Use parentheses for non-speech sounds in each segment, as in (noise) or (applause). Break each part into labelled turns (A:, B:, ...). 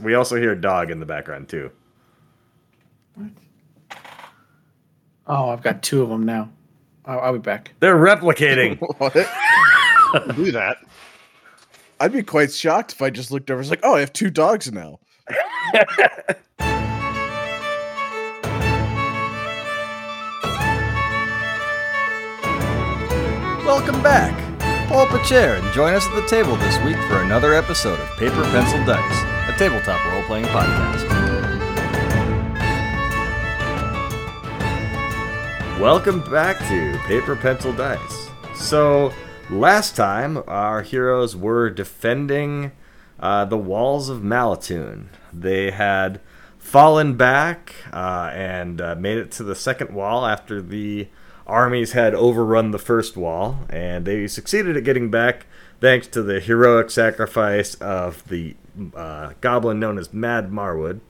A: We also hear dog in the background too.
B: Oh, I've got two of them now. I'll, I'll be back.
A: They're replicating.
C: (laughs) What? Do that. I'd be quite shocked if I just looked over. It's like, oh, I have two dogs now.
D: Welcome back. (laughs) Pull up a chair and join us at the table this week for another episode of Paper Pencil Dice, a tabletop role playing podcast.
A: Welcome back to Paper Pencil Dice. So, last time our heroes were defending uh, the walls of Malatoon. They had fallen back uh, and uh, made it to the second wall after the armies had overrun the first wall, and they succeeded at getting back thanks to the heroic sacrifice of the uh, goblin known as Mad Marwood.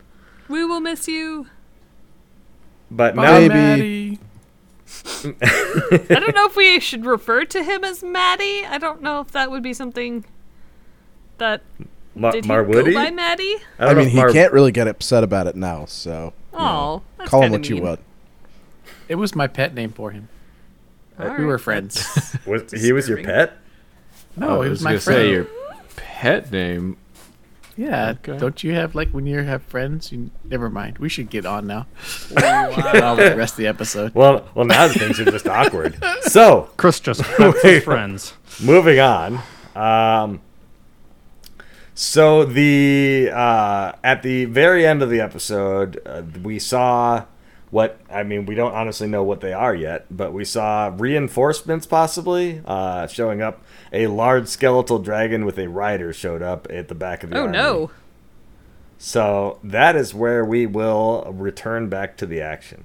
E: We will miss you.
A: But
B: Bye,
A: now
C: Maybe.
B: Maddie.
E: I don't know if we should refer to him as Maddie. I don't know if that would be something that
A: Ma-
E: did he
A: Marwoody.
E: go by Maddie.
A: I,
C: I
A: don't know
C: mean,
A: if
C: he
A: Mar-
C: can't really get upset about it now, so
E: Oh, that's
C: call him
E: kinda
C: what you
E: mean.
C: want.
B: It was my pet name for him.
E: All
B: We were
A: (laughs)
E: right.
B: friends.
A: Was, he was your
E: disturbing.
A: pet.
B: no,
A: Oh,
F: Oh,
G: I was
B: he was
G: gonna
B: my
G: say
B: friend.
G: your pet name.
B: yeah,
G: Okay.
B: don't you have like when you have friends? You never mind. We should get on now. Wow. (laughs) the rest of the episode.
A: Well, well, now things are just awkward.
E: (laughs)
A: So,
G: (laughs)
H: Chris just pets his friends.
A: moving on. Um, so the uh, at the very end of the episode, uh, we saw what I mean. We don't honestly know what they are yet, but we saw reinforcements possibly uh, showing up. A large skeletal dragon with a rider showed up at the back of the.
E: Oh
A: army.
E: no.
A: So that is where we will return back to the action.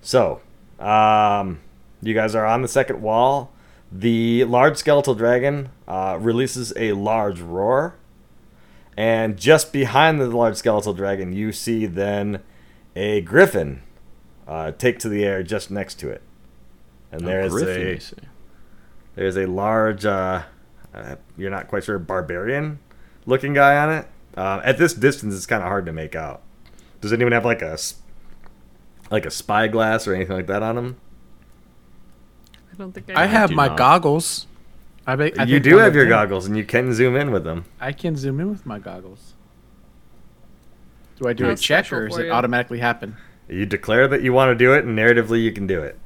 A: So, um, you guys are on the second wall. The large skeletal dragon uh, releases a large roar. And just behind the large skeletal dragon, you see then a griffin uh, take to the air just next to it. And there is
G: Griffin,
A: a
G: you say.
A: there's a large, uh, uh, you're not quite sure, barbarian looking guy on it. Uh, at this distance, it's kind of hard to make out. Does anyone have like a s- like a spyglass or anything like that on him?
E: I don't think
B: I
E: I,
B: have
G: do
B: my
G: not.
B: goggles. I, be, I
A: you
B: think
A: do
B: I'm
A: have your
B: okay.
A: goggles, and you can zoom in with them.
B: I can zoom in with my goggles. Do I do
E: How
B: a check
E: special
B: or does
E: for
B: it
E: you.
B: automatically happen?
A: You declare that you want to do it, and narratively, you can do it.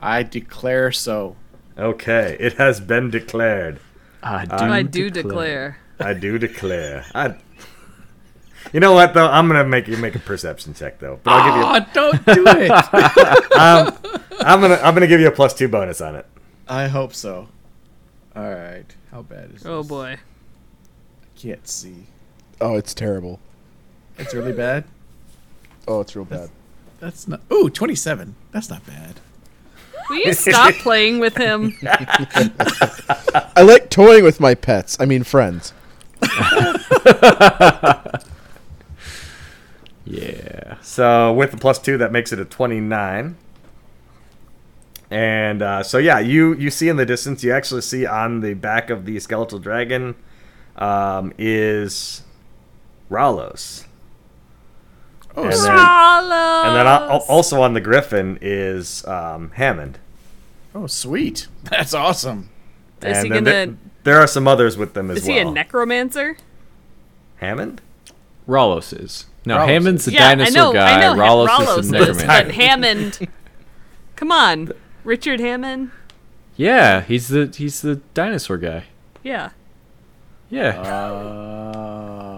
B: I declare so.
A: Okay, it has been declared.
B: I do.
E: I do declare.
A: I do declare. I. You know what though? I'm gonna make you make a perception check though, but
B: (laughs)
A: I'll give you.
B: Oh, don't do it.
A: I'm gonna I'm gonna give you a plus two bonus on it.
B: I hope so. All right. How bad is
E: Oh
B: this?
E: boy.
B: Can't see.
C: Oh, it's terrible.
B: It's really bad.
C: Oh, it's real bad.
B: That's not. Ooh, 27. That's not bad.
E: Will
A: (laughs)
E: you stop playing with him?
C: I like toying with my pets. I mean, friends.
G: Yeah.
A: So with the plus two, that makes it a twenty-nine. And uh, so yeah, you you see in the distance, you actually see on the back of the skeletal dragon um, is Ralos,
B: Oh,
A: And
B: s-
A: then-
E: Carlos.
A: and then al- also on the griffin is um, Hammond.
B: oh, sweet. That's awesome.
E: Is
A: and
E: he
A: then
E: gonna?
A: th- there are some others with them as
E: is
A: well.
E: he a necromancer?
A: Hammond?
G: Rallos is. No,
B: Rallos
G: Hammond's the
E: yeah,
G: dinosaur
E: I know.
G: guy.
E: I know.
G: Rallos,
E: Rallos
G: is the necromancer.
A: (laughs)
E: but Hammond. Come on, Richard Hammond.
G: Yeah, he's the he's the dinosaur guy.
E: Yeah.
A: Uh,
G: Yeah.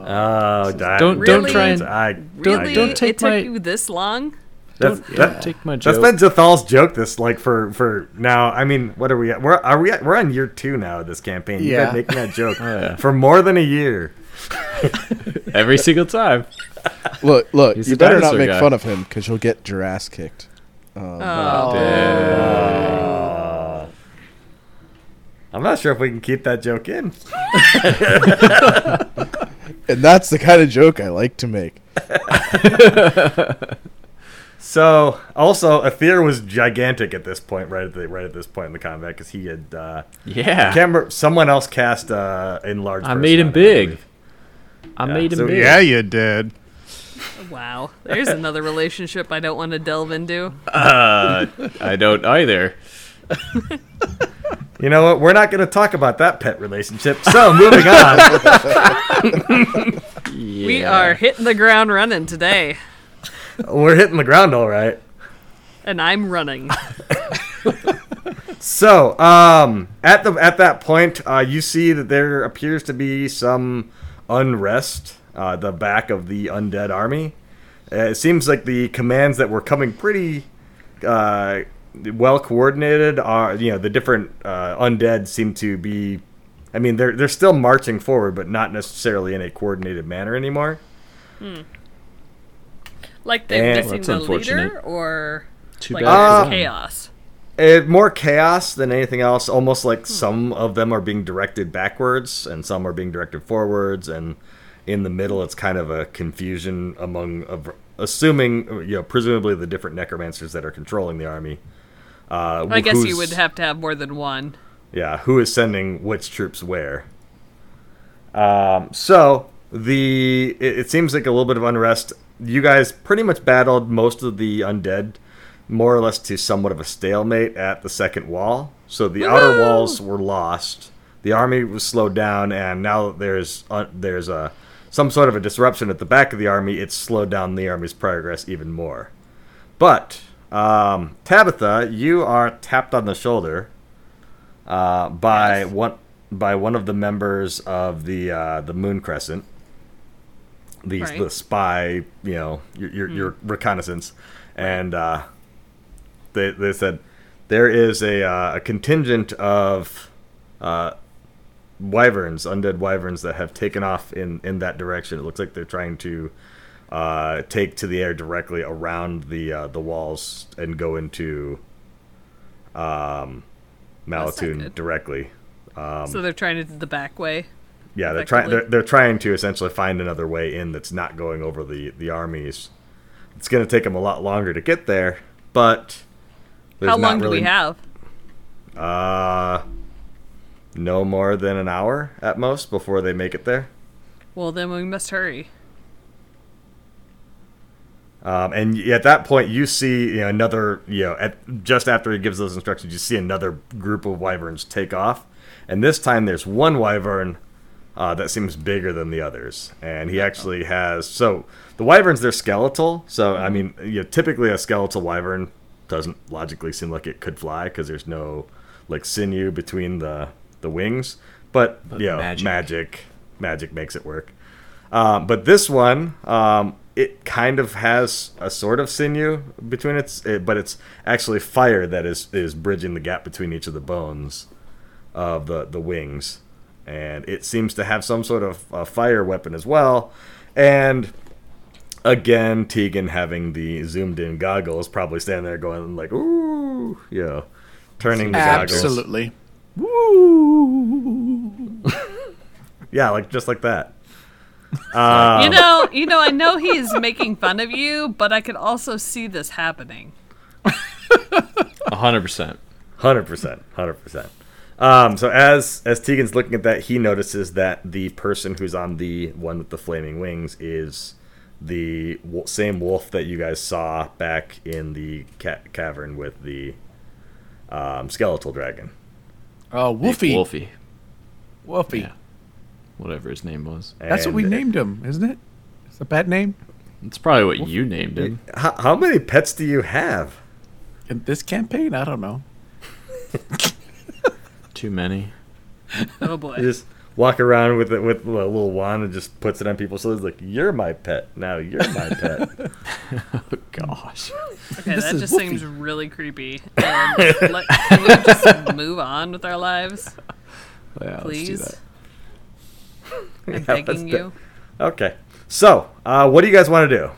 A: Oh, di-
G: don't don't
E: Really?
G: try and
A: I,
G: Don't-
E: Really?
G: don't take
E: it took
G: my-
E: you this long?
A: that's,
G: yeah,
A: that-
G: take my
A: That's
G: joke.
A: been Zathal's joke. This like for for now. I mean, what are we? At? We're are we? At, we're on year two now of this campaign. You've
B: Yeah.
A: been making that
G: (laughs)
A: joke
G: Oh, yeah.
A: for more than a year.
G: Every single time.
C: Look, look,
G: He's
C: you
G: a
C: better not
G: dinosaur
C: make
G: guy.
C: fun of him because you'll get your ass kicked. Um,
E: Oh.
G: Yeah. Uh,
A: I'm not sure if we can keep that joke in.
C: And that's the kind of joke I like to make.
A: So also, Aether was gigantic at this point, right at the right at this point in the combat, because he had uh,
G: Yeah.
A: (laughs) I can't remember- someone else cast uh, enlarged.
G: Ah. I made him
A: person on
G: big.
A: believe.
G: I made him
A: So-
G: big.
F: Yeah, you did.
E: Wow. There's another relationship I don't want to delve into.
G: Uh, I don't either.
A: You know what? We're not going to talk about that pet relationship. So moving
G: (laughs)
A: on.
E: We are hitting the ground running today,
A: We're hitting the ground all right.
E: and I'm running.
A: So, um, at the at that point, uh, you see that there appears to be some unrest uh, at the back of the undead army. Uh, it seems like the commands that were coming pretty uh, well coordinated are you know the different uh, undead seem to be. I mean, they're they're still marching forward, but not necessarily in a coordinated manner anymore.
E: Like they're
A: Eh,
E: missing
G: that's
E: the leader,
G: unfortunate.
E: or
G: Too
E: like
G: bad.
E: there's chaos.
A: It, more chaos than anything else. Almost like
E: Hmm.
A: some of them are being directed backwards and some are being directed forwards, and in the middle, it's kind of a confusion among, of, assuming, you know, presumably the different necromancers that are controlling the army. Uh,
E: I guess you
A: who's-
E: would have to have more than one.
A: yeah, who is sending which troops where? Um, so the it, it seems like a little bit of unrest. You guys pretty much battled most of the undead, more or less to somewhat of a stalemate at the second wall. So the outer walls were lost. The army was slowed down, and now that there's uh, there's a some sort of a disruption at the back of the army. It's slowed down the army's progress even more. But um, Tabitha, you are tapped on the shoulder uh, by one by one of the members of the uh, the Moon Crescent, the
E: Right. Hmm.
A: the spy, you know, your your, your reconnaissance, and uh, they they said there is a uh, a contingent of uh, wyverns, undead wyverns that have taken off in in that direction. It looks like they're trying to. Uh, take to the air directly around the uh, the walls and go into um,
E: That's not
A: Malatoon
E: good.
A: directly.
E: so they're trying to do the back way.
A: Yeah, they're trying.
E: effectively.
A: They're, they're trying to essentially find another way in that's not going over the the armies. It's going to take them a lot longer to get there, but there's
E: How
A: not
E: long
A: really,
E: do we have?
A: Uh, no more than an hour at most before they make it there.
E: Well, then we must hurry.
A: Um, and y- at that point, you see you know, another, you know, at, just after he gives those instructions, you see another group of wyverns take off. And this time, there's one wyvern uh, that seems bigger than the others. And he actually has. So the wyverns, they're skeletal. So, I mean, you know, typically a skeletal wyvern doesn't logically seem like it could fly because there's no, like, sinew between the, the wings. But, you know,
G: magic.
A: magic. Magic makes it work. Um, but this one, um, it kind of has a sort of sinew between its, it, but it's actually fire that is is bridging the gap between each of the bones of the the wings, and it seems to have some sort of uh fire weapon as well. And again, Tegan having the zoomed in goggles, probably standing there going like, "Ooh, yeah," turning the goggles.
B: Absolutely.
A: Yeah, like just like that.
E: you know, you know. I know he is making fun of you, but I could also see this happening.
G: A hundred percent.
A: Hundred percent, hundred percent. Um, so as as Tegan's looking at that, he notices that the person who's on the one with the flaming wings is the wo- same wolf that you guys saw back in the ca- cavern with the um, skeletal dragon.
B: Oh, Wolfie.
G: Wolfie.
B: Wolfie.
G: Yeah. Whatever his name was.
B: That's what we
A: And- uh,
B: named him, isn't it? It's a pet name.
G: It's probably what you named him.
A: How, how many pets do you have?
B: In this campaign, I don't know.
G: Too many.
E: Oh
A: You
E: boy.
A: just walk around with it with a little wand and just puts it on people's shoulders like you're my pet. Now you're my
E: (laughs)
A: (laughs) pet.
G: Gosh.
E: Okay, that
B: is
E: just
B: Wolfie.
E: seems really creepy. Um, let, can
G: (laughs)
E: we just move on with our lives,
G: Yeah,
E: please?
G: Let's do
E: I'm
A: let's
E: begging
A: do-
E: you.
A: okay. So, uh, what do you guys want to do?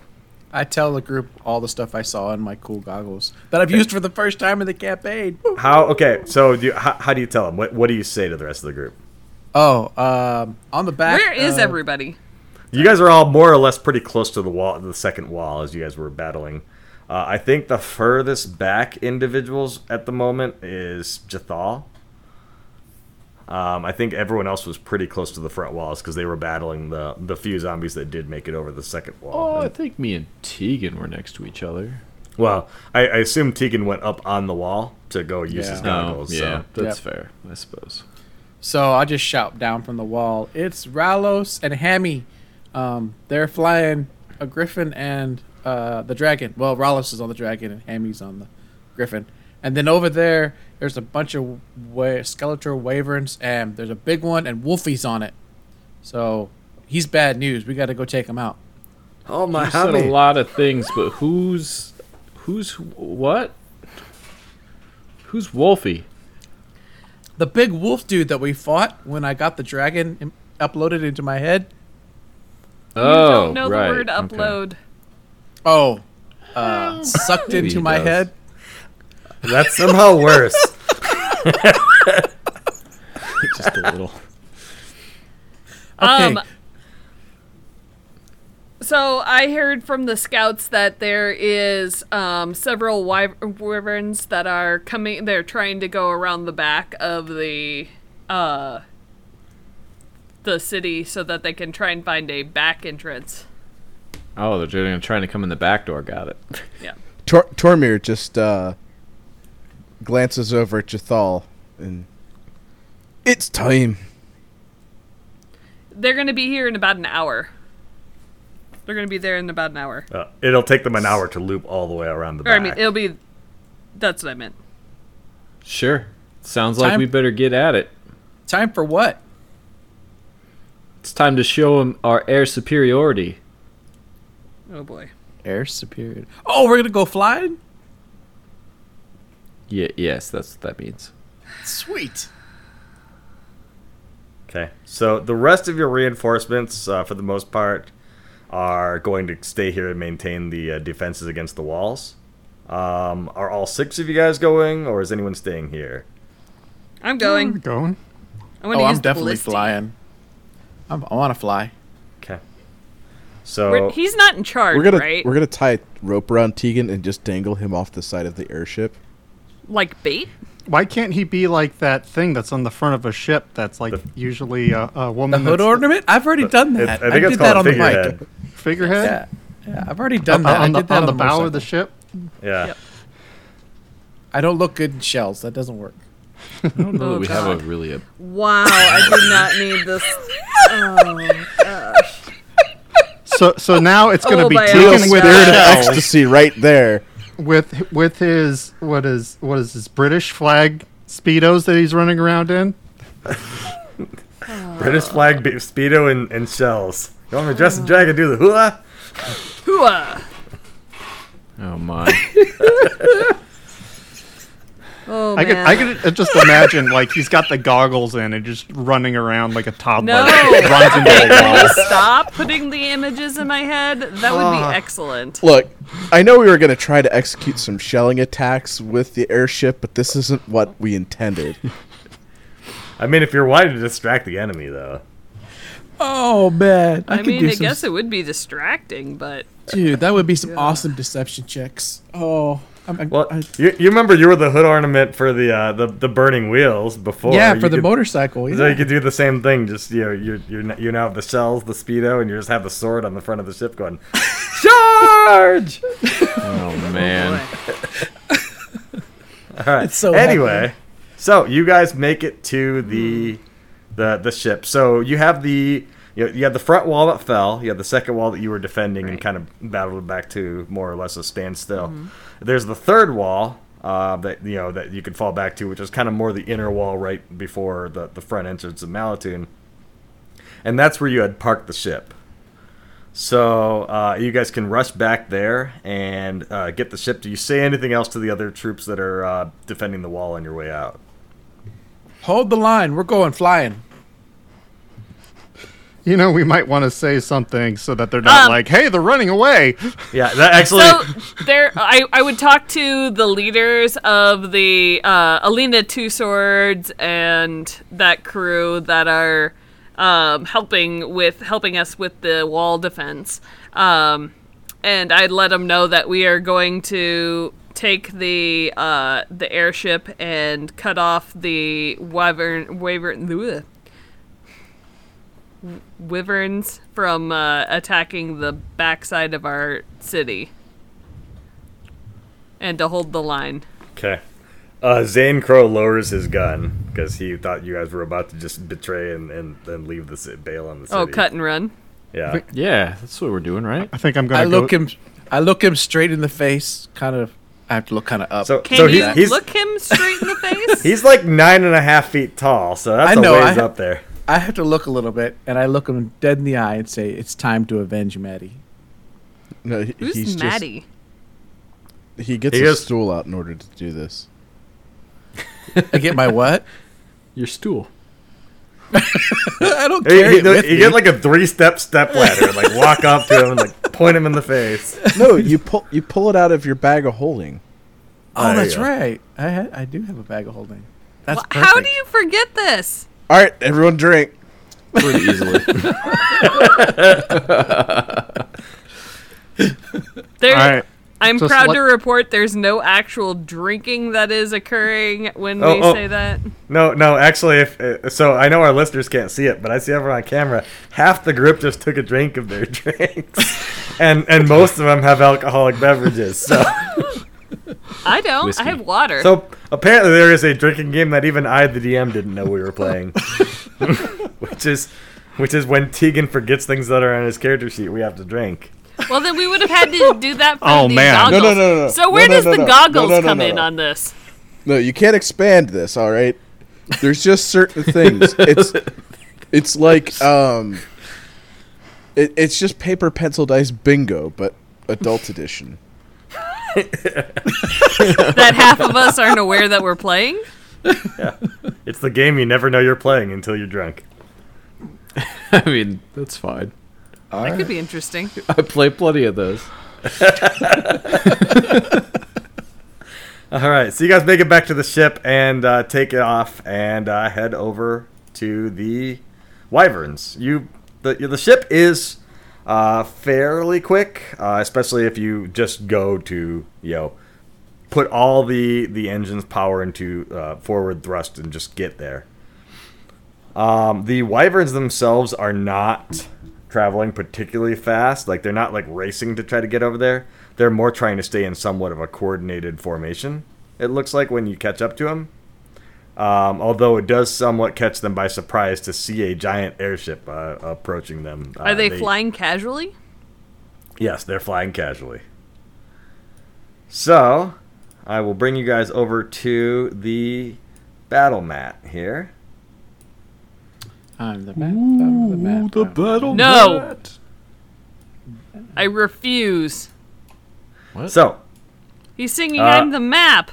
B: I tell the group all the stuff I saw in my cool goggles that I've used for the first time in the campaign. Woo.
A: How? Okay. So, do you, how, how do you tell them? What What do you say to the rest of the group?
B: Oh, um, on the back.
E: Where is
B: of-
E: everybody?
A: You guys are all more or less pretty close to the wall, the second wall, as you guys were battling. Uh, I think the furthest back individuals at the moment is Jathal. Um, I think everyone else was pretty close to the front walls because they were battling the the few zombies that did make it over the second wall.
G: Oh, I think me and Tegan were next to each other.
A: Well, I, I assume Tegan went up on the wall to go use his
C: Yeah.
G: Oh,
A: goggles.
G: yeah,
A: So.
G: that's
B: Yep.
G: fair, I suppose.
B: So I just shout down from the wall. It's Ralos and Hammy. Um, they're flying a griffin and uh, the dragon. Well, Ralos is on the dragon and Hammy's on the griffin. And then over there, there's a bunch of wa- Skeletor Waverns, and there's a big one, and Wolfie's on it. So he's bad news. We got to go take him out.
A: Oh my
G: You said a
A: hobby.
G: lot of things, but who's who's what? Who's Wolfie?
B: The big wolf dude that we fought when I got the dragon im- uploaded into my head.
G: Oh,
E: don't know
G: right.
E: the word
G: okay.
E: upload.
B: Oh,
G: (gasps)
B: uh, sucked
G: Maybe
B: into
G: he
B: my
G: does.
B: head.
A: That's somehow worse. (laughs)
G: Just a little.
B: Okay.
E: Um, So I heard from the scouts that there is um, several wyv- wyverns that are coming. They're trying to go around the back of the uh, the city so that they can try and find a back entrance.
G: Oh, they're doing- trying to come in the back door. Got (laughs) it.
E: Yeah.
C: Tor- Tormir just uh, glances over at Jathal and it's time.
E: They're going to be here in about an hour. They're going to be there in about an hour.
A: Uh, it'll take them an hour to loop all the way around the
E: Or, I
A: back.
E: mean, it'll be. That's what I meant.
G: Sure. Sounds like
B: Time-
G: we better get at it.
B: Time for what?
G: It's time to show them our air superiority.
E: Oh boy.
B: Air superior. Oh, we're gonna go flying.
G: Yeah. Yes, that's what that means.
B: Sweet.
A: Okay. So the rest of your reinforcements, uh, for the most part, are going to stay here and maintain the uh, defenses against the walls. Um, are all six of you guys going, or is anyone staying here?
E: I'm going.
H: Going.
E: I want
B: Oh,
E: to
B: I'm
E: use the
B: definitely
E: ballistic.
B: flying. I'm, I want to fly.
A: Okay. So
E: We're- he's not in charge,
C: We're gonna
E: right?
C: we're gonna tie a rope around Tegan and just dangle him off the side of the airship.
E: like bait?
H: Why can't he be like that thing that's on the front of a ship that's like usually a, a
B: The
H: woman
B: hood
H: that's
B: ornament? I've already done
A: It-
B: that.
A: I think it's
B: did that
A: called
B: on the mic.
A: figurehead.
H: figurehead?
B: Yeah, yeah, I've already
H: Uh,
B: done that.
H: on
B: I
H: the,
B: did that
H: on the
B: a
H: bow of
B: motorcycle.
H: the ship?
A: Yeah.
E: Yep.
B: I don't look good in shells. That doesn't work.
G: I don't know
E: Oh,
G: that we have
E: God.
G: a really a
E: Wow, I did not
B: (laughs)
E: need this. Oh, gosh.
H: So so now it's going to
E: Oh
H: be
E: my
C: Real
H: Tegan
E: God.
H: with
C: spirit of ecstasy right there.
H: with with his what is what is his British flag speedos that he's running around in?
A: British
E: Uh,
A: flag, be- speedo, and, and shells. You want me to dress the dragon, do the hula?
E: Hooah.
G: Oh my.
E: Oh,
H: I could
E: man.
H: I could uh, just imagine like he's got the goggles in and just running around like a toddler.
E: No.
H: runs into a wall.
E: Can we stop putting the images in my head? That would
B: Ah.
E: be excellent.
C: Look, I know we were gonna try to execute some shelling attacks with the airship, but this isn't what we intended.
A: I mean, if you're wanting to distract the enemy, though.
B: Oh man, I,
E: I,
B: could
E: mean,
B: do
E: I
B: some,
E: guess it would be distracting, but
B: dude. That would be some awesome deception checks. Oh, I'm, I'm-
A: Well,
B: I-
A: you, you remember you were the hood ornament for the uh, the, the burning wheels before.
B: yeah,
A: You
B: for the
A: could-
B: motorcycle.
A: So
B: Yeah.
A: you could do the same thing. Just you know, you're you're n- you now have the shells, the speedo, and you just have the sword on the front of the ship going.
B: Charge!
E: (laughs)
G: Oh man.
A: All right.
B: It's so
A: anyway, so you guys make it to the the the ship. So you have the you, you had the front wall that fell. You had the second wall that you were defending and
E: Right.
A: kind of battled back to more or less a standstill. There's the third wall. Uh, that you know that you could fall back to, which is kind of more the inner wall right before the, the front entrance of Malatoon, and that's where you had parked the ship. So uh, you guys can rush back there and uh, get the ship. Do you say anything else to the other troops that are uh, defending the wall on your way out?
B: Hold the line. We're going flying.
H: You know, we might want to say something so that they're not
E: Um,
H: like, "Hey, they're running away."
A: Yeah, that actually.
E: so there. I, I would talk to the leaders of the uh, Alina Two Swords and that crew that are um, helping with helping us with the wall defense. Um, and I'd let them know that we are going to take the uh, the airship and cut off the wyvern wyvern bleh. wyverns from uh, attacking the backside of our city, and to hold the line.
A: Okay. Uh, Zane Crow lowers his gun because he thought you guys were about to just betray and and, and leave the ci- bail on the city.
E: Oh, cut and run!
A: Yeah.
G: Yeah, that's what we're doing, right?
H: I think I'm
B: I
H: gonna
B: look
H: go.
B: him. I look him straight in the face. Kind of. I have to look kind of up.
A: So
E: Can
A: so
E: you
A: he's he's,
E: look him
C: (laughs)
E: straight in the face?
A: he's like nine and a half feet tall, so that's
B: I know,
A: a ways
B: I-
A: up there.
B: I have to look a little bit, and I look him dead in the eye and say, "It's time to avenge Maddie."
C: No, he,
E: Who's
C: he's
E: Maddie?
C: Just, he gets
A: He
C: his
A: goes-
C: stool out in order to do this.
B: I get my what?
G: Your stool.
B: I don't
A: You,
B: care.
A: you- you get like a three step step ladder, like walk up to him and like point him in the face.
C: No, you pull you pull it out of your bag of
A: There
C: holding.
B: oh, that's
A: you go.
B: right. I ha- I do have a bag of holding. That's
E: Wha- How
B: perfect.
E: do you forget this?
C: All right, everyone, drink.
G: Pretty
C: (laughs)
G: easily.
E: There,
H: All right.
E: I'm
H: Just
E: proud
H: let-
E: to report there's no actual drinking that is occurring when
A: Oh,
E: we
A: oh.
E: say that.
A: No, no, actually, if uh, so, I know our listeners can't see it, but I see everyone on camera. Half the group just took a drink of their (laughs) drinks, and and most of them have alcoholic beverages. So,
E: I don't.
G: Whiskey.
E: I have water.
A: so apparently, there is a drinking game that even I, the DM, didn't know we were playing, (laughs) which is which is when Tegan forgets things that are on his character sheet, we have to drink.
E: well, then we would have
C: (laughs)
E: had to do that from
H: Oh,
E: the
H: man.
E: goggles.
C: No, no, no, no, no.
E: So where
C: No, no,
E: does
C: no,
E: the
C: no. No,
E: goggles
C: no, no,
E: come
C: no,
E: in
C: no.
E: on this?
C: No, you can't expand this. All right, there's just (laughs) certain things. It's it's like um, it, it's just paper pencil dice bingo, but (laughs) adult edition.
E: That half of us aren't aware that we're playing.
A: It's the game you never know you're playing until you're drunk.
G: I
F: (laughs)
G: mean, that's fine.
E: That could be interesting.
G: I play plenty of those.
A: All right, so you guys make it back to the ship and uh, take it off and uh, head over to the Wyverns. You the the ship is uh, fairly quick, uh, especially if you just go to you know put all the the engine's power into uh, forward thrust and just get there. Um, the Wyverns themselves are not traveling particularly fast. Like they're not like racing to try to get over there. They're more trying to stay in somewhat of a coordinated formation. It looks like when you catch up to them. Um, although it does somewhat catch them by surprise to see a giant airship uh, approaching them. Uh,
E: Are they, flying casually?
A: Yes, they're flying casually. So, I will bring you guys over to the battle mat here.
B: I'm the map. I'm the map. I'm the
G: battle.
E: No. I refuse.
A: So,
E: He's singing
A: Uh,
E: "I'm the Map."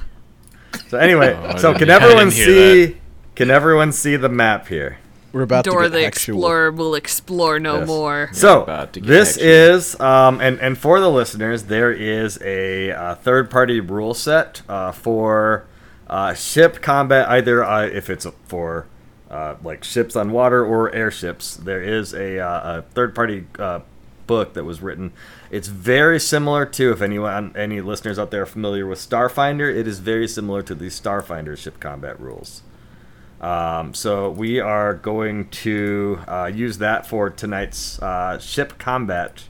A: so anyway,
G: Oh, I didn't-
A: so can
G: I didn't
A: everyone
G: hear
A: see? Can everyone see the map here?
C: We're about
E: Dora
C: to get
E: the
C: actual-
E: Explorer will explore no
A: Yes.
E: more.
A: So
G: about to get
A: this
G: actual.
A: is, um, and and for the listeners, there is a uh, third-party rule set uh, for uh, ship combat. Either uh, if it's for uh, like ships on water or airships, there is a, uh, a third-party uh, book that was written. It's very similar to, if anyone, any listeners out there are familiar with Starfinder, it is very similar to the Starfinder ship combat rules. Um, so we are going to uh, use that for tonight's uh, ship combat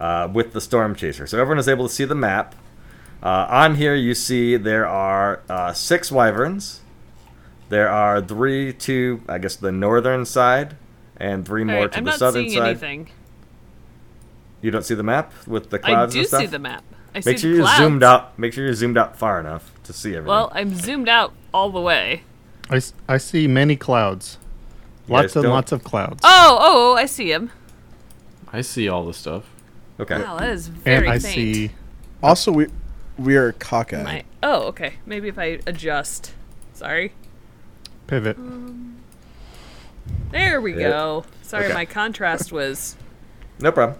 A: uh, with the Storm Chaser. So everyone is able to see the map. Uh, on here, you see there are uh, six wyverns. There are three to, I guess, the northern side, and three
E: All
A: more
E: right,
A: to
E: I'm
A: the
E: not
A: southern
E: seeing
A: side.
E: anything.
A: You don't see the map with the
E: I
A: clouds
E: do
A: and stuff.
E: see the map. I
A: Make
E: see
A: sure
E: the
A: you're
E: clouds.
A: zoomed out. Make sure you're zoomed out far enough to see everything.
E: Well, I'm zoomed out all the
H: (laughs)
E: way.
H: I, s- I see many clouds. Lots
A: guys
H: and
A: don't-
H: lots of clouds.
E: Oh, oh, oh, I see him.
G: I see all the stuff.
A: okay.
E: Wow, that is
H: and
E: very
H: I
E: faint.
H: see.
C: Also, we we are cockeyed.
E: My- oh, okay. Maybe if I adjust. Sorry.
H: Pivot.
E: Hmm. There we
A: Yeah.
E: go. Sorry,
A: Okay.
E: my contrast was
A: No problem.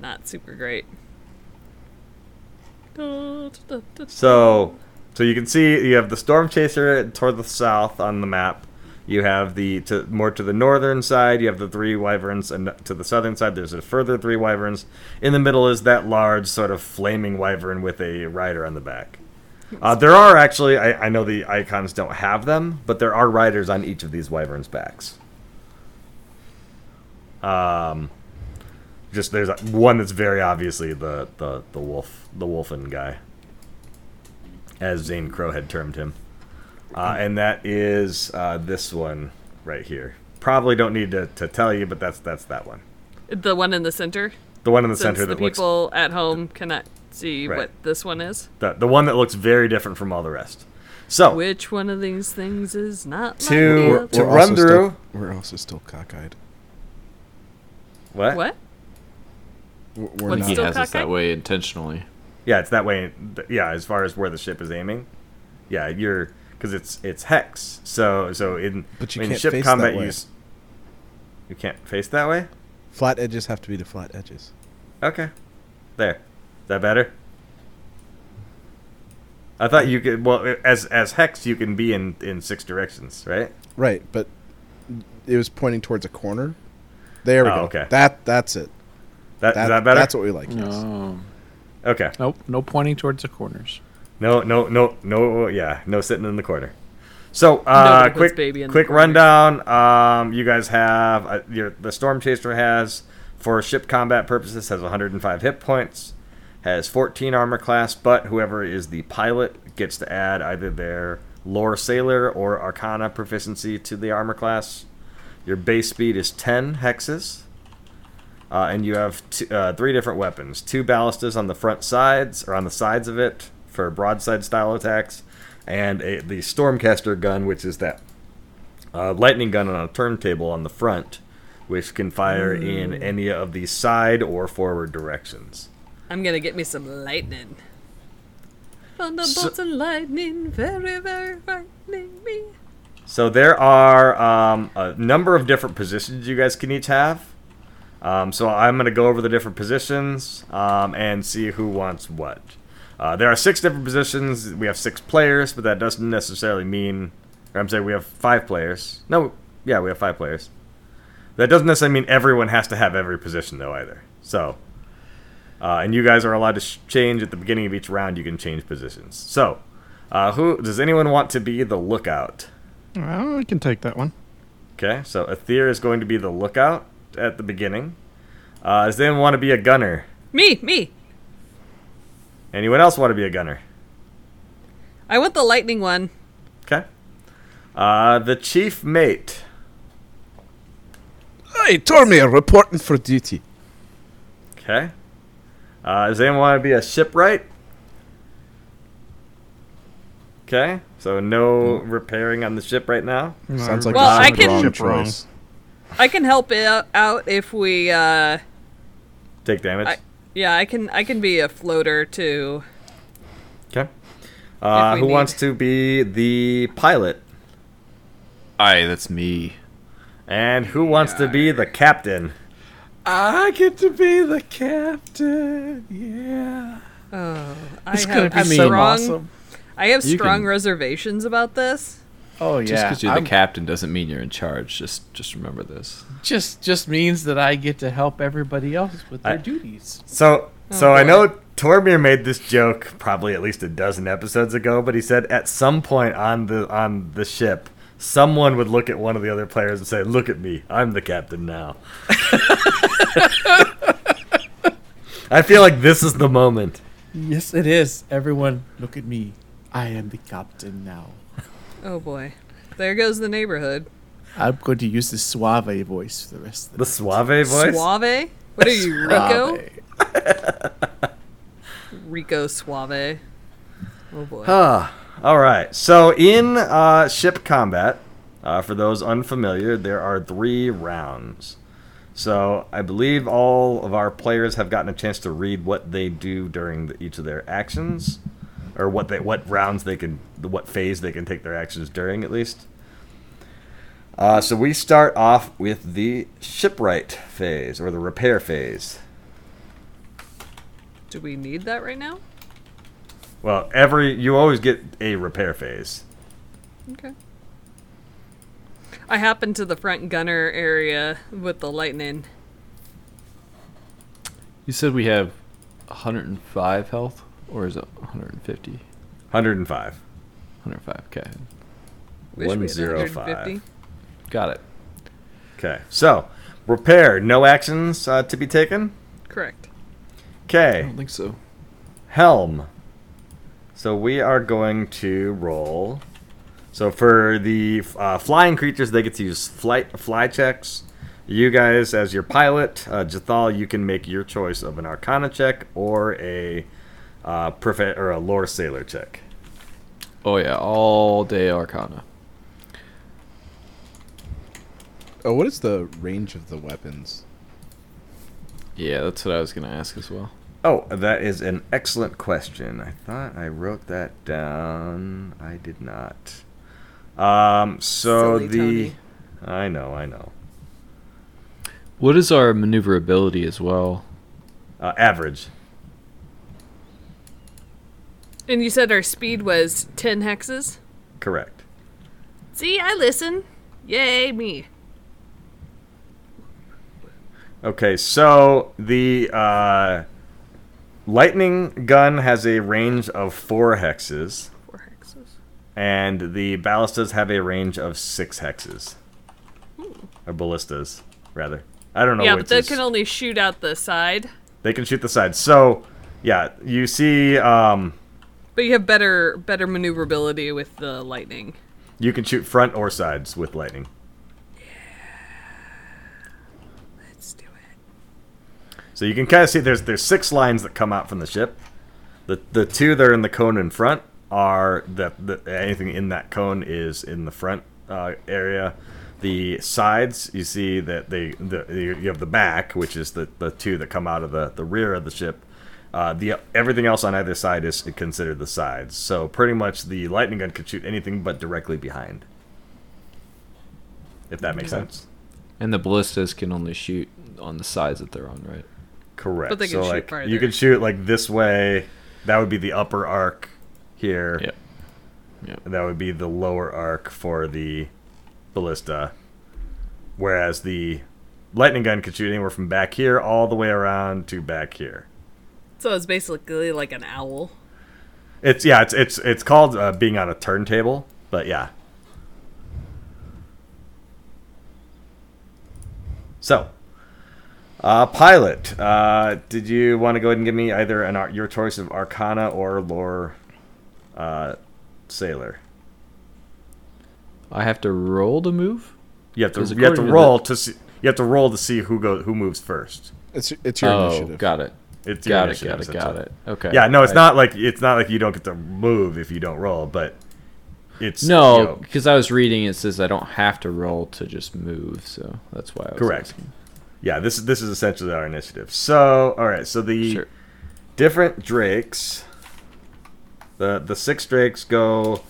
E: not super great. Da, da, da, da.
A: So, so you can see you have the storm chaser toward the south on the map. You have the to, more to the northern side. You have the three wyverns, and to the southern side, there's a further three wyverns. In the middle is that large, sort of flaming wyvern with a rider on the back. Uh, there are actually, I, I know the icons don't have them, but there are riders on each of these wyverns' backs. Um, just there's a- one that's very obviously the the the wolf, the wolfen guy, as Zane Crow had termed him, uh, and that is uh, this one right here. Probably don't need to, to tell you, but that's that's that one,
E: The one in the center.
A: the one in the
E: Since
A: center
E: the
A: that looks
E: people at home cannot see
A: Right.
E: what this one is.
A: the, the one that looks very different from all the rest. So
E: Which one of these things is not like
A: To-
E: the other?
A: to run
C: also
A: through-
C: Still, we're also still cockeyed.
A: what?
E: What?
C: We're, we're
E: What's
C: not.
E: Still
F: He has us
E: cockeyed?
F: that way intentionally.
A: Yeah, it's that way. th- Yeah, as far as where the ship is aiming. Yeah, you're because it's it's hex. So so in
C: But you
A: in
C: can't
A: ship
C: face
A: combat you
C: that way.
A: s- you can't face that way.
C: Flat edges have to be the flat edges.
A: Okay, there. Is that better? I thought you could. Well, as as hex, you can be in in six directions, right?
C: Right, but it was pointing towards a corner. There we
A: Oh,
C: go.
A: okay.
C: That that's it.
A: That,
C: That,
A: is that better?
C: That's what we like. yes.
B: No.
A: okay.
B: Nope. No pointing towards the corners.
A: No, no, no, no. Yeah, no sitting in the corner. So, uh,
E: Nobody puts
A: quick,
E: baby in the
A: quick
E: corner.
A: rundown. Um, you guys have uh, your the storm chaser has for ship combat purposes has 105 hit points, has 14 armor class, but whoever is the pilot gets to add either their lore sailor or arcana proficiency to the armor class. Your base speed is 10 hexes. Uh, and you have two, uh, three different weapons: two ballistas on the front sides or on the sides of it for broadside style attacks, and a, the stormcaster gun, which is that uh, lightning gun on a turntable on the front, which can fire in any of the side or forward directions.
E: I'm gonna get me some lightning. Thunderbolts
A: So-
E: and lightning, very, very frightening me.
A: So there are um, a number of different positions you guys can each have. Um, so I'm going to go over the different positions um, and see who wants what. Uh, there are six different positions. We have six players, but that doesn't necessarily mean. Or I'm saying we have five players. No, yeah, we have five players. That doesn't necessarily mean everyone has to have every position, though, either. So, uh, and you guys are allowed to sh- change at the beginning of each round. You can change positions. So, uh, who does anyone want to be the lookout?
H: Well, I can take that one.
A: Okay, so Aether is going to be the lookout at the beginning. Uh, does anyone want to be a gunner?
E: Me, me.
A: Anyone else want to be a gunner?
E: I want the lightning one.
A: Okay. Uh, the chief mate.
C: Hey, Tormir, reporting for duty.
A: Okay. Uh, does anyone want to be a shipwright? Okay, so no
E: Hmm.
A: repairing on the ship right now.
C: Sounds like
E: Well,
C: a
E: I
C: ship
E: can-
C: wrong
H: Ship wrong.
C: choice.
E: I can help it out if we. uh
A: Take damage.
E: I, Yeah, I can. I can be a floater too.
A: Okay. Uh,
E: we
A: who
E: need.
A: wants to be the pilot?
F: Aye, that's me.
A: And who wants to be the captain?
G: I get to be the captain. Yeah.
E: Oh, I
G: It's gonna
E: have
G: be so
E: strong.
G: awesome.
E: I have
F: You
E: strong
F: can-
E: reservations about this.
B: Oh
F: Just
B: yeah.
F: because you're
B: I'm-
F: the captain doesn't mean you're in charge. Just just remember this.
B: just just means that I get to help everybody else with their
A: I-
B: duties.
A: So, so I
E: boy.
A: know Tormir made this joke probably at least a dozen episodes ago, but he said at some point on the on the ship, someone would look at one of the other players and say, "Look at me, I'm the captain now." (laughs) I feel like this is the moment.
B: Yes, it is. Everyone, look at me. I am the captain now.
E: Oh boy, there goes the neighborhood.
B: I'm going to use the suave voice for the rest of
A: The suave voice.
E: Suave. What are you, Rico?
B: Suave.
E: Rico Suave. Oh boy.
A: Ah, all right. So in uh, ship combat, uh, for those unfamiliar, there are three rounds. So I believe all of our players have gotten a chance to read what they do during the, each of their actions, or what they what rounds they can, what phase they can take their actions during at least. Uh, so we start off with the shipwright phase or the repair phase.
E: Do we need that right now?
A: Well, every you always get a repair phase.
E: Okay. I happened to the front gunner area with the lightning.
F: You said we have 105 health, or is it 150?
A: 105.
F: 105. Okay,
E: Wish we had
A: 105.
E: 150.
F: got it.
A: Okay. So, repair. No actions uh, to be taken.
E: Correct.
A: Okay.
F: I don't think so.
A: Helm. So we are going to roll. So for the uh, flying creatures, they get to use flight fly checks. You guys, as your pilot, uh, Jethal, you can make your choice of an Arcana check or a uh, profe- or a lore sailor check.
F: Oh yeah, all day Arcana.
C: Oh, what is the range of the weapons?
F: Yeah, that's what I was gonna ask as well.
A: Oh, that is an excellent question. I thought I wrote that down. I did not. Um, so
E: Silly
A: the
E: Tony.
A: I know, I know.
F: What is our maneuverability as well?
A: Uh, average.
E: And you said our speed was 10 hexes?
A: Correct.
E: See, I listen. Yay, me.
A: Okay, so the uh, lightning gun has a range of four hexes,
E: Four hexes.
A: and the ballistas have a range of six hexes, or ballistas, rather. I don't know.
E: yeah,
A: which
E: but they
A: is-
E: can only shoot out the side.
A: they can shoot the sides. So, yeah, you see, um,
E: But you have better better maneuverability with the lightning.
A: you can shoot front or sides with lightning.
E: Let's do it.
A: So you can kind of see there's there's six lines that come out from the ship. The the two that are in the cone in front are that the, anything in that cone is in the front uh, area. The sides you see that they the you you have the back, which is the, the two that come out of the, the rear of the ship. Uh, the everything else on either side is considered the sides. So pretty much the lightning gun could shoot anything but directly behind. If that makes sense.
F: And the ballistas can only shoot on the sides that they're on, right?
A: Correct.
E: But they
A: so
E: can shoot
A: like, You
E: farther.
A: can shoot like this way. That would be the upper arc here.
F: Yep.
A: And that would be the lower arc for the ballista. Whereas the lightning gun could shoot anywhere from back here all the way around to back here.
E: So it's basically like an owl.
A: It's yeah. It's it's it's called uh, being on a turntable. But yeah. So, uh, pilot, uh, did you want to go ahead and give me either an ar- your choice of Arcana or Lore, uh, Sailor?
F: I have to roll to move.
A: You have to
F: Because
A: you have to
F: according to
A: roll to see you have to roll to see who go who moves first.
C: It's it's your
F: oh,
C: initiative.
F: got it.
A: It's your
F: Got it.
A: initiative,
F: Got it. Got
A: essentially.
F: it. Okay.
A: Yeah, no, it's
F: I-
A: not like it's not like you don't get to move if you don't roll, but it's you
F: No,
A: know,
F: because I was reading it says I don't have to roll to just move, so that's why I was
A: Correct.
F: asking.
A: Yeah, this is this is essentially our initiative. So, all right, so the
F: Sure.
A: different drakes, the the six drakes go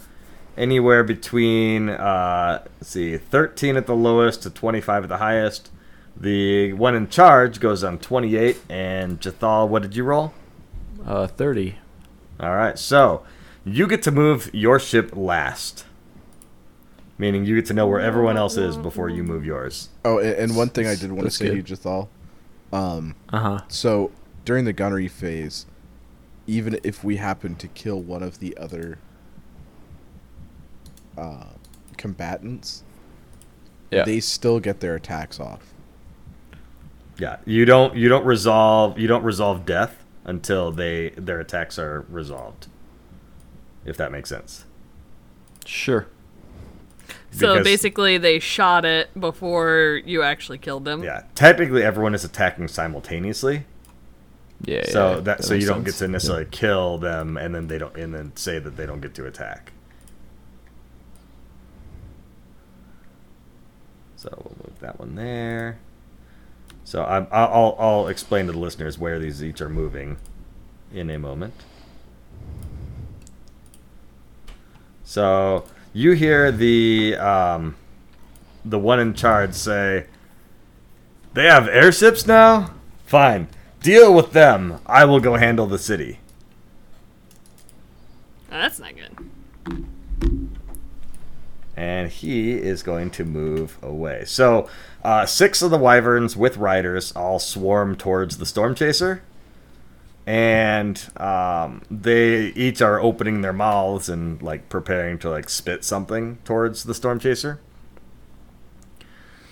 A: anywhere between uh, let's see, thirteen at the lowest to twenty five at the highest. The one in charge goes on twenty eight, and Jethal, what did you roll?
F: Uh, thirty.
A: All right, so you get to move your ship last, meaning you get to know where everyone else is before you move yours.
C: Oh, and, and one thing I did want to
F: That's
C: say, to you,
F: good.
C: Jethal. Um,
F: Uh
A: Uh-huh.
F: huh.
C: so during the gunnery phase, even if we happen to kill one of the other uh, combatants,
F: Yeah.
C: they still get their attacks off.
A: Yeah, you don't you don't resolve you don't resolve death until they their attacks are resolved. If that makes sense.
F: Sure.
E: So
A: Because-
E: basically they shot it before you actually killed them.
A: Yeah, technically everyone is attacking simultaneously,
F: Yeah.
A: so
F: yeah,
A: that, so you
F: makes
A: don't get
F: sense.
A: to necessarily kill them and then they don't and then say that they don't get to attack. So we'll move that one there. So I'm, I'll I'll- I'll explain to the listeners where these each are moving in a moment. So you hear the um, the one in charge say, "They have airships now. Fine, deal with them. I will go handle the city."
E: Oh, that's not good.
A: and he is going to move away. So, uh, six of the wyverns with riders all swarm towards the storm chaser, and um, they each are opening their mouths and like preparing to like spit something towards the storm chaser.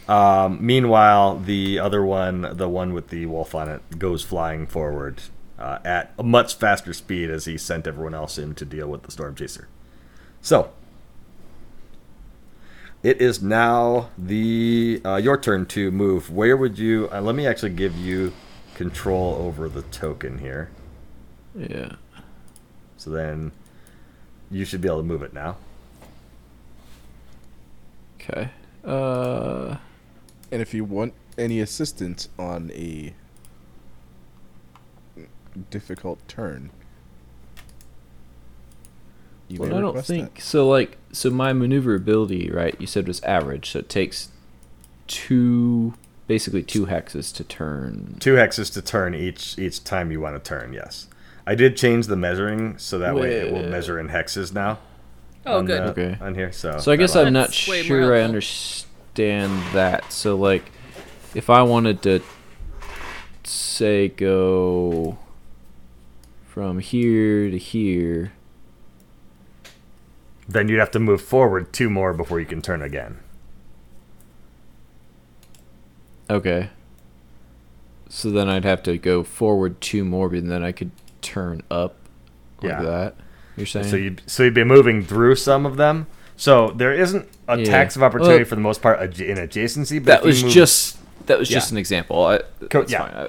A: Um, meanwhile, the other one, the one with the wolf on it, goes flying forward uh, at a much faster speed as he sent everyone else in to deal with the storm chaser. So, it is now the uh, your turn to move. Where would you? Uh, let me actually give you control over the token here.
F: Yeah.
A: So then, you should be able to move it now.
F: Okay. Uh.
C: And if you want any assistance on a difficult turn, you
F: Well, I don't
C: request
F: think so. Like, so my maneuverability, right? You said was average, so it takes two, basically two hexes to turn.
A: Two hexes to turn each each time you want to turn. Yes, I did change the measuring so that way it will
F: Wait.
A: measure in hexes now.
E: Oh,
A: on
E: good.
A: the-
F: Okay.
A: On here, so
F: So I guess
A: that'll-
F: I'm not
E: That's way more
F: sure I
E: helpful.
F: understand that. So like, if I wanted to say go from here to here,
A: then you'd have to move forward two more before you can turn again.
F: okay. So then I'd have to go forward two more, and then I could turn up like
A: Yeah.
F: that. You're saying
A: So you so you'd be moving through some of them. So there isn't a
F: Yeah.
A: tax of opportunity
F: Well-
A: for the most part adj- in adjacency. But
F: that
A: if you
F: was
A: move-
F: just that was just
A: Yeah.
F: an example. I,
A: Co-
F: that's
A: yeah.
F: fine. I-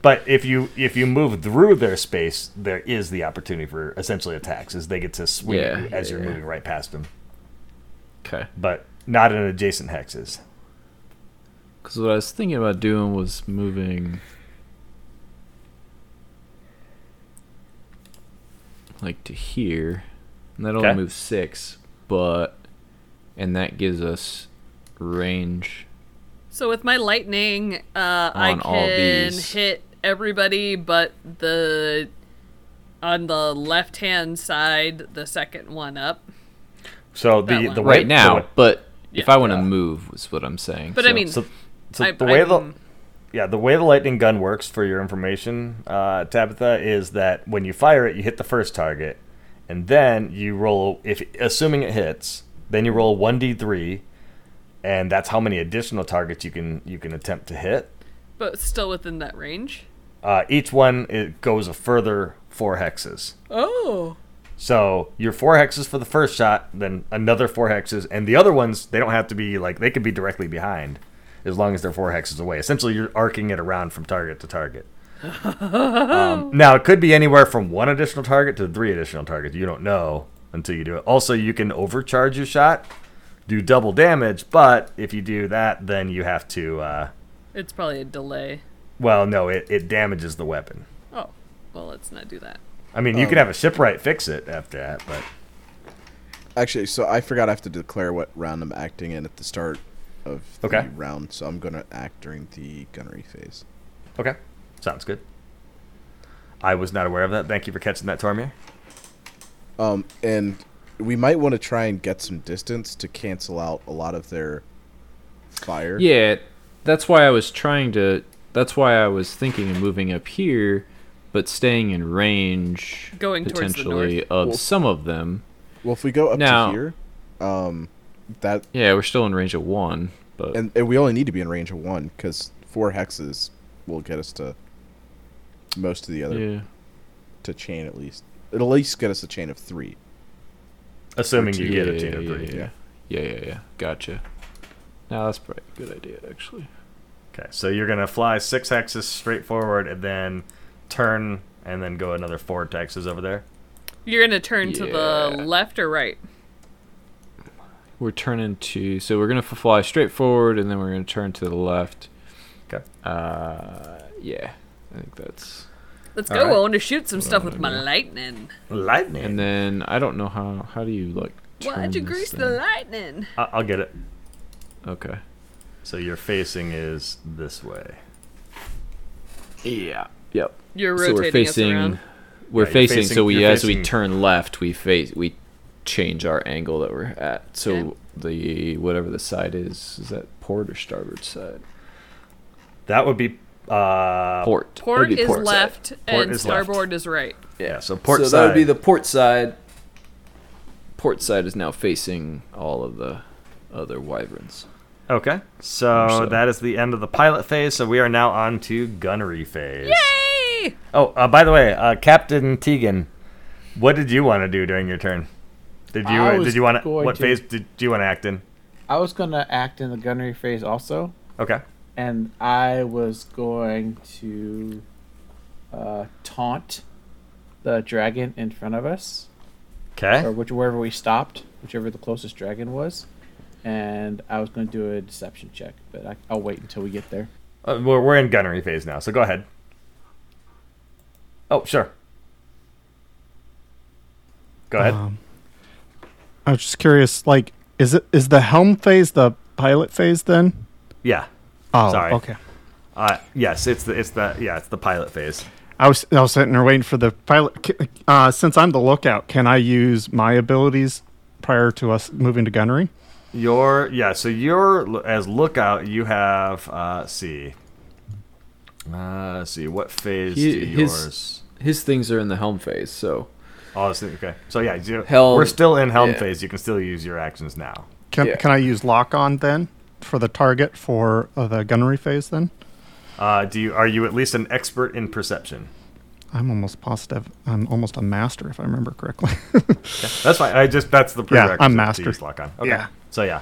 A: But if you if you move through their space, there is the opportunity for essentially attacks, as they get to swing at
F: Yeah,
A: you as
F: yeah,
A: you're
F: yeah.
A: moving right past them.
F: okay.
A: But not in adjacent hexes.
F: Because what I was thinking about doing was moving. Like to here. And that only
A: Okay.
F: moves six, but. And that gives us range.
E: So with my lightning, uh, I
F: On all
E: can
F: these.
E: hit everybody but the on the left hand side, the second one up.
A: So
E: That
A: the
E: one.
A: the way,
F: Right
A: the
F: now,
A: way-
F: but if
E: Yeah.
F: I want to
A: Yeah.
F: move, is what I'm saying.
E: But I
F: so-
E: mean,
A: so, so
E: I-
A: the way the
E: I'm-
A: yeah the way the lightning gun works for your information, uh, Tabitha, is that when you fire it, you hit the first target, and then you roll if assuming it hits, then you roll one d three, and that's how many additional targets you can you can attempt to hit.
E: but still within that range.
A: Uh, each one it goes a further four hexes.
E: Oh.
A: So your four hexes for the first shot, then another four hexes, and the other ones they don't have to be like they could be directly behind, as long as they're four hexes away. Essentially, you're arcing it around from target to target. um, now it could be anywhere from one additional target to three additional targets. You don't know until you do it. Also, you can overcharge your shot, do double damage, but if you do that, then you have to. Uh,
E: It's probably a delay.
A: well, no, it, it damages the weapon.
E: Oh. Well, let's not do that.
A: I mean, you
F: Oh.
A: could have a shipwright fix it after that, but
C: that. Actually, so I forgot I have to declare what round I'm acting in at the start of the
A: Okay.
C: round, so I'm going to act during the gunnery phase.
A: Okay. Sounds good. I was not aware of that. Thank you for catching that, Tormir.
C: Um, and we might want to try and get some distance to cancel out a lot of their fire.
F: Yeah, that's why I was trying to. That's why I was thinking of moving up here, but staying in range
E: Going towards the north.
F: potentially of
C: Well-
F: some of them.
C: Well, if we go up
F: Now-
C: to here, um, that
F: Yeah, we're still in range of one, but
C: and, and we only need to be in range of one because four hexes will get us to most of the other
F: yeah.
C: to chain at least. It'll at least get us a chain of three.
A: Assuming you get a
F: yeah,
A: chain of
F: yeah,
A: three.
F: Yeah, yeah, yeah, yeah. Gotcha. Now that's probably a good idea, actually.
A: Okay, so you're gonna fly six hexes straight forward and then turn and then go another four hexes over there.
E: You're gonna turn to
F: Yeah.
E: the left or right.
F: We're turning to so we're gonna f- fly straight forward, and then we're gonna turn to the left.
A: Okay.
F: Uh, yeah, I think that's.
E: Let's
A: All
E: go.
A: right.
E: I want to shoot some stuff with my lightning.
A: Lightning.
F: And then I don't know how how do you like. turn
E: Why'd you
F: this
E: grease the
F: thing?
E: lightning?
A: I- I'll get it.
F: Okay.
A: So your facing is this way.
F: Yeah. Yep.
E: You're
F: so
E: rotating
F: we're facing.
E: us around.
F: We're
A: Yeah, you're
F: facing,
A: facing-
F: So we
A: you're
F: as we
A: facing-
F: turn left, we face we change our angle that we're at. So
E: Okay.
F: the whatever the side is. Is that port or starboard side?
A: That would be uh,
F: Port.
E: Port
F: It'd be
E: is
F: side.
E: left and
A: is left.
E: starboard is right.
A: yeah. So port
F: so
A: side.
F: that would be the port side. Port side is now facing all of the other wyverns.
A: okay. So,
F: So-
A: that is the end of the pilot phase. So we are now on to gunnery phase.
E: Yay!
A: Oh, uh, by the way, uh, Captain Tegan, what did you want to do during your turn? Did
B: I
A: you uh,
B: was
A: did you want to
B: going
A: what
B: to-
A: phase did you want to act in?
B: I was gonna act in the gunnery phase also,
A: Okay.
B: and I was going to uh, taunt the dragon in front of us, or
A: Okay.
B: which wherever we stopped, whichever the closest dragon was. And I was going to do a deception check, but I, I'll wait until we get there.
A: Uh, we're we're in gunnery phase now. So go ahead. Oh, sure. Go ahead.
H: Um, I was just curious. Like, is it is the helm phase the pilot phase then?
A: yeah.
H: Oh,
A: Sorry.
H: okay.
A: Uh, yes, it's the it's the yeah, it's the pilot phase.
H: I was I was sitting there waiting for the pilot. c- Uh, since I'm the lookout, can I use my abilities prior to us moving to gunnery?
A: Your yeah, so your as lookout, you have uh let's see. Uh let's see what phase
F: He-
A: do
F: his-
A: yours?
F: His things are in the helm phase, so
A: Oh, this thing- okay. So yeah, you,
F: Helm-
A: we're still in helm
F: yeah.
A: phase. You can still use your actions now.
H: Can
F: Yeah.
H: can I use lock on then for the target for uh, the gunnery phase then?
A: Uh, do you are you at least an expert in perception?
H: I'm almost positive. I'm almost a master if I remember correctly. (laughs)
A: That's fine. I just that's the prerequisite
H: I'm
A: to
H: master.
A: use lock on. Okay.
H: Yeah.
A: So yeah.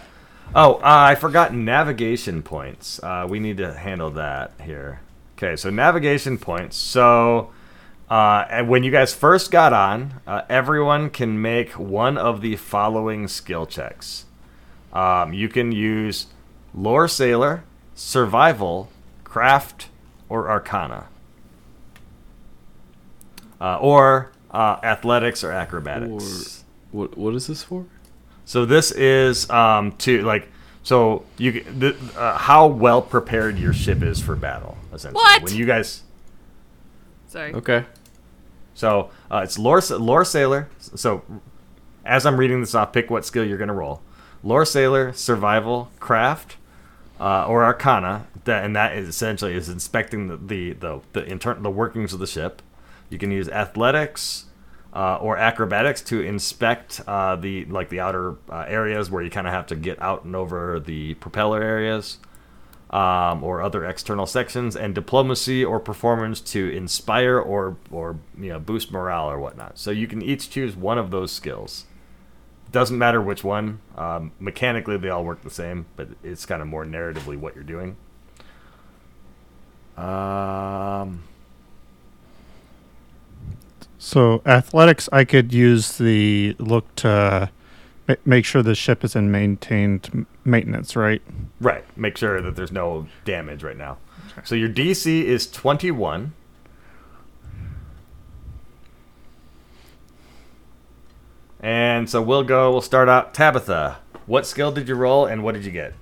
A: Oh, uh, I forgot navigation points. Uh, we need to handle that here. Okay, so navigation points. So uh, and when you guys first got on, uh, everyone can make one of the following skill checks. Um, you can use lore sailor, survival, craft, or arcana, uh, or uh, athletics or acrobatics.
F: what what is this for?
A: So this is um, to like so you c- the, uh, how well prepared your ship is for battle essentially.
E: What?
A: When you guys
E: Sorry.
F: Okay.
A: so uh, it's lore sa- lore sailor. So as I'm reading this off, pick what skill you're gonna roll: lore sailor, survival, craft, uh, or arcana. That, and that is essentially is inspecting the the the the, inter- the workings of the ship. You can use athletics. Uh, or acrobatics to inspect uh, the like the outer uh, areas where you kind of have to get out and over the propeller areas um, or other external sections, and diplomacy or performance to inspire or or you know boost morale or whatnot. So you can each choose one of those skills. Doesn't matter which one. Um, mechanically, they all work the same, but it's kind of more narratively what you're doing. Um,
H: so athletics, I could use the look to ma- make sure the ship is in maintained m- maintenance, right?
A: right. Make sure that there's no damage right now. So your DC is 21. And so we'll go. We'll start out. Tabitha, what skill did you roll, and what did you get?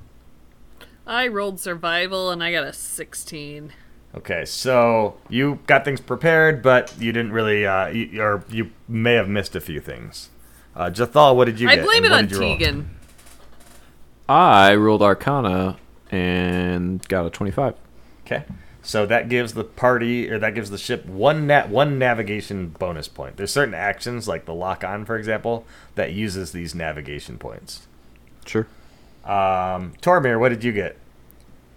E: I rolled survival and I got a 16.
A: Okay, so you got things prepared, but you didn't really, uh, you, or you may have missed a few things. Uh, Jathal, what did you
E: I
A: get?
E: blame
A: and
E: it
A: what
E: on
A: did you roll?
E: Tegan.
F: I rolled Arcana and got a twenty-five.
A: Okay, so that gives the party, or that gives the ship one nat one navigation bonus point. There's certain actions, like the lock on, for example, that uses these navigation points.
F: Sure.
A: Um, Tormir, what did you get?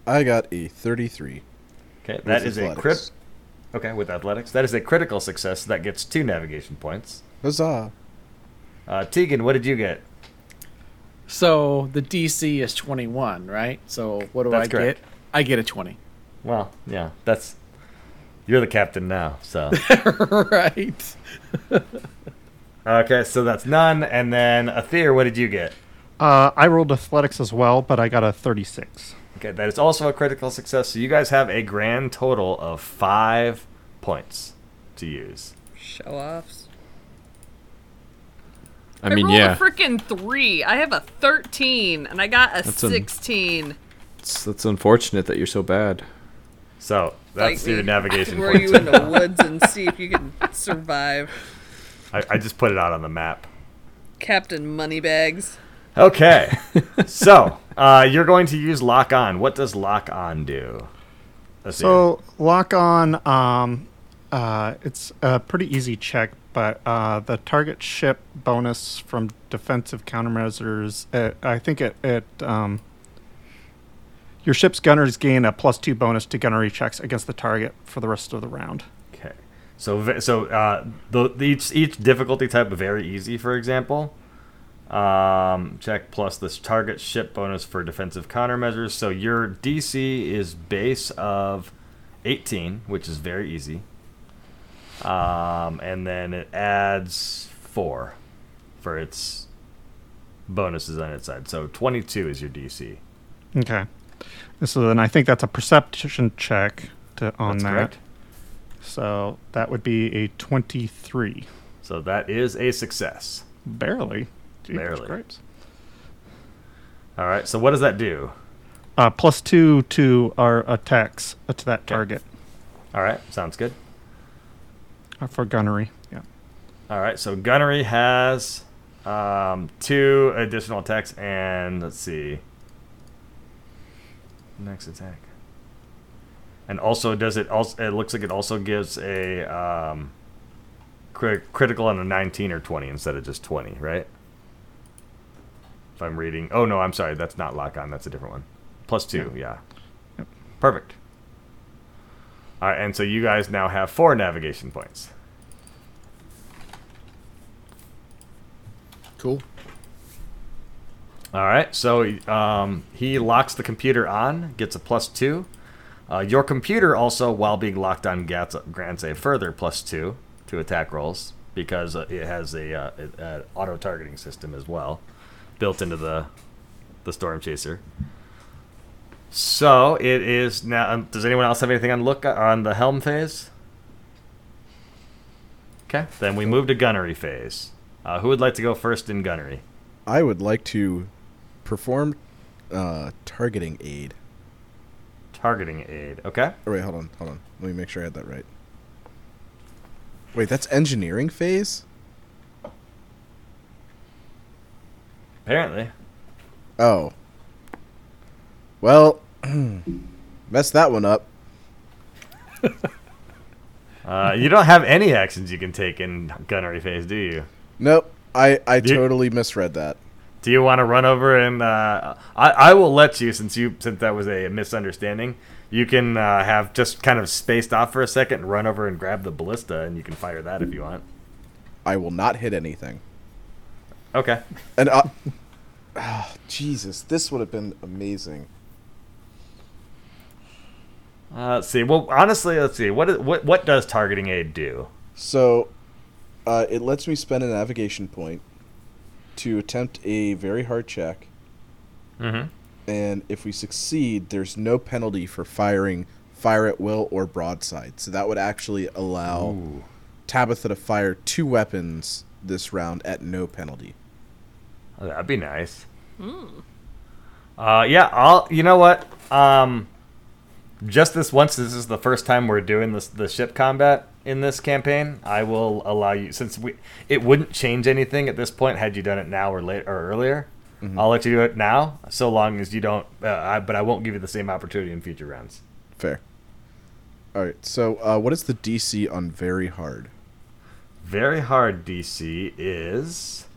C: I got a 33.
A: Okay, that
C: with
A: is a crit.
C: athletics.
A: Okay, with athletics, that is a critical success. That gets two navigation points.
C: Huzzah.
A: Uh, Tegan, what did you get?
B: So the DC is 21, right? So what do
A: That's
B: I
A: correct.
B: get? I get a 20.
A: Well, yeah, that's you're the captain now, (laughs) so
B: (laughs) right.
A: okay, so that's none, and then Aether, what did you get?
H: Uh, I rolled athletics as well, but I got a 36.
A: Okay, that is also a critical success. So you guys have a grand total of five points to use.
E: Show offs.
F: I mean,
E: rolled
F: yeah,
E: a freaking three. I have a 13 and I got a
F: That's a-
E: 16.
F: it's, that's unfortunate that you're so bad.
A: So that's
E: Like me.
A: your
E: (laughs)
A: navigation
E: Throw you
A: points. (laughs)
E: in the woods and see if you can survive.
A: I, I just put it out on the map.
E: Captain Moneybags. (laughs)
A: Okay. so uh, you're going to use lock on. What does lock on do? Let's see.
H: So lock on. Um, uh, it's a pretty easy check, but uh, the target ship bonus from defensive countermeasures. It, I think it. it um, your ship's gunners gain a plus two bonus to gunnery checks against the target for the rest of the round.
A: okay. So ve- so uh, the, the- each each difficulty type of very easy, for example. Um, check plus this target ship bonus for defensive countermeasures. So your DC is base of 18, which is very easy. Um, and then it adds four for its bonuses on its side. So 22 is your DC.
H: Okay. So then I think that's a perception check to on
A: That's
H: that.
A: correct.
H: So that would be a twenty-three.
A: So that is a success.
H: Barely. Jesus
A: Barely.
H: Christ.
A: All right. So what does that do?
H: Uh, plus two to our attacks uh, to that target
A: All right. Sounds good.
H: uh, for gunnery. Yeah.
A: All right. So gunnery has um, two additional attacks, and let's see. Next attack. And also, does it also? It looks like it also gives a um, crit- critical on a 19 or 20 instead of just 20, right? If I'm reading. Oh no, I'm sorry. That's not lock on. That's a different one. Plus two. Yeah.
H: Yep.
A: Perfect. All right, and so you guys now have four navigation points.
B: Cool.
A: All right. So um, he locks the computer on, gets a plus two. Uh, your computer also, while being locked on, gets, grants a further plus two to attack rolls because uh, it has a, uh, a, a auto targeting system as well built into the the storm chaser. So it is now. Um, does anyone else have anything on look on the helm phase? Okay. Then we move to gunnery phase. Uh, who would like to go first in gunnery?
C: I would like to perform uh, targeting aid.
A: Targeting aid. Okay.
C: Oh wait, hold on, hold on. Let me make sure I had that right. Wait, that's engineering phase.
A: Apparently.
C: Oh. Well, (clears throat) messed that one up.
A: Uh, you don't have any actions you can take in gunnery phase, do you?
C: Nope, I I
A: Do you-
C: totally misread that.
A: Do you want to run over and uh, I, I will let you since you since that was a misunderstanding. You can uh, have just kind of spaced off for a second and run over and grab the ballista and you can fire that if you want.
C: I will not hit anything.
A: Okay.
C: And I, (sighs) Ah, Jesus, this would have been amazing.
A: Uh, let's see. Well, honestly, let's see. What is, what what does targeting aid do?
C: So, uh, it lets me spend a navigation point to attempt a very hard check,
A: Mm-hmm.
C: and if we succeed, there's no penalty for firing fire at will or broadside. So that would actually allow Tabitha to fire two weapons this round at no penalty.
A: Oh, That'd be nice. Uh, yeah, I'll. You know what? Um, just this once. This is the first time we're doing this the ship combat in this campaign. I will allow you since we it wouldn't change anything at this point had you done it now or later or earlier. I'll let you do it now, so long as you don't. Uh, I, but I won't give you the same opportunity in future rounds.
C: Fair. All right. So, uh, what is the DC on very hard?
A: Very hard DC is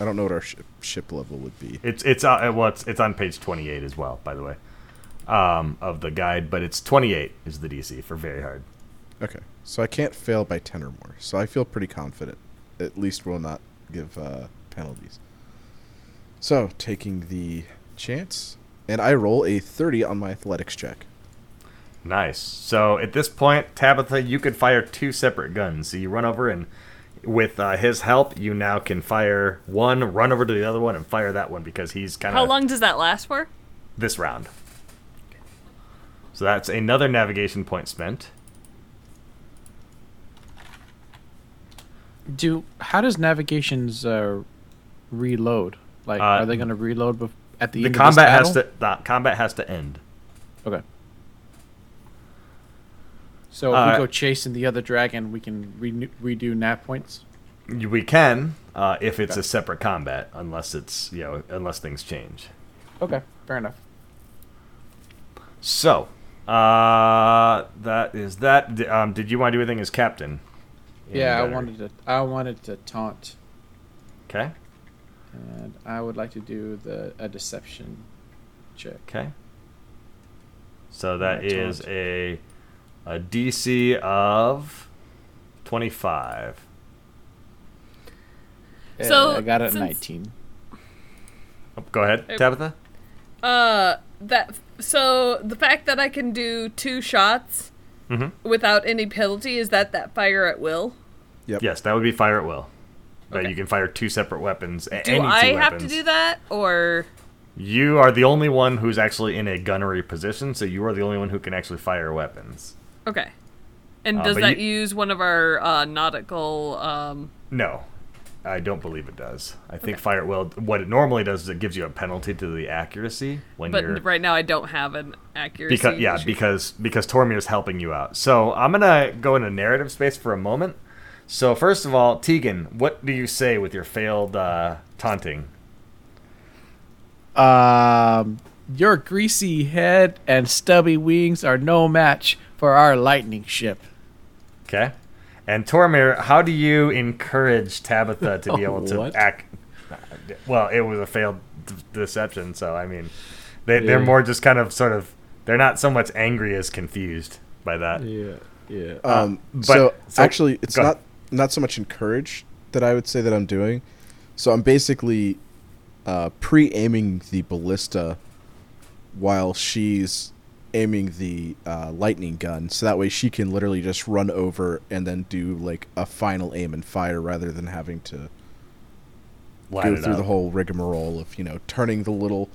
C: I don't know what our ship, ship level would be.
A: It's it's uh, well, it's, it's on page twenty eight as well, by the way, um, of the guide. But it's twenty eight is the DC for very hard.
C: Okay. So I can't fail by ten or more. So I feel pretty confident. At least we'll not give uh, penalties. So taking the chance, and I roll a thirty on my athletics check.
A: Nice. So at this point, Tabitha, you could fire two separate guns. So you run over and, with uh, his help, you now can fire one, run over to the other one, and fire that one because he's kind
E: How
A: of
E: long does that last for?
A: this round. So that's another navigation point spent.
B: Do how does navigations uh, reload? Like,
A: Uh,
B: are they going to reload bef- at the,
A: The
B: end
A: combat
B: of
A: has
B: this battle?
A: to the combat has to end.
B: Okay. So if
A: Uh,
B: we go chasing the other dragon, we can re- redo nap points.
A: We can uh, if it's a separate combat, unless it's you know unless things change.
B: Okay, fair enough.
A: So uh, that is that. D- Um, did you want to do anything as captain?
B: Yeah, I
A: Inventory.
B: wanted to. I wanted to taunt,
A: Okay.
B: and I would like to do the a deception check.
A: Okay. So that
B: Yeah,
A: is a a DC of twenty five.
E: So,
B: Uh, I got it at
E: since-
B: 19.
A: Oh, go ahead,
E: Hey.
A: Tabitha.
E: Uh, that so the fact that I can do two shots
A: Mhm.
E: without any penalty is that that fire at will.
A: Yes, that would be fire at will. That
E: Okay.
A: you can fire two separate weapons. a-
E: Do
A: any two
E: I have
A: weapons.
E: to do that or
A: You are the only one who's actually in a gunnery position, so you are the only one who can actually fire weapons.
E: okay? And
A: Uh,
E: does
A: but
E: that
A: you-
E: use one of our uh, nautical? Um,
A: No, I don't believe it does. I think fire at will. What it normally does is it gives you a penalty to the accuracy when
E: but
A: you're
E: right now I don't have an accuracy.
A: because yeah
E: issue.
A: because because Tormir is helping you out. So I'm gonna go into narrative space for a moment. So first of all, Tegan, what do you say with your failed uh, taunting?
B: Um, your greasy head and stubby wings are no match for our lightning ship.
A: Okay. And Tormir, how do you encourage Tabitha to
F: (laughs)
A: be able to
F: What?
A: act? Well, it was a failed d- deception, so I mean, they, they're
F: Yeah.
A: more just kind of sort of. They're not so much angry as confused by that.
F: Yeah. Yeah.
C: Um,
A: but-
C: so,
A: so-
C: actually, it's
A: go ahead.
C: not not so much encourage that I would say that I'm doing. So I'm basically uh, pre-aiming the ballista while she's aiming the uh, lightning gun, so that way she can literally just run over and then do like a final aim and fire rather than having to
A: Line
C: go
A: it
C: through the
A: up.
C: whole rigmarole of you know turning the little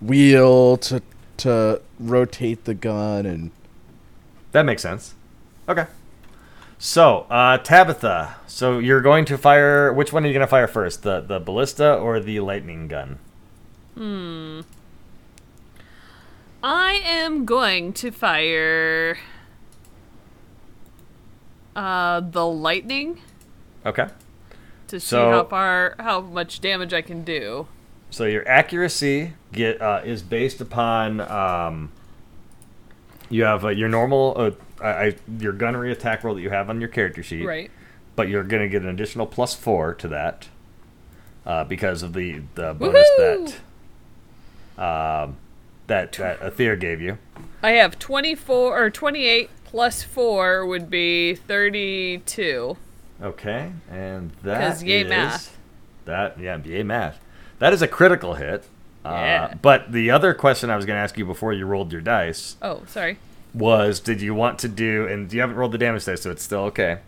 C: wheel to to rotate the gun and
A: That makes sense. Okay. So, uh, Tabitha, so you're going to fire. Which one are you going to fire first? The, the ballista or the lightning gun?
E: I am going to fire uh, the lightning
A: Okay.
E: to see
A: So-
E: how far, how much damage I can do.
A: So your accuracy get uh, is based upon um, you have uh, your normal uh, I, I, your gunnery attack roll that you have on your character sheet,
E: Right.
A: But you're going to get an additional plus four to that uh, because of the the bonus
E: Woohoo!
A: that um, that that Aether gave you.
E: I have 24 or 28 plus 4 would be 32.
A: Okay, and that
E: 'Cause yay
A: is-
E: math.
A: That yeah, yay math. That is a critical hit.
E: Yeah.
A: Uh, but the other question I was going to ask you before you rolled your dice
E: Oh, sorry.
A: was did you want to do and you haven't rolled the damage dice so it's still okay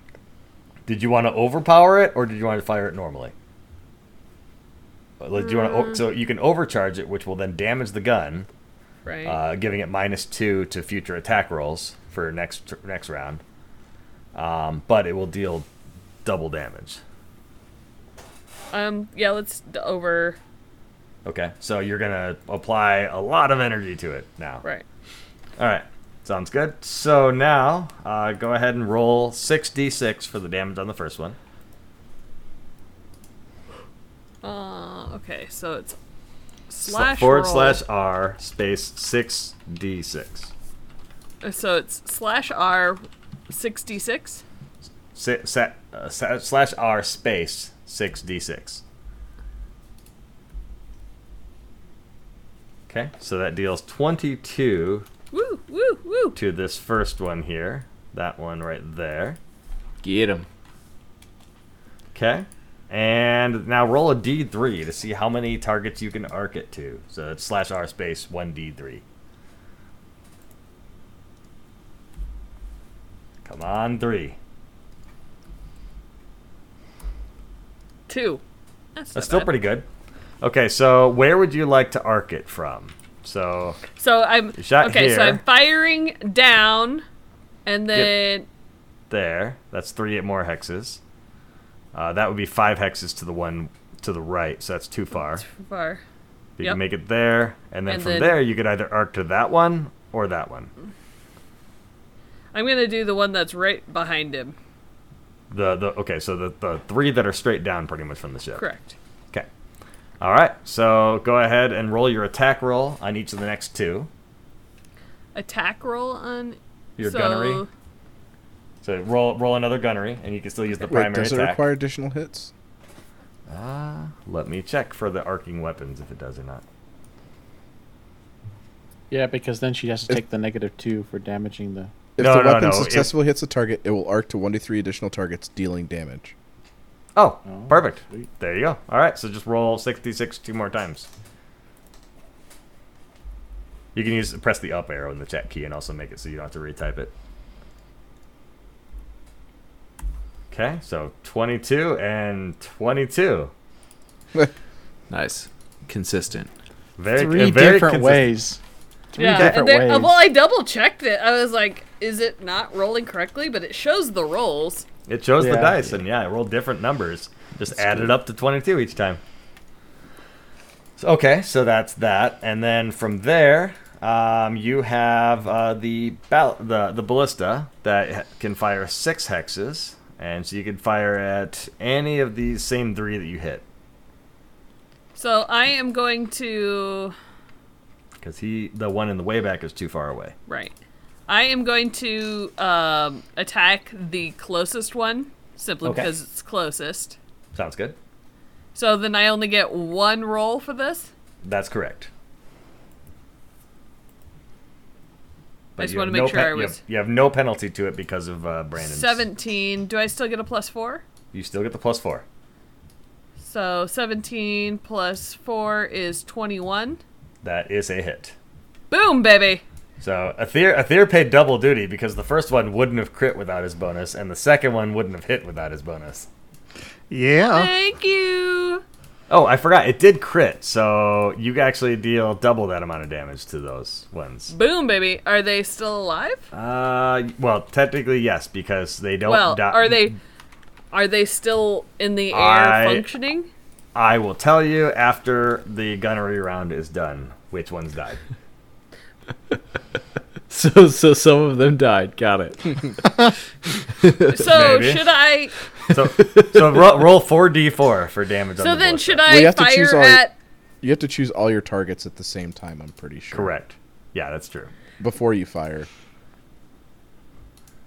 A: did you want to overpower it or did you want to fire it normally like do you want to o- so you can overcharge it which will then damage the gun
E: Right.
A: uh, giving it minus two to future attack rolls for next next round um, but it will deal double damage
E: um yeah, let's d- over
A: okay so you're gonna apply a lot of energy to it now
E: right.
A: all right sounds good so now uh, go ahead and roll 6d6 for the damage on the first one
E: Uh okay, so it's
A: Sl-
E: slash
A: forward
E: roll.
A: slash r space six d six.
E: Uh, So it's slash R 66.
A: Sa- sa- uh, sa- slash r space six d six. Okay, so that deals twenty two
E: Woo, woo, woo.
A: to this first one here. That one right there.
F: Get him.
A: Okay. And now roll a d3 to see how many targets you can arc it to. So it's slash r space 1d3. Come on, three.
E: 2. That's, not
A: That's still
E: bad.
A: pretty good. Okay, so where would you like to arc it from? So,
E: So I'm
A: shot
E: Okay,
A: here.
E: so I'm firing down and then
A: there. That's three more hexes. Uh, that would be five hexes to the one to the right, so that's too far.
E: far.
A: You
E: Yep.
A: can make it there, and then
E: And
A: from
E: then-
A: there you could either arc to that one or that one.
E: I'm going to do the one that's right behind him.
A: The the okay, so the, the three that are straight down pretty much from the ship.
E: Correct.
A: Okay. All right. So go ahead and roll your attack roll on each of the next two.
E: Attack roll on
A: Your
E: so,
A: gunnery. So roll roll another gunnery, and you can still use the
C: Wait,
A: primary
C: does it
A: attack.
C: require additional hits?
A: Ah, let me check for the arcing weapons if it does or not.
B: Yeah, because then she has to take the negative two for damaging the.
C: If
A: No,
C: the
A: no,
C: weapon
A: no, it-
C: successfully hits a target, it will arc to one to three additional targets, dealing damage.
A: Oh,
B: Oh,
A: perfect.
B: sweet.
A: There you go. All right. So just roll sixty-six two more times. You can use press the up arrow in the chat key and also make it so you don't have to retype it. Okay, so 22 and 22.
F: Nice. Consistent.
A: Very,
B: Three
A: uh, very
B: different
A: consistent.
B: ways. Three
E: Yeah,
B: different
E: and there, uh,
B: ways.
E: well, I double checked it. I was like, is it not rolling correctly? But it shows the rolls.
A: It shows the
B: Yeah.
A: dice, and yeah, it rolled different numbers. Just added up to 22 each time. So, okay, so that's that. And then from there, um, you have uh, the, ball- the the ballista that ha- can fire six hexes. And so you can fire at any of these same three that you hit.
E: So I am going to
A: Because he, the one in the way back, is too far away.
E: right. I am going to um, attack the closest one simply
A: Okay.
E: because it's closest.
A: Sounds good.
E: So then I only get one roll for this.
A: That's correct.
E: I just
A: you have
E: want to make
A: no
E: sure
A: pen-
E: I
A: you have-
E: was
A: You have, no penalty to it because of uh, Brandon's.
E: seventeen. Do I still get a plus four?
A: You still get the plus four.
E: So seventeen plus four is twenty-one.
A: That is a hit.
E: Boom, baby.
A: So Aether, Aether paid double duty because the first one wouldn't have crit without his bonus, and the second one wouldn't have hit without his bonus.
H: Yeah.
E: Thank you.
A: Oh, I forgot. It did crit, so you actually deal double that amount of damage to those ones.
E: Boom, baby. Are they still alive?
A: Uh, well, technically yes, because they don't.
E: well,
A: die-
E: are they are they still in the air
A: I-
E: functioning?
A: I will tell you after the gunnery round is done which ones died.
F: So (laughs) so some of them died. Got it.
E: So
A: Maybe.
E: should I?
A: So, so roll, roll four d four for damage. on
E: So
A: the
E: then
A: bullet.
E: should
C: Well, you
E: I
C: have to choose
E: fire
C: all-
E: at?
C: You have to choose all your targets at the same time. I'm pretty sure.
A: correct? Yeah, that's true.
C: Before you fire.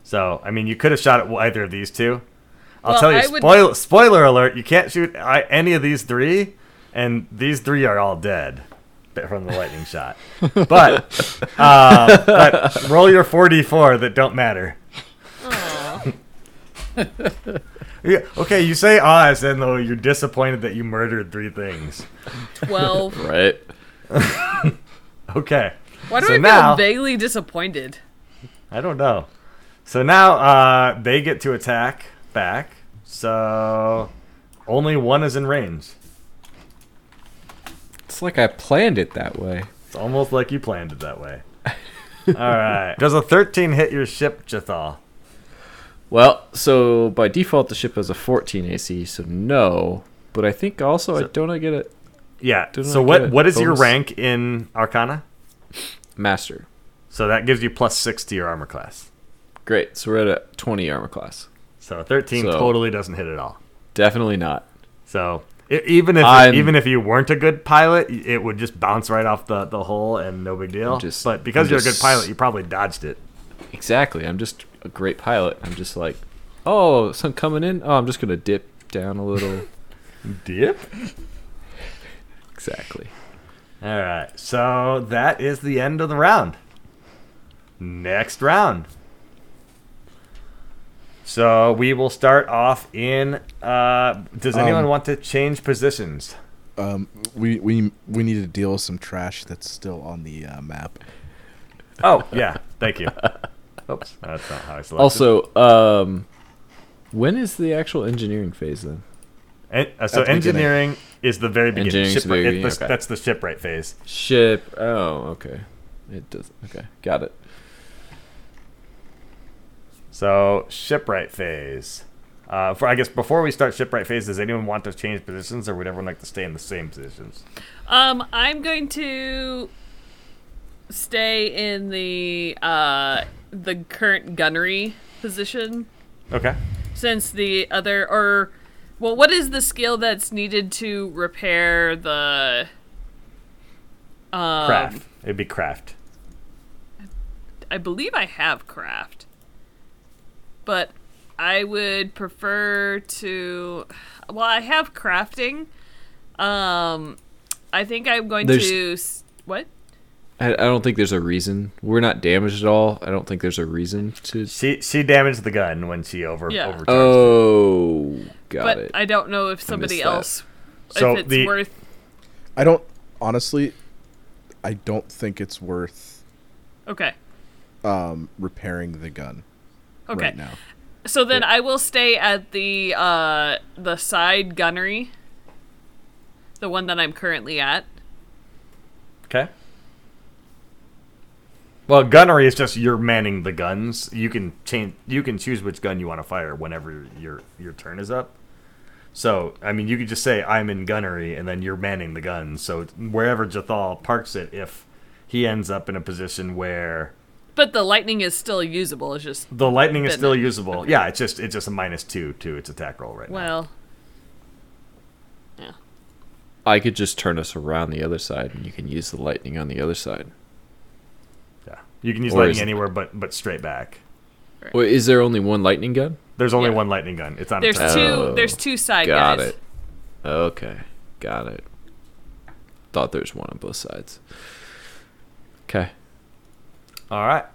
A: So I mean, you could have shot at either of these two. I'll
E: Well,
A: tell you.
E: I would-
A: Spoil, Spoiler alert: you can't shoot I, any of these three, and these three are all dead from the lightning shot. But, uh, but roll your four d four that don't matter. (laughs) Yeah, okay, you say Oz, and though you're disappointed that you murdered three things.
E: Well,
F: (laughs) Right.
A: Okay.
E: why do
A: So
E: I feel
A: now-
E: vaguely disappointed?
A: I don't know. So now uh, they get to attack back. So only one is in range.
F: It's like I planned it that way.
A: It's almost like you planned it that
F: (laughs)
A: way. All right. Does a 13 hit your ship, Jethal?
F: Well, so by default the ship has a 14 AC, so no. But I think also I don't I get a
A: Yeah.
F: Didn't
A: so
F: I
A: what
F: get
A: what is your
F: bonus?
A: rank in Arcana?
F: master.
A: So that gives you plus 6 to your armor class.
F: Great. So we're at a 20 armor class.
A: So a 13
F: So-
A: totally doesn't hit at all.
F: Definitely not.
A: So e- even if
F: I'm-
A: even if you weren't a good pilot, y- it would just bounce right off the, the hull and no big deal.
F: just-
A: but because
F: I'm
A: you're a good
F: just-
A: pilot, you probably dodged it.
F: Exactly. I'm just a great pilot. I'm just like, oh, some coming in. Oh, I'm just gonna dip down a little.
A: Dip?
F: exactly.
A: All right. So that is the end of the round. Next round. So we will start off in. Uh, does anyone want to change positions?
C: Um, we we we need to deal with some trash that's still on the uh, map.
A: Oh yeah, thank you. Oops, that's not how I selected.
F: Also, um, when is the actual engineering phase then?
A: En- uh, so
C: At the beginning.
A: engineering is the very beginning.
F: Engineering's the
A: Shipwright-
F: beginning,
A: it's the-
F: okay.
A: That's the shipwright phase.
F: Ship. Oh, okay. It does. Okay, got it.
A: So shipwright phase. Uh, for I guess before we start shipwright phase, does anyone want to change positions, or would everyone like to stay in the same positions?
E: Um, I'm going to stay in the uh the current gunnery position.
A: Okay.
E: since the other or well, what is the skill that's needed to repair the? Um,
A: Craft. It'd be craft.
E: I believe I have craft, but I would prefer to. Well, I have crafting. Um, I think I'm going
F: There's-
E: to s- what?
F: I, I don't think there's a reason. We're not damaged at all. I don't think there's a reason to.
A: She she damaged the gun when she over
E: Yeah.
A: overcharged. it.
F: Oh, got
E: but
F: it.
E: I don't know if somebody
F: that.
E: else.
A: So
E: if it's
A: the-
E: worth
C: I don't honestly. I don't think it's worth
E: okay.
C: um, repairing the gun
E: Okay.
C: right now.
E: So then I will stay at the uh the side gunnery. The one that I'm currently at.
A: Okay. Well, gunnery is just you're manning the guns. You can change. You can choose which gun you want to fire whenever your your turn is up. So, I mean, you could just say I'm in gunnery, and then you're manning the gun. So wherever Jathal parks it, if he ends up in a position where
E: But the lightning is still usable. It's just
A: the lightning is
E: Then-
A: still usable,
E: (laughs)
A: yeah, it's just it's just a minus two to its attack roll right now.
E: well.
F: I could just turn us around the other side, and you can use the lightning on the other side.
A: Yeah, you can use
F: Or
A: lightning
F: is-
A: anywhere, but but straight back.
F: Well, is there only one lightning gun?
A: There's only
E: Yeah.
A: one lightning gun. It's on. a
E: There's
A: timer.
E: two there's two side
F: got
E: guys.
F: it. Okay, got it. Thought there's one on both sides. Okay.
A: All right.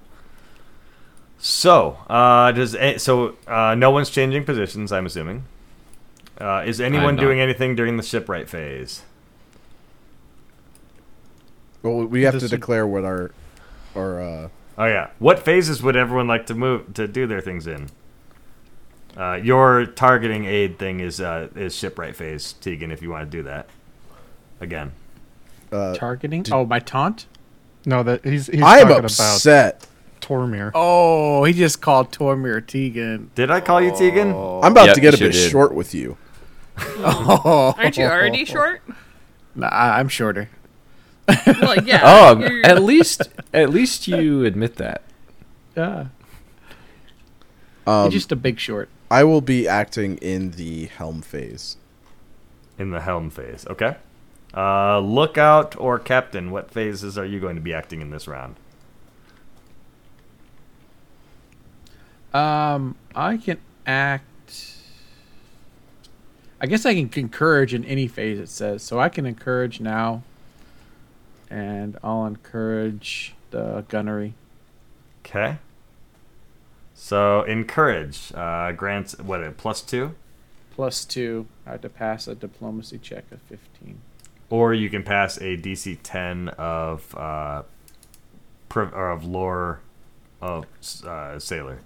A: So, uh, does a- so uh, no one's changing positions? I'm assuming. Uh, is anyone
F: not.
A: doing anything during the shipwright phase?
C: Well, we have
H: This
C: to
H: is-
C: declare what our our uh,
A: Oh yeah. What phases would everyone like to move to do their things in? Uh, your targeting aid thing is uh, is shipwright phase, Tegan. If you want to do that again,
C: uh
B: Targeting. Oh, my taunt.
H: No, that he's he's
C: I'm
H: talking about
C: upset.
H: Tormir.
B: Oh, he just called Tormir Tegan.
A: did I call you Tegan?
C: I'm about
F: Yep,
C: to get
F: you
C: a bit
F: sure did.
C: short with you.
B: Oh,
E: Aren't you
F: (laughs)
E: already short?
B: Nah, I- I'm shorter.
E: Well, yeah. (laughs)
F: Oh,
E: you're-
F: at least at least you admit that.
B: Yeah,
C: Um,
B: he's just a big short.
C: I will be acting in the helm phase.
A: In the helm phase, okay. Uh, lookout or captain, what phases are you going to be acting in this round?
B: Um, I can act. I guess I can encourage in any phase it says. So I can encourage now, and I'll encourage the gunnery.
A: Okay. So encourage uh, grants what a plus two,
B: Plus two. I have to pass a diplomacy check of fifteen.
A: or you can pass a DC ten of uh, priv- or of lore of uh, sailor.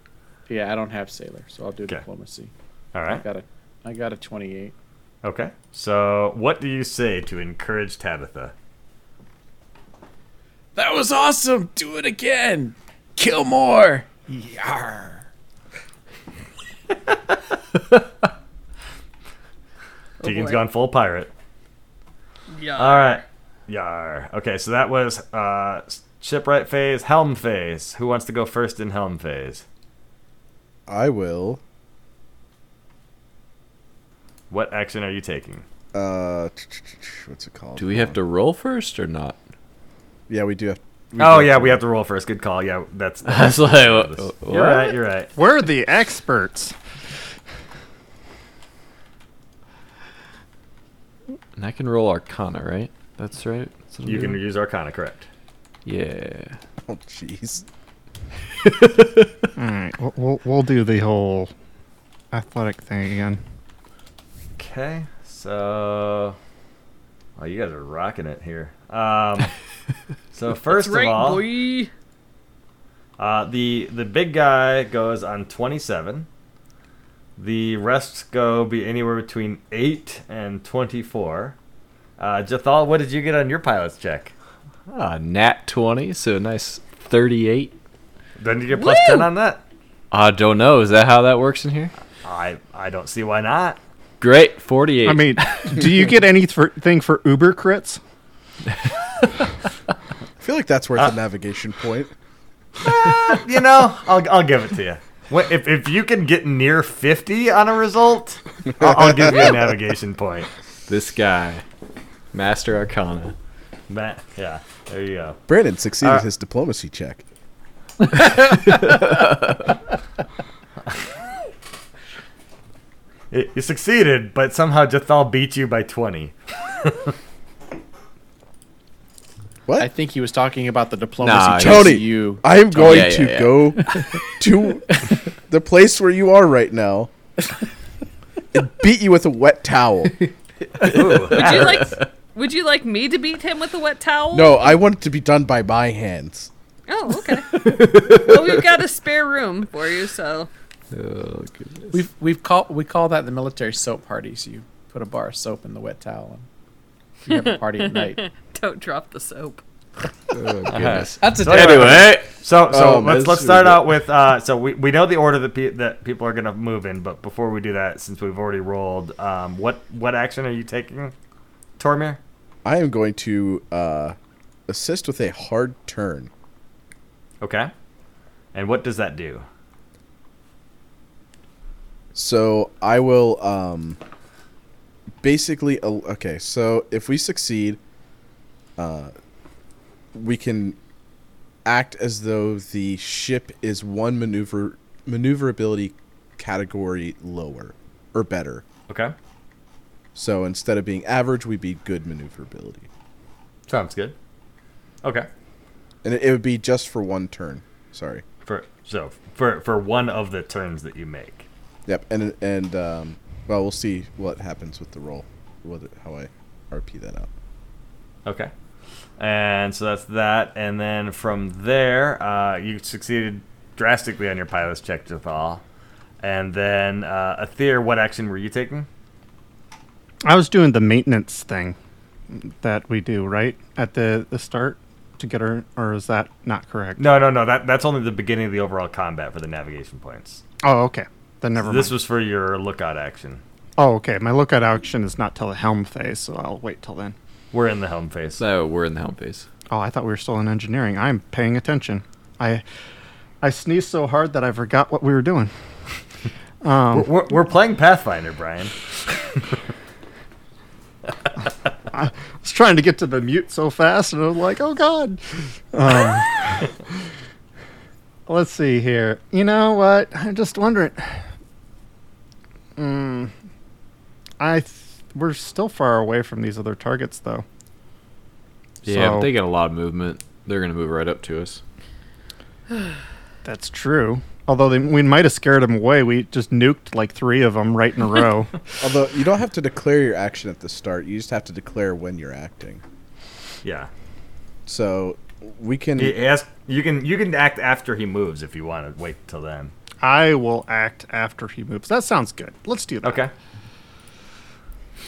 B: Yeah, I don't have sailor, so I'll do
A: Okay.
B: diplomacy.
A: All
B: I
A: right.
B: got a, I got a twenty-eight.
A: Okay. So what do you say to encourage Tabitha?
B: That was awesome. Do it again. Kill more. Yar.
A: Tegan's
E: boy.
A: gone full pirate.
E: yeah.
A: All right. Yar. Okay. So that was uh, shipwright phase, helm phase. Who wants to go first in helm phase?
C: I will
A: What action are you taking?
C: uh t- t- t- t- what's it called?
F: Do we have to roll first or not?
C: Yeah, we do have
A: oh yeah, we have to roll first. Good call. Yeah, (laughs) that's.
F: That's like, wha- wha-
A: you're right. You're right.
H: We're the experts.
F: and I can roll Arcana, right? That's right. That's what I'm
A: You can
F: doing?
A: use Arcana, correct?
F: Yeah.
C: Oh jeez.
H: All right, we'll, we'll we'll do the whole athletic thing again.
A: Okay, so oh, you guys are rocking it here. (laughs) Um, so first
E: right,
A: of all,
E: boy.
A: uh, the the big guy goes on twenty seven. The rest go be anywhere between eight and twenty four. Uh, Jathal, what did you get on your pilot's check?
F: Ah, nat 20, so a nice 38.
A: Then you get plus ten on that.
F: I don't know. Is that how that works in here?
A: I I don't see why not.
F: Great, 48.
H: I mean, do you get anything for Uber crits?
F: Ah.
C: I feel like that's worth a navigation point.
A: You know, I'll I'll give it to you. Wha- If, if you can get near 50 on a result, I'll, I'll give you a navigation point.
F: This guy, Master Arcana.
A: Matt, yeah, there you go.
C: Brandon succeeded
F: Ah.
A: Uh,
C: his diplomacy check.
A: It, you succeeded, but somehow Jethal beat you by 20.
C: What?
B: I think he was talking about the diplomacy
F: Nah,
B: nah,
C: Tony,
B: you.
C: I am going
F: yeah,
C: to
F: yeah, yeah. (laughs)
C: go to the place where you are right now and beat you with a wet towel.
E: Would you like? Would you like me to beat him with a wet towel?
C: No, I want it to be done by my hands.
E: Oh,
F: (laughs)
E: okay. well, we've got a spare room for you, so
F: Oh, goodness.
B: We've we've call we call that the military soap parties. You put a bar of soap in the wet towel and you have a party at (laughs) night.
E: don't drop the soap.
F: Oh, goodness.
B: That's a
A: So anyway,
F: Anyway,
A: So, so
C: Oh, man,
A: let's
C: this
A: let's
C: is
A: start
C: really
A: out with uh, so we, we know the order that pe- that people are gonna move in, but before we do that, since we've already rolled, um, what what action are you taking, Tormir?
C: I am going to uh, assist with a hard turn.
A: Okay, and what does that do?
C: So I will um, basically el- okay. So if we succeed, uh, we can act as though the ship is one maneuver maneuverability category lower or better.
A: Okay,
C: So instead of being average, we'd be good maneuverability,
A: sounds good. Okay,
C: and it, it would be just for one turn. Sorry.
A: for so for for one of the turns that you make.
C: Yep. And and um, well, we'll see what happens with the roll. What how I RP that out.
A: Okay. And so that's that. And then from there, uh, you succeeded drastically on your pilot's check, Jathal. And then, uh, Aether, what action were you taking?
H: I was doing the maintenance thing that we do right at the the start to get her, or is that not correct?
A: No, no, no. That That's only the beginning of the overall combat for the navigation points.
H: Oh, okay. Then never
A: This
H: mind.
A: was for your lookout action.
H: oh, okay. My lookout action is not till the helm phase, so I'll wait till then.
A: We're in the helm phase.
F: so we're in the home base.
H: Oh, I thought we were still in engineering. I'm paying attention. I I sneezed so hard that I forgot what we were doing.
A: We're, we're, we're playing Pathfinder, Brian.
H: I was trying to get to the mute so fast, and I was like, "Oh God." Um, (laughs) let's see here. You know what? I'm just wondering. Mm, I th- we're still far away from these other targets, though.
F: Yeah,
H: So-
F: but they get a lot of movement. They're gonna move right up to us.
H: That's true. Although they, we might have scared them away, we just nuked like three of them right in a (laughs) row.
C: Although you don't have to declare your action at the start, you just have to declare when you're acting.
A: Yeah.
C: So we can.
A: He asked, you can you can act after he moves if you want to wait till then.
H: I will act after he moves. That sounds good. Let's do that.
A: Okay.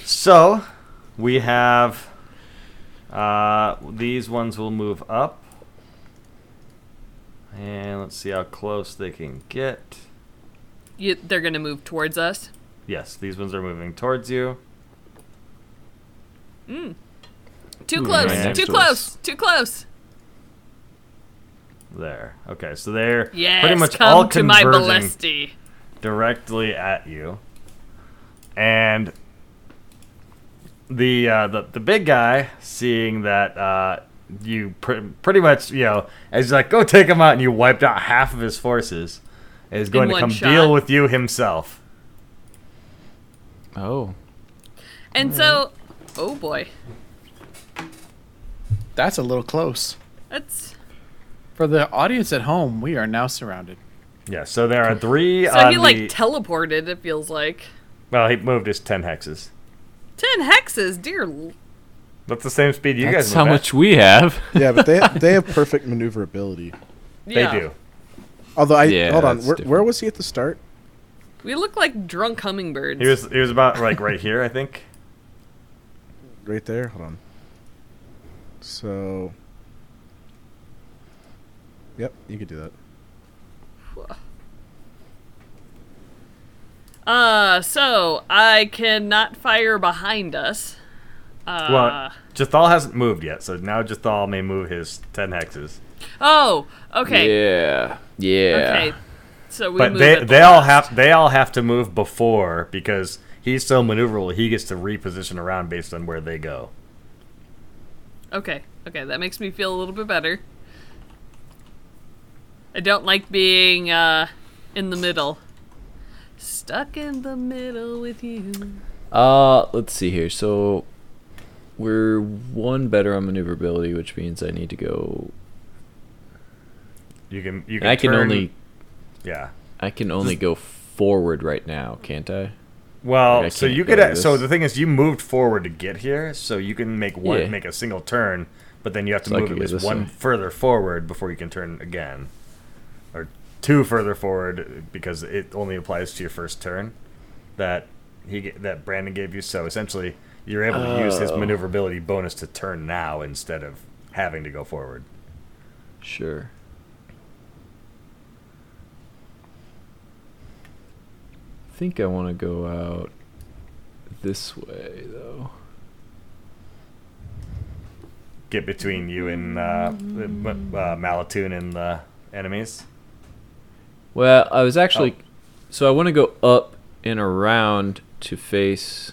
A: So we have uh, these ones will move up. And let's see how close they can get.
E: You, they're gonna move towards us.
A: Yes, these ones are moving towards you.
E: Too
F: Ooh,
E: close.
A: Hmm, right
E: too
F: next to
E: close.
F: us.
E: Too close.
A: There. Okay, so they're
E: Yes.
A: pretty much
E: come
A: all
E: to my
A: converging
E: ballesti.
A: directly at you. And the uh, the the big guy, seeing that uh, you pr- pretty much you know, as he's like, go take him out, and you wiped out half of his forces, is going to
E: one
A: come
E: shot.
A: deal with you himself.
F: Oh,
E: And so,
A: Hmm.
E: oh boy,
B: That's a little close.
E: that's
B: For the audience at home, we are now surrounded.
A: Yeah. So there are three.
E: so
A: on
E: he like
A: the-
E: teleported. It feels like
A: well, he moved his ten hexes.
E: ten hexes, dear. l-
A: That's the same speed you
F: that's
A: guys.
F: how
A: move at.
F: much we
A: (laughs)
F: have.
C: yeah, but they they have perfect maneuverability.
A: they
E: Yeah.
A: do.
C: Although I
F: Yeah,
C: hold on,
F: that's
C: where,
F: different.
C: where was he at the start?
E: We look like drunk hummingbirds.
A: He was he was about like right here, I
E: (laughs)
A: think.
C: Right there. Hold on. So. Yep, you could do that.
E: Uh, so I cannot fire behind us. Uh,
A: well, Jathal hasn't moved yet, so now Jathal may move his ten hexes.
E: oh, okay,
F: Yeah. Yeah.
E: okay. So we
A: but
E: move
A: they
E: at the
A: they all
E: last.
A: have they all have to move before because he's so maneuverable. He gets to reposition around based on where they go.
E: Okay, okay, that makes me feel a little bit better. I don't like being uh, in the middle. Stuck in the middle with you.
F: Uh, let's see here. So we're one better on maneuverability, which means I need to go.
A: You can you can.
F: I can
A: turn-
F: only
A: yeah.
F: I can only go forward right now, can't I?
A: Well,
F: Like, I
A: so
F: can't
A: you
F: go
A: could.
F: to
A: So
F: this.
A: the thing is, you moved forward to get here, so you can make one,
F: Yeah.
A: make a single turn, but then you have to
F: So I
A: move
F: could
A: at
F: go
A: least
F: this
A: one
F: way.
A: further forward before you can turn again, or two further forward because it only applies to your first turn. That he g- that Brandon gave you. So essentially, you're able to use
F: Oh.
A: his maneuverability bonus to turn now instead of having to go forward.
F: Sure. I think I want to go out this way though.
A: Get between you and uh, M- uh, Malatoon and the enemies.
F: Well, I was actually so I want to go up and around to face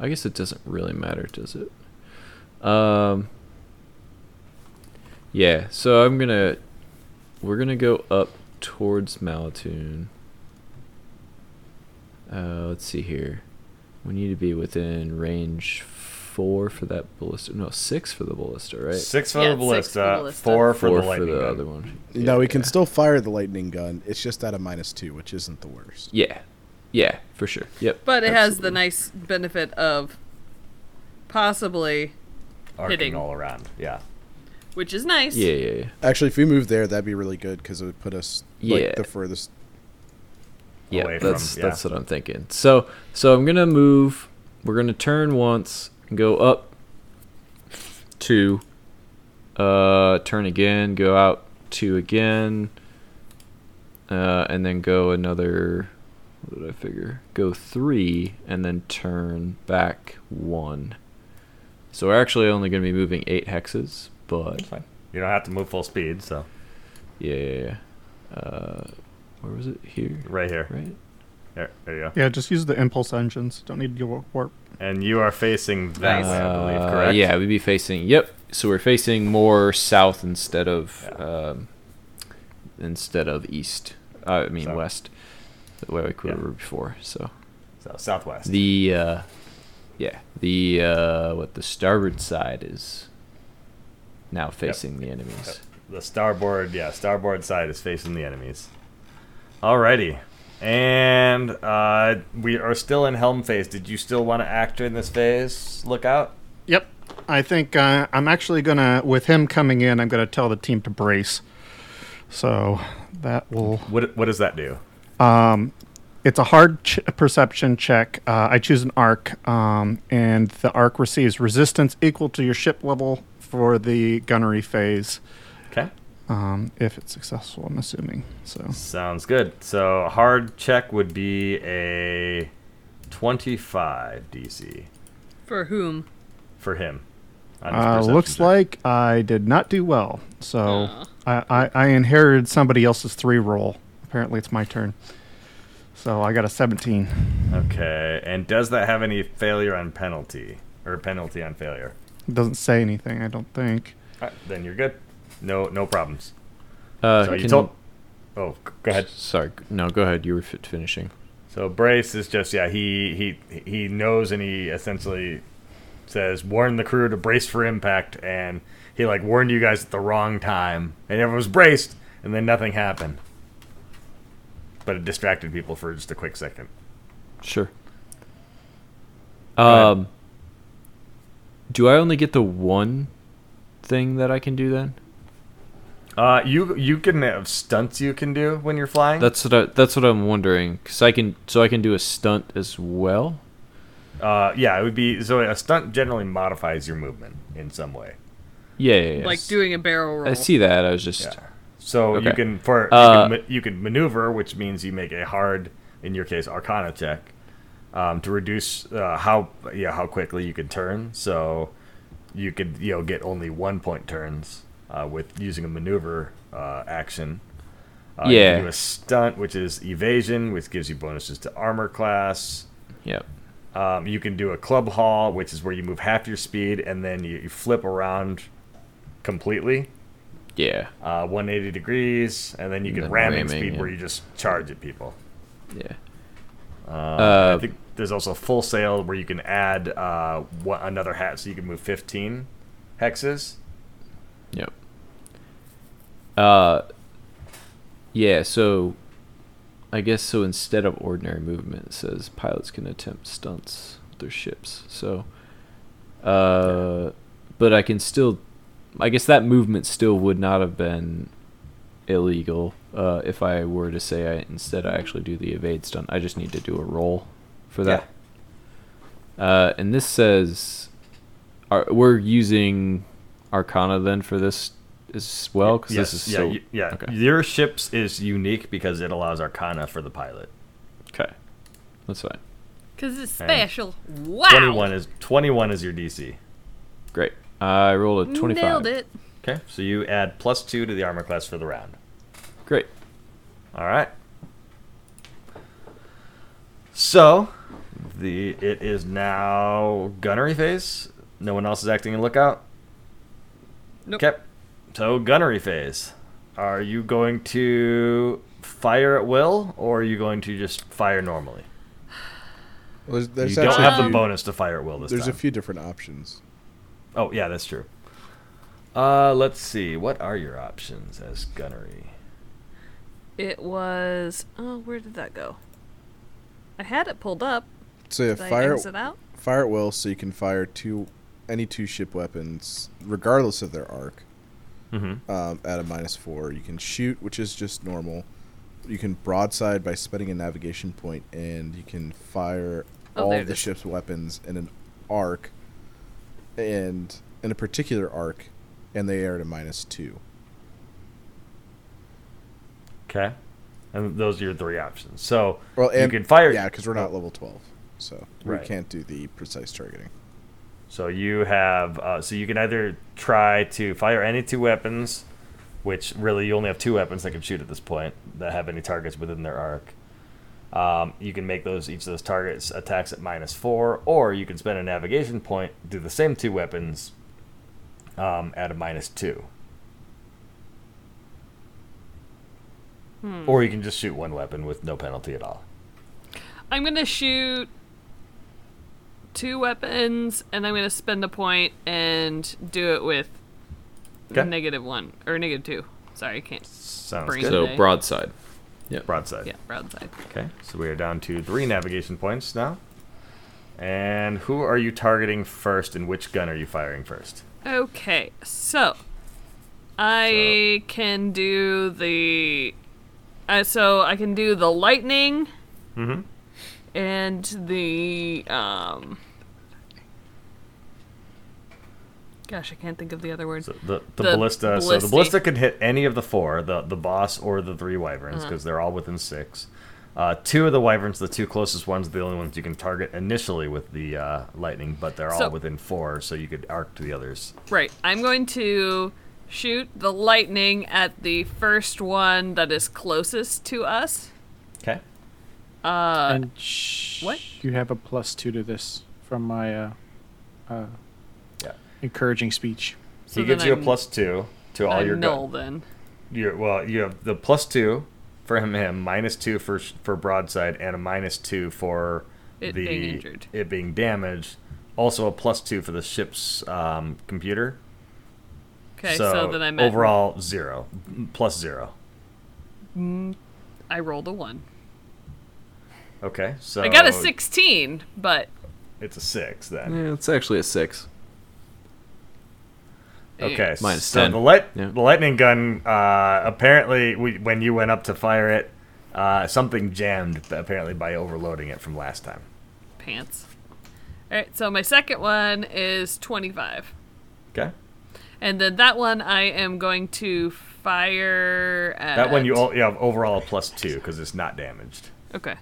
F: I guess it doesn't really matter, does it? Um Yeah, so I'm going to we're going to go up towards Malatoon. Uh let's see here. We need to be within range 4 for that ballista. No, 6 for the ballista, right?
A: Six for
E: Yeah,
A: the
E: six
A: ballista,
E: for the ballista.
A: four for
F: Four
A: the lightning. gun.
F: other one.
C: Now we can
F: Yeah.
C: still fire the lightning gun. It's just at a minus two, which isn't the worst.
F: Yeah. Yeah, for sure. Yep.
E: But it has the
F: absolutely.
E: nice benefit of possibly,
A: arcing
E: hitting.
A: all around. Yeah.
E: which is nice.
F: Yeah, yeah, yeah.
C: Actually, if we move there, that'd be really good because it would put us
F: Yeah.
C: like the furthest.
F: yeah,
A: away from-
F: that's,
A: yeah.
F: That's what I'm thinking. So so I'm gonna move. We're gonna turn once, go up two, uh, turn again, go out two again, uh, and then go another. What did I figure? Go three and then turn back one. So we're actually only gonna be moving eight hexes, but
A: You don't have to move full speed, so
F: yeah, yeah, yeah. Uh, where was it? Here,
A: right here.
F: right?
A: There, there you go.
H: Yeah, just use the impulse engines. Don't need your warp.
A: And you are facing that way, I believe,
F: Uh,
A: correct?
F: Yeah, we'd be facing. Yep. So we're facing more south instead of um, instead of east. Uh, I mean
A: South.
F: west. The way we could
A: Yeah.
F: were before. So
A: So southwest.
F: the uh, yeah the uh, what the starboard side is now facing the enemies.
A: The starboard, yeah, starboard side is facing the enemies. Alrighty. And uh, we are still in helm phase. Did you still want to act in this phase? Look out.
H: Yep. I think uh, I'm actually gonna, with him coming in, I'm gonna tell the team to brace. So that will.
A: What what does that do?
H: It's a hard ch- perception check. Uh, I choose an arc, um, and the arc receives resistance equal to your ship level for the gunnery phase,
A: Okay.
H: um, if it's successful. I'm assuming. So
A: Sounds good. So a hard check would be a 25 DC
E: For whom?
A: for him. on his
H: uh,
A: perception
H: looks
A: check.
H: like I did not do well.
F: Oh,
H: So I, I, I inherited somebody else's three roll. Apparently, it's my turn. So I got a 17.
A: Okay, and does that have any failure on penalty or penalty on failure?
H: It doesn't say anything. I don't think.
A: All right, then you're good. No, no problems.
F: Uh,
A: so you
F: can-
A: told. Oh, c- go ahead.
F: Sorry. No, go ahead. You were fi- finishing.
A: So brace is just yeah. He he he knows, and he essentially says, "Warn the crew to brace for impact." And he like warned you guys at the wrong time, and everyone was braced, and then nothing happened. But it distracted people for just a quick second.
F: Sure.
A: ahead.
F: Um, do I only get the one thing that I can do then?
A: Uh, you you can have stunts you can do when you're flying.
F: That's what I, that's what I'm wondering. Cause I can so I can do a stunt as well.
A: Uh, yeah, it would be so. A stunt generally modifies your movement in some way.
F: Yeah, yeah, yeah.
E: Like doing a barrel roll.
F: I see that. I was just
A: Yeah. So you
F: Okay.
A: can for
F: Uh,
A: you, can, ma- you can maneuver, which means you make a hard, in your case, Arcana check, um, to reduce uh, how yeah how quickly you can turn. So you could you know get only one point turns uh, with using a maneuver uh, action. Uh, you can
F: Yeah.
A: do a stunt, which is evasion, which gives you bonuses to armor class.
F: Yep.
A: Um, you can do a club haul, which is where you move half your speed and then you, you flip around completely
F: Yeah.
A: uh, 180 degrees, and then you can
F: Then
A: ramming,
F: ramming,
A: speed
F: yeah.
A: where you just charge at people.
F: Yeah.
A: I think there's also full sail where you can add uh, one, another hat, so you can move 15 hexes.
F: Yep. Uh yeah, so I guess so instead of ordinary movement it says pilots can attempt stunts with their ships. So uh but I can still I guess that movement still would not have been illegal uh if I were to say I instead I actually do the evade stunt. I just need to do a roll for
A: Yeah.
F: that. Uh and this says are, we're using Arcana then for this as well because
A: Yes,
F: this is
A: yeah,
F: so
A: y- yeah.
F: Okay.
A: Your ships is unique because it allows Arcana for the pilot.
F: okay. That's fine.
E: Because it's
A: Okay.
E: special. Wow.
A: 21 is 21 is your DC.
F: Great. I rolled a twenty-five.
E: Nailed it.
A: Okay, so you add plus two to the armor class for the round.
F: Great.
A: All right. So, the it is now gunnery phase. No one else is acting in lookout.
E: Nope.
A: Okay. So gunnery phase. Are you going to fire at will, or are you going to just fire normally?
C: Well, there's
A: you
C: there's
A: don't
C: actually
A: have
C: a
A: the
C: few-
A: bonus to fire at will this
C: There's
A: time.
C: a few different options.
A: Oh yeah, that's true. Uh, let's see. What are your options as gunnery?
E: It was. Oh, where did that go? I had it pulled up.
C: So
E: Did I
C: fire
E: exit out?
C: fire at will, so you can fire two any two ship weapons regardless of their arc.
A: Mm-hmm.
C: um, at a minus four. You can shoot, which is just normal. You can broadside by spending a navigation point, and you can fire
E: Oh,
C: all
E: there
C: of
E: it
C: the
E: is.
C: ship's weapons in an arc, and in a particular arc, and they are at a minus two.
A: Okay. And those are your three options. So
C: Well, and
A: you can fire.
C: yeah, because we're not level twelve, so
A: Right.
C: we can't do the precise targeting.
A: So you have, uh, so you can either try to fire any two weapons, which really you only have two weapons that can shoot at this point that have any targets within their arc. Um, you can make those each of those targets attacks at minus four, or you can spend a navigation point do the same two weapons um, at a minus two. Or you can just shoot one weapon with no penalty at all.
E: I'm gonna shoot two weapons, and I'm gonna spend a point and do it with
A: Okay.
E: negative one or negative two. Sorry, I can't.
A: Sounds
E: Brain
A: good.
E: dead.
F: So
E: Okay.
F: broadside.
A: Broadside.
E: Yeah, broadside.
A: Okay, so we are down to three navigation points now. And who are you targeting first, and which gun are you firing first?
E: Okay, so I can do the. Uh, so I can do the lightning.
A: Mm-hmm.
E: And the um. Gosh, I can't think of the other word.
A: So the, the,
E: The
A: ballista, So the
E: ballista.
A: ballista can hit any of the four, the the boss or the three wyverns,
E: Uh-huh.
A: because they're all within six. Uh, two of the wyverns, the two closest ones, are the only ones you can target initially with the uh, lightning, but they're
E: So-
A: all within four, so you could arc to the others.
E: Right. I'm going to shoot the lightning at the first one that is closest to us.
A: Okay.
B: and sh-
E: what?
B: You have a plus two to this from my uh, uh,
A: Yeah.
B: encouraging speech.
E: So
A: he gives
E: then
A: you a
E: I'm-
A: plus two to all
E: I'm
A: your
E: null
A: gun.
E: then.
A: you well, you have the plus two for him, him minus two for sh- for broadside, and a minus two for
E: It
A: the
E: being injured.
A: it being damaged. Also a plus two for the ship's um, computer.
E: Okay, so, then I'm at-
A: overall zero, M- plus zero.
E: I rolled a one.
A: Okay, so
E: I got a sixteen, but
A: It's a six then.
F: Yeah, Eh, it's actually a six.
A: Okay,
F: Minus
A: so
F: 10.
A: the light
F: Yeah.
A: the lightning gun. Uh, apparently, we, when you went up to fire it, uh, something jammed. Apparently, by overloading it from last time.
E: pants. All right. So my second one is twenty-five,
A: Okay.
E: and then that one I am going to fire. At...
A: That one you, all, you have overall a plus two because it's not damaged.
E: Okay.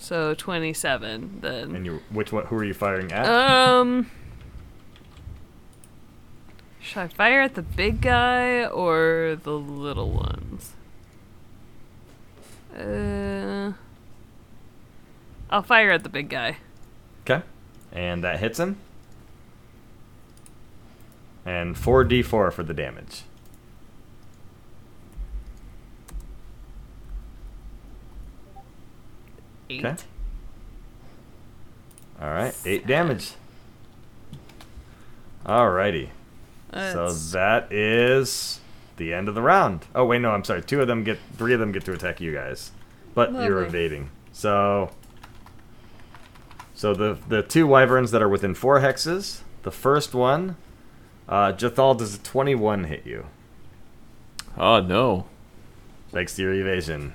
E: So twenty-seven then.
A: And you, which one? Who are you firing at?
E: Um. Should I fire at the big guy or the little ones? Uh, I'll fire at the big guy.
A: Okay. And that hits him. And 4d4 for the damage.
E: Eight.
A: Okay. All right, 8 damage. Alrighty. So
E: That's-
A: that is the end of the round. Oh wait, no, I'm sorry. Two of them get three of them get to attack you guys. But you're
E: Lovely.
A: evading. So So the the two wyverns that are within four hexes, the first one, uh Jathal does a twenty one hit you.
F: Oh no.
A: Thanks to your evasion.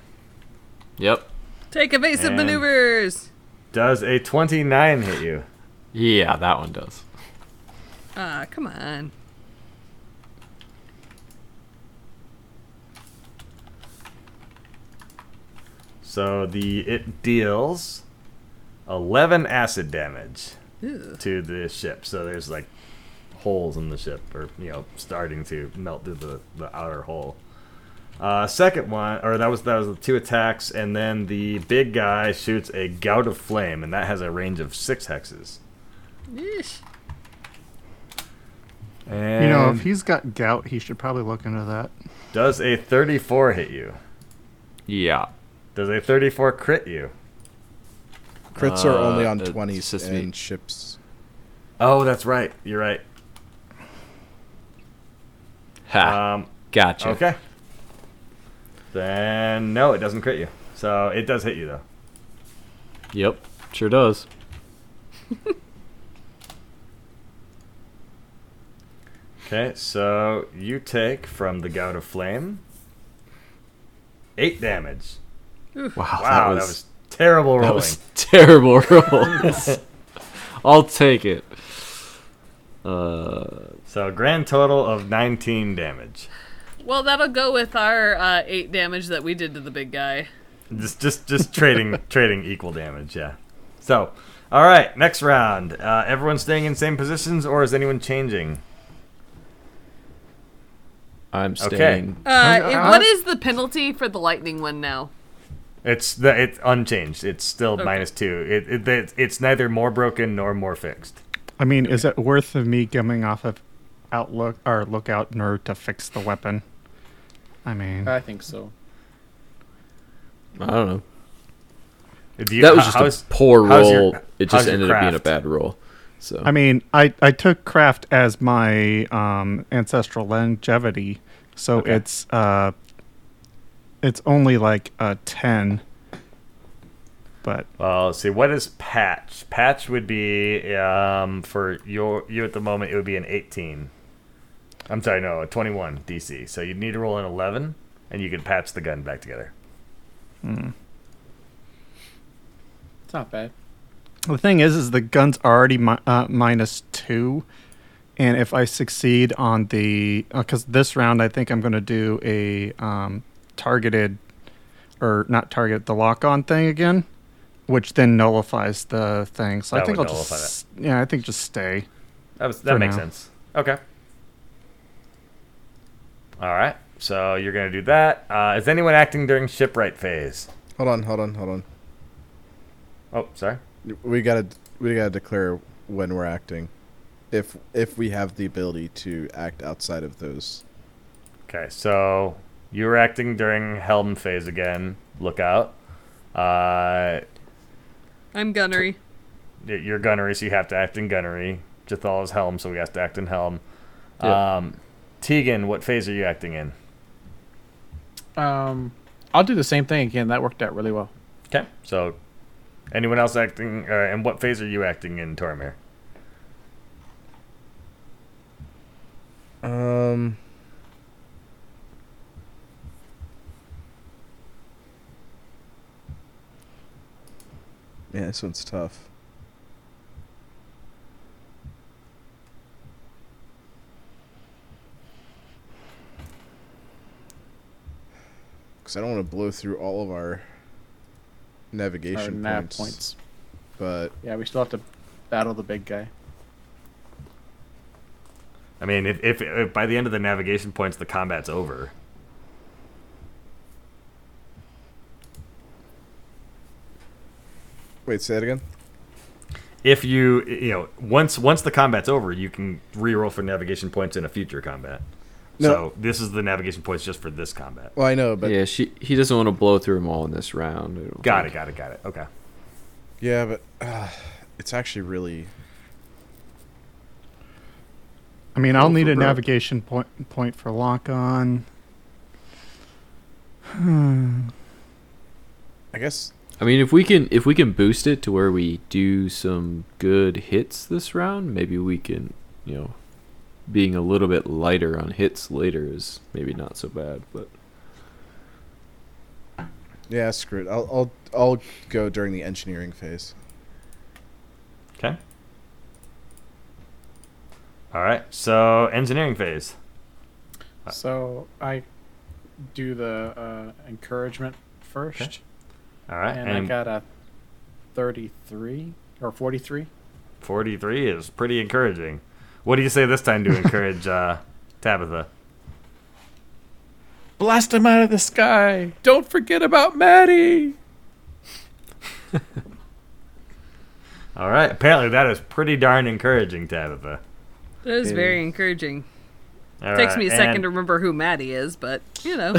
F: Yep.
E: Take evasive
A: And-
E: maneuvers.
A: Does a twenty nine hit you?
F: Yeah, that one does.
E: Ah, come on.
A: So the it deals eleven acid damage to the ship. So there's like holes in the ship, or you know, starting to melt through the, the outer hole. Uh, second one, or that was that was the two attacks, and then the big guy shoots a gout of flame, and that has a range of six hexes.
E: Yeesh.
A: And
H: You know, if he's got gout, he should probably look into that.
A: does a thirty-four hit you?
F: Yeah.
A: Does a thirty-four crit you?
C: Crits are only
F: Uh,
C: on
F: it's
C: twenties
F: just me.
C: and ships.
A: Oh, that's right. You're right.
F: Ha.
A: Um,
F: gotcha.
A: Okay. Then no, it doesn't crit you. So it does hit you though.
F: Yep. Sure does.
A: Okay, so you take from the gout of flame eight damage.
F: Wow.
A: Wow, that was, terrible rolling.
F: that was (laughs)
A: (laughs)
F: terrible rolls. I'll take it. Uh,
A: So grand total of nineteen damage.
E: Well, that'll go with our uh, eight damage that we did to the big guy.
A: Just just just trading trading equal damage, yeah. So all right, next round. Uh, everyone staying in same positions, or is anyone changing?
F: I'm
A: Okay.
F: staying.
E: Uh,
H: I-
E: it-
H: I-
E: what is the penalty for the lightning one now?
A: It's the it's unchanged. It's still minus two. It, it, it it's neither more broken nor more fixed.
H: I mean, is it worth of me coming off of Outlook or Lookout in order to fix the weapon? I mean,
B: I think so.
F: I don't know.
A: Do you-
F: That was
A: how-
F: just
A: how's-
F: a poor
A: how's
F: roll.
A: your-
F: it
A: how's
F: just
A: your
F: ended up being a
A: craft?
F: bad roll. So
H: I mean, I, I took craft as my um, ancestral longevity, so it's uh, it's only like a ten. But
A: Well, let's see. What is patch? Patch would be um, for your you at the moment. It would be an eighteen. I'm sorry, no, a twenty-one DC. So you'd need to roll an eleven, and you could patch the gun back together.
B: It's not bad.
H: the thing is, is the gun's already mi- uh, minus two, and if I succeed on the because this round I think I'm going to do a um, targeted or not target the lock-on thing again, which then nullifies the thing. So I
A: That
H: think I'll
A: would
H: just
A: nullify
H: s- yeah, I think just stay.
A: That was,
H: For
A: that makes
H: now.
A: sense. Okay. All right. So you're gonna do that. Uh, is anyone acting during shipwright phase?
C: Hold on, hold on, hold on.
A: Oh, sorry.
C: We gotta we gotta declare when we're acting. If if we have the ability to act outside of those.
A: Okay, so you were acting during helm phase again. Look out. Uh,
E: I'm gunnery.
A: y- you're gunnery, so you have to act in gunnery. Jathal is helm, so he has to act in helm.
F: Yeah.
A: Um, Tegan, what phase are you acting in?
B: Um, I'll do the same thing again. That worked out really well.
A: Okay. So, anyone else acting, uh, and what phase are you acting in, Tormir?
C: Um. Yeah, this one's tough. Because I don't want to blow through all of our
B: Or
C: navigation
B: nav
C: points,
B: points.
C: But
B: Yeah, we still have to battle the big guy.
A: I mean, if, if, if by the end of the navigation points the combat's over,
C: Wait, say that again.
A: If you you know once once the combat's over, you can reroll for navigation points in a future combat.
C: No.
A: So this is the navigation points just for this combat.
C: Well, I know, but yeah,
F: yeah, she he doesn't want to blow through them all in this round. I don't
A: Got it,
F: think.
A: got it, got it. Okay.
C: but uh, it's actually really
H: I mean, I'll
F: Roll
H: need
F: for
H: a
F: broke.
H: navigation point point for lock on.
C: I guess
F: I mean, if we can if we can boost it to where we do some good hits this round, maybe we can you know being a little bit lighter on hits later is maybe not so bad. But
C: yeah, screw it. I'll I'll I'll go during the engineering phase.
A: Okay. All right. So engineering phase.
B: So I do the uh, encouragement first,
A: All right.
B: and,
A: And,
B: I got a thirty-three or forty-three.
A: 43 is pretty encouraging. What do you say this time to encourage uh, Tabitha?
B: Blast him out of the sky! Don't forget about Maddie.
A: All right. Apparently that is pretty darn encouraging, Tabitha.
E: That is very encouraging.
A: All
E: Takes
A: right,
E: me a second
A: and
E: to remember who Maddie is, but you know.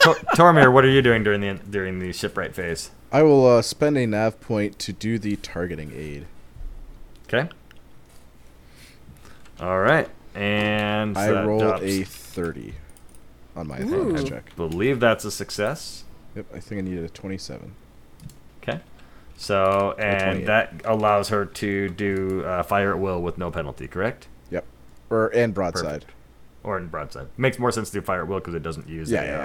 A: Tor-
E: (laughs)
A: Tormir, what are you doing during the during the shipwright phase?
C: I will uh, spend a nav point to do the targeting aid.
A: Okay. All right. And so
C: I
A: that
C: roll
A: drops-
C: a thirty on my
E: Ooh.
C: attack check.
A: believe that's a success.
C: Yep, I think I needed a twenty-seven.
A: Okay. So, and
C: 28.
A: that allows her to do uh, fire at will with no penalty, correct?
C: Yep, or and broadside.
A: Or in broadside. Makes more sense to do fire at will because it doesn't use
C: Yeah,
A: a,
C: yeah,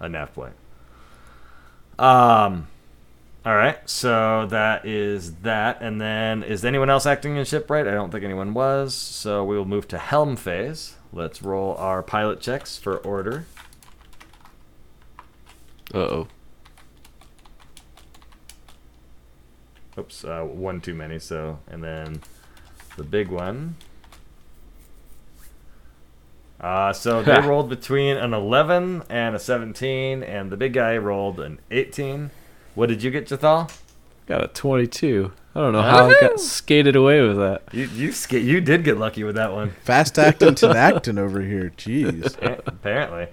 A: uh, a nav point. Um, all right. So that is that. And then is anyone else acting in shipwright? I don't think anyone was. So we will move to helm phase. Let's roll our pilot checks for order.
F: uh oh,
A: Oops, uh, one too many. So, and then the big one. Uh, so they rolled between an 11 and a 17, and the big guy rolled an 18. What did you get, Jathal?
F: got a twenty two. I don't know how I got skated away with that.
A: You you sk- you did get lucky with that one,
C: Fast acting to acting over here. Jeez.
A: appa- apparently.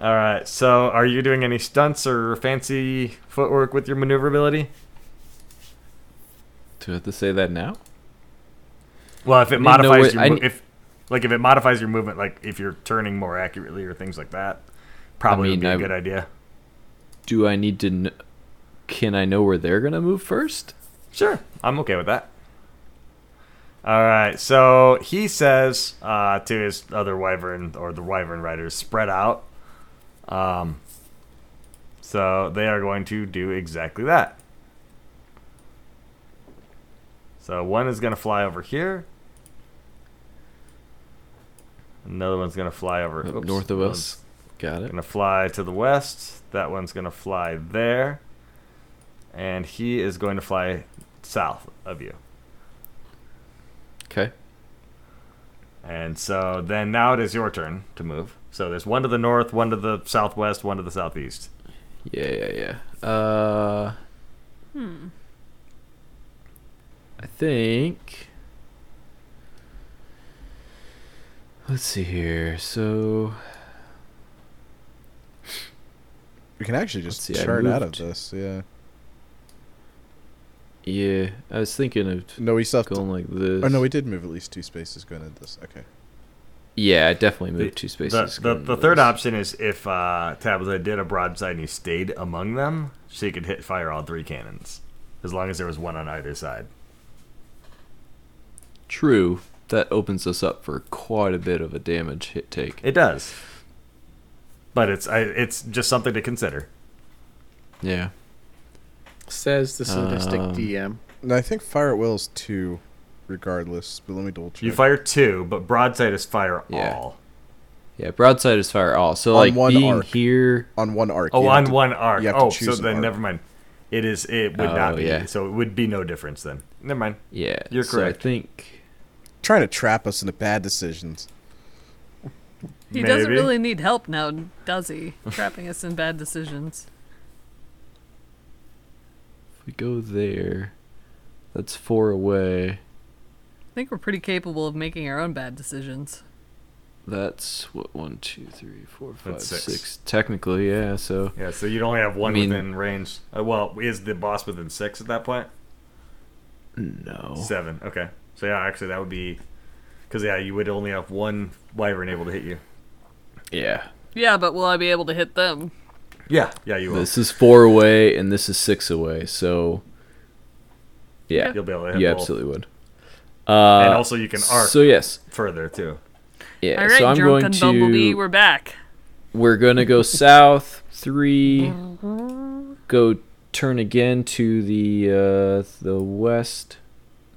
A: All right. So, are you doing any stunts or fancy footwork with your maneuverability?
F: Do I have to say that now?
A: Well, if it
F: need to know
A: modifies
F: what- I
A: your mo-
F: need-
A: if like if it modifies your movement, like if you're turning more accurately or things like that, probably would
F: mean,
A: be a
F: I-
A: good idea.
F: Do I need to? Kn- can I know where they're gonna move first?
A: Sure, I'm okay with that. All right, so he says uh, to his other wyvern or the wyvern riders, spread out. Um, so they are going to do exactly that. So one is going to fly over here. Another one's going to fly over
F: Up
A: oops,
F: north of
A: another
F: us. Got it.
A: Gonna fly to the west. That one's gonna fly there. And he is going to fly south of you.
F: Okay.
A: And so then now it is your turn to move. So there's one to the north, one to the southwest, one to the southeast.
F: Yeah, yeah, yeah. Uh, I think. Let's see here. So
C: We can actually just
F: Let's see, I
C: chart out of
F: moved.
C: this. Yeah.
F: yeah, I was thinking of
C: No, we still have to-
F: going like this.
C: Oh no, we did move at least two spaces going into this. Okay.
F: yeah, I definitely
A: The-
F: moved two
A: The,
F: spaces.
A: the,
F: going
A: the
F: to
A: third
F: this.
A: option is if uh, Tabitha did a broadside and you stayed among them, she could hit fire all three cannons. As long as there was one on either side.
F: True. That opens us up for quite a bit of a damage hit take.
A: It does. But it's I, it's just something to consider.
F: Yeah.
B: Says the sadistic
F: Um,
B: DM.
C: No, I think fire at will is two, regardless. But let me double check.
A: You fire two, but broadside is fire
F: Yeah.
A: all.
F: Yeah, broadside is fire all. So
C: On
F: like
C: one
F: being
C: arc.
F: here
C: on one arc.
A: Oh,
C: you have
A: on
C: to-
A: one arc.
C: you have to
A: Oh, so
C: choose an
A: then
C: arc.
A: never mind. It is. It would
F: Oh,
A: not be.
F: yeah.
A: So it would be no difference then. Never mind.
F: yeah.
A: You're
F: so I
A: correct.
F: think
C: Trying to trap us into bad decisions.
E: He doesn't
A: Maybe.
E: really need help now, does he? Trapping us in bad decisions.
F: If we go there, that's four away.
E: I think we're pretty capable of making our own bad decisions.
F: That's what one, two, three, four, five,
A: That's
F: six.
A: six.
F: Technically, yeah. So
A: Yeah, so you'd only have one
F: I mean-
A: within range. Uh, well, is the boss within six at that point?
F: no.
A: Seven. Okay. So yeah, actually that would be, because yeah, you would only have one wyvern able to hit you.
F: Yeah.
E: Yeah, but will I be able to hit them?
A: Yeah. Yeah, you will.
F: This is four away, and this is six away. So yeah,
A: You'll be able to hit.
F: you
A: both.
F: absolutely would. Uh,
A: And also you can arc
F: So yes,
A: further too.
F: yeah.
E: All right,
F: so I'm going
E: drunken
F: to
E: bumblebee, we're back.
F: we're gonna go south three go turn again to the uh, the west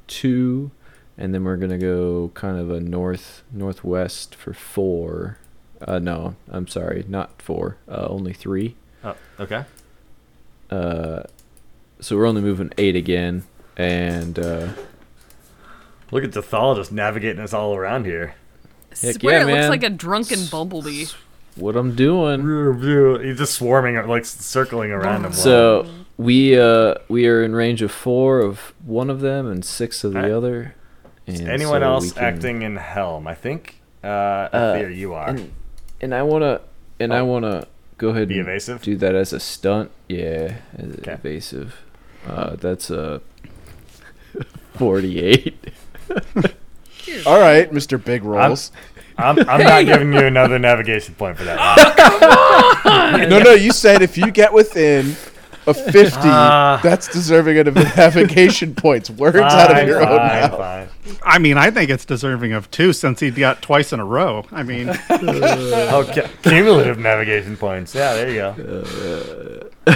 F: two and then we're gonna go kind of a north northwest for four uh, no i'm sorry not four uh, only three
A: Oh, okay.
F: uh, so we're only moving eight again and uh,
A: Look at Thathal just navigating us all around here.
E: I
F: Heck
E: swear
F: yeah,
E: it looks
F: man.
E: like a drunken bumblebee.
F: what i'm doing
A: He's just swarming, like circling around him.
F: so we uh, we are in range of four of one of them and six of the
A: Alright.
F: other and
A: Anyone
F: so we
A: else
F: can-
A: acting in Helm? I think. Uh, there you are.
F: and, and I wanna and I wanna go ahead
A: Oh. Be
F: and
A: evasive?
F: do that as a stunt. Yeah, as
A: Okay.
F: evasive. Uh, that's a (laughs) forty-eight.
C: All right, Mr.
A: (laughs)
C: Big Rolls.
A: I'm, I'm not giving you another navigation point for that.
C: (laughs)
A: one.
C: no, no, you said if you get within a 50,
A: Ah.
C: that's deserving of navigation points. Words out of
A: Fine,
C: your own
A: fine,
C: mouth.
A: fine.
H: I mean, I think it's deserving of two since he got twice in a row. I mean,
A: Okay, cumulative navigation points. Yeah, there you go.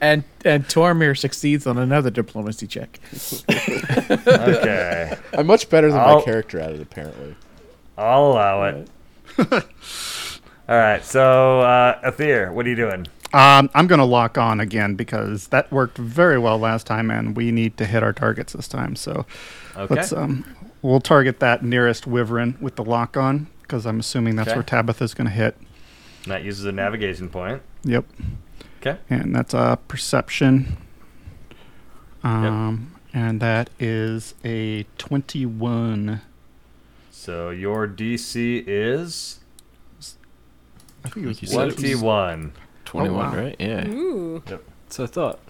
B: And and Tormir succeeds on another diplomacy check.
A: Okay,
C: I'm much better than
A: I'll-
C: my character at it, apparently.
A: I'll allow
C: (laughs)
A: it. All right, so uh, Aether, what are you doing?
H: um, I'm going to lock on again because that worked very well last time, and we need to hit our targets this time. So
A: Okay.
H: let's um, we'll target that nearest Wyvern with the lock on because I'm assuming that's
A: Okay.
H: where Tabitha's going to hit.
A: That uses a navigation point.
H: Yep.
A: 'Kay.
H: And that's uh, perception. Um, and that is a 21.
A: So your DC is
H: I think it was
F: said it was-
A: twenty-one.
F: Twenty-one,
E: Oh,
H: wow.
F: right?
E: Mm-hmm.
F: Yeah.
E: Ooh,
F: So I thought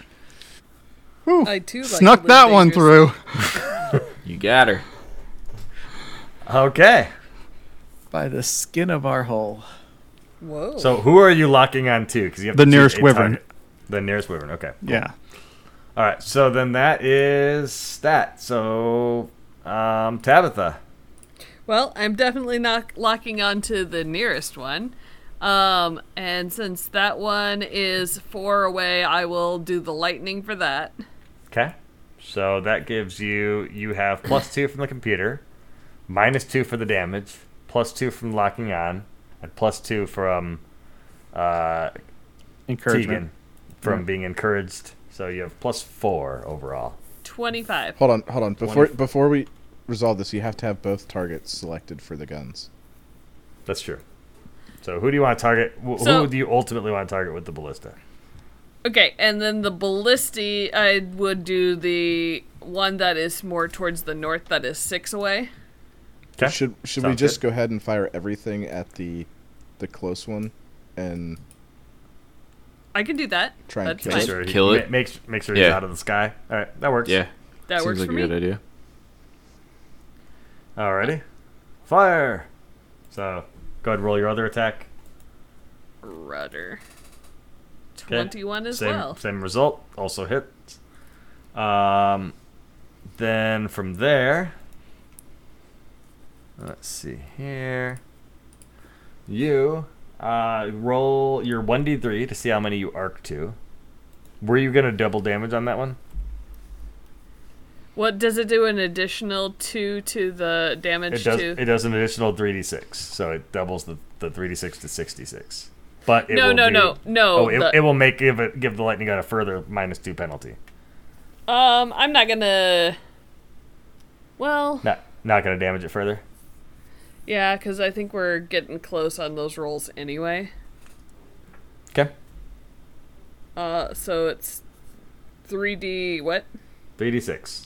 E: I too like
H: Snuck
E: to live
H: that one
E: dangerously.
H: through.
F: you got her.
A: Okay.
B: By the skin of our hull.
E: Whoa.
A: So who are you locking on to? Because you have
H: The
A: to choose
H: nearest
A: a
H: wyvern.
A: target. The nearest wyvern. Okay.
H: Yeah.
A: All right. So then that is that. So um, Tabitha.
E: Well, I'm definitely not locking onto the nearest one. Um, and since that one is four away, I will do the lightning for that.
A: Okay. So that gives you you have plus two from the computer, minus two for the damage, plus two from locking on, and plus two from uh, Tegan
B: Encouragement.
A: from being encouraged. So you have plus four overall.
E: 25.
C: Hold on, hold on. Before
A: Wonderf-
C: before we resolve this, you have to have both targets selected for the guns.
A: That's true. So who do you want to target? Wh-
E: So-
A: who do you ultimately want to target with the ballista?
E: Okay, and then the ballisti, I would do the one that is more towards the north that is six away.
A: Okay.
C: Should should we
A: Sounds
C: just
A: good.
C: go ahead and fire everything at the the close one and
E: I can do that.
C: Try and
E: That's
C: kill
E: fine.
C: it.
A: sure he-
F: Kill
A: ma-
F: it?
A: Make, make sure he's
F: Yeah.
A: out of the sky. All right, that works.
F: Yeah.
E: That
F: seems
E: works
F: like
E: for
F: a
E: me.
F: good idea.
A: Alrighty. Fire. So go ahead and roll your other attack.
E: Rudder.
A: Okay.
E: 21 as
A: same,
E: well.
A: Same result. Also hit. Um, then from there, let's see here. You uh, roll your 1d3 to see how many you arc to. Were you going to double damage on that one?
E: What does it do? An additional two to the damage
A: It does.
E: to?
A: It does an additional three d six, so it doubles the the three d six to sixty six. But it
E: No,
A: will
E: no,
A: do-
E: no, no,
A: Oh, it,
E: the-
A: it will make give it give the lightning gun a further minus two penalty.
E: Um, I'm not gonna. Well,
A: Not not going to damage it further.
E: yeah, because I think we're getting close on those rolls anyway.
A: Okay.
E: Uh, so it's three D what?
A: 3d6.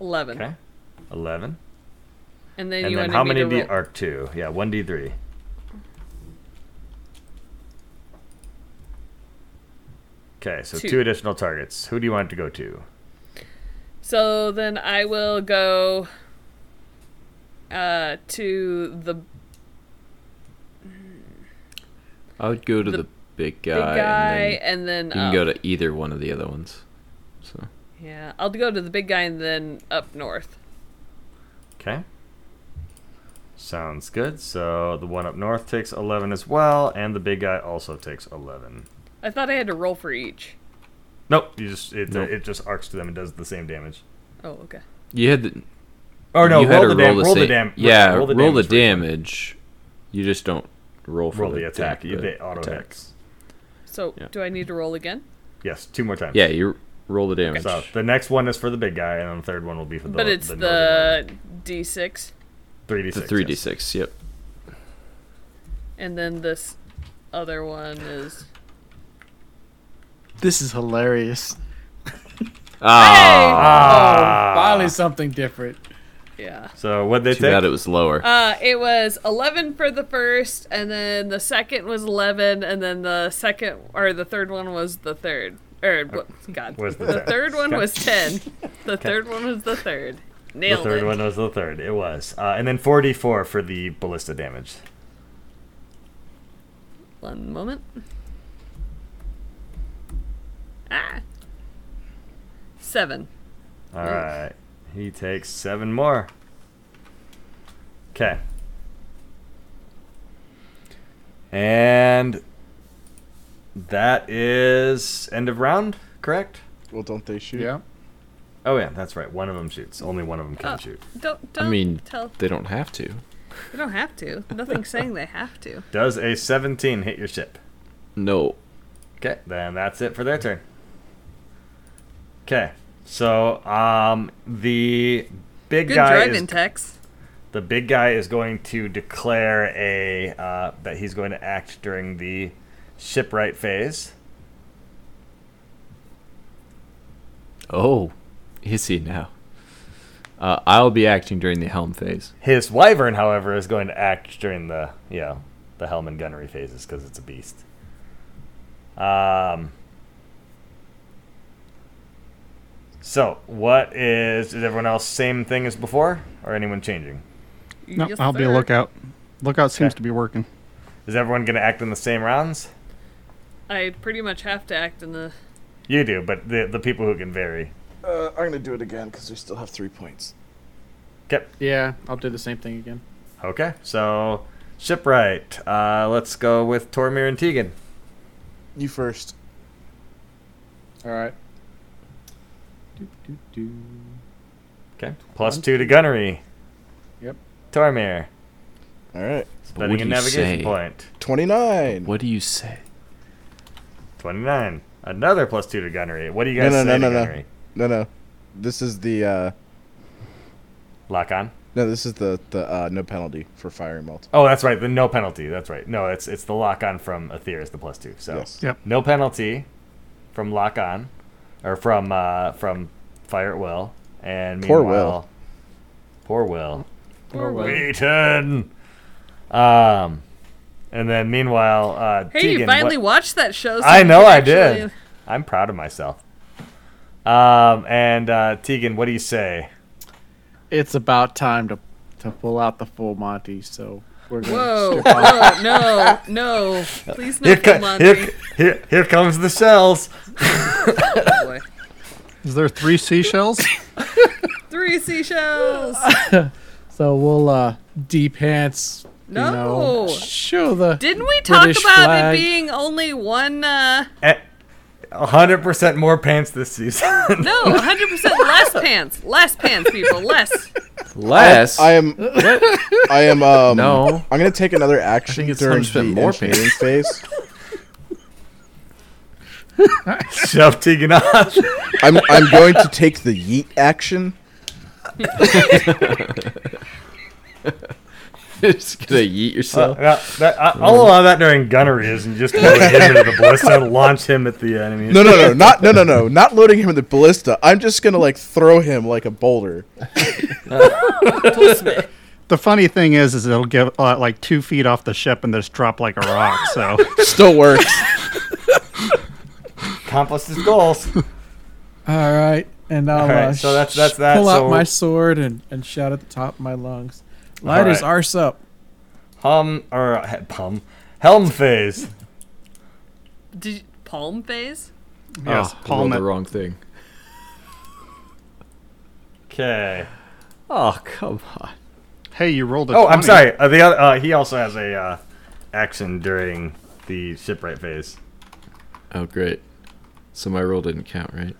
E: 11.
A: Okay. 11.
E: And then
A: And
E: you
A: then
E: wanted
A: how
E: me
A: many
E: to
A: d
E: roll-
A: arc 2? Yeah, 1d3. Okay, so
E: Two.
A: two. additional targets. Who do you want it to go to?
E: So then I will go uh to the
F: I would go to the,
E: The
F: big guy.
E: big guy
F: And then
E: and um, then
F: you can
E: up.
F: go to either one of the other ones. So
E: Yeah, I'll go to the big guy and then up north.
A: Okay. Sounds good. So the one up north takes 11 as well, and the big guy also takes 11.
E: I thought I had to roll for each.
A: Nope, you just it,
F: Nope.
A: it just arcs to them and does the same damage.
E: Oh, okay.
F: you had the,
A: Oh no,
F: you
A: roll,
F: had
A: the
F: to
A: dam- roll the
F: same-
A: dam-
F: Yeah, roll the damage.
A: damage for-
F: You just don't roll for
A: roll
F: the
A: the attack.
F: the
A: You they auto
F: attack.
A: hits.
E: So
F: Yeah.
E: do I need to roll again?
A: Yes, two more times.
F: Yeah, you roll the damage.
A: So the next one is for the big guy, and then the third one will be for the.
E: but it's
A: the,
E: the D6
A: three d
F: It's a
A: six.
F: three d six. Yep.
E: and then this other one is
I: This is hilarious.
F: Ah,
E: Oh,
B: Oh, Finally, something different.
E: yeah.
A: So what they
F: too bad it
A: take?
F: was lower.
E: Uh, it was 11 for the first and then the second was 11 and then the second or the third one was the third or what- god.
A: Uh, Was the
E: The
A: third.
E: third one
A: Okay.
E: was 10. The third one was the third.
A: The
E: Nailed
A: third
E: it.
A: one was the third. It was, uh, and then four d four for the ballista damage.
E: One moment. Ah. 7.
A: All right, he takes seven more. Okay. And that is end of round, correct?
C: Well, don't they shoot?
B: Yeah.
A: Oh yeah, that's right. One of them shoots. Only one of them can
E: Oh.
A: shoot.
E: Don't
F: I
E: don't
F: mean,
E: tell
F: they don't have to.
E: They don't have to. Nothing's saying they
A: (laughs)
E: have to.
A: Does a 17 hit your ship?
F: No.
A: Okay, then that's it for their turn. Okay, so um, the big
E: Good
A: guy
E: driving,
A: is
E: Tex.
A: the big guy is going to declare a uh, that he's going to act during the shipwright phase.
F: Oh, is he now? Uh, I'll be acting during the helm phase.
A: His wyvern, however, is going to act during the you know the helm and gunnery phases because it's a beast. Um. So, what is is everyone else same thing as before, or anyone changing?
H: No,
E: Yes,
H: I'll be
E: sir.
H: a lookout. Lookout seems
A: Okay.
H: to be working.
A: Is everyone going to act in the same rounds?
E: I pretty much have to act in the.
A: You do, but the the people who can vary.
C: Uh, I'm gonna do it again because we still have three points.
A: Okay.
B: Yeah, I'll do the same thing again.
A: Okay. So, shipwright. Uh, let's go with Tormir and Tegan.
C: You first.
B: All right. Do, do, do.
A: Okay. Plus two to gunnery.
B: Yep.
A: Tormir.
C: All right.
F: But
A: Spending
F: what
A: a
F: do you
A: navigation
F: say?
A: point.
C: Twenty-nine.
F: What do you say?
A: 29. Another plus 2 to gunnery. What do you guys
C: No, no,
A: say
C: no,
A: to
C: no, no.
A: gunnery?
C: No, no. This is the uh,
A: Lock on.
C: no. This is the the uh, no penalty for firing multiple.
A: Oh, that's right. The no penalty. That's right. No, it's it's the lock on from Aether is the plus 2. So,
C: Yes.
H: Yep.
A: no penalty from lock on or from uh, from fire at will and
C: Poor Will.
A: meanwhile- Poor will.
B: Or what?
A: Beaten. Um, and then meanwhile, uh,
E: Hey,
A: Tegan,
E: you finally
A: what-
E: watched that show. so
A: I
E: you
A: know
E: can
A: I did.
E: actually-
A: I'm proud of myself. Um, and uh, Tegan, what do you say?
B: It's about time to to pull out the full Monty. So we're gonna
E: Whoa, (laughs)
B: strip off.
E: whoa, Oh, no, no. Please no
A: Here, co-
E: full Monty.
A: here, here, here comes the shells.
E: Oh, boy.
H: Is there three seashells?
E: (laughs) Three seashells.
B: So we'll uh deep pants. You
E: No.
B: know, show the.
E: Didn't we talk
B: British
E: about
B: flag.
E: it being only one? Uh,
A: A- 100% more pants this season. (laughs)
E: no, 100% less pants. Less pants, people. Less.
F: Less.
C: I am. I am. Um,
F: No.
C: I'm gonna take another action
F: it's
C: during
F: 100%
C: the
F: more
C: more engineering phase.
A: Shove Tegan off.
C: I'm. I'm going to take the yeet action.
F: (laughs) just gonna yeet yourself.
A: Uh, that, I, I'll allow that during gunnery is you just kind of hit him into the ballista and launch him at the enemy.
C: No, no, no, not no, no, no, not loading him in the ballista. I'm just gonna like throw him like a boulder.
H: The funny thing is, is it'll get uh, like two feet off the ship and just drop like a rock. So
A: (laughs)
C: Still works.
A: Accomplished his
J: (laughs)
A: goals.
J: All right, and I'll
A: All right,
J: uh,
A: so that's-
J: sh-
A: that's that,
J: pull
A: so-
J: out my sword and, and shout at the top of my lungs. Light his
A: right.
J: arse up.
A: Hum or uh, hum, helm phase.
E: Did palm phase?
H: yes,
F: Ah, I rolled
H: palm
F: the
H: it.
F: wrong thing.
A: Okay.
F: Oh come on.
H: Hey, you rolled a.
A: Oh, I'm
H: 20.
A: sorry. Uh, the other, uh, he also has a uh, action during the shipwright phase.
F: Oh great. So my roll didn't count, right?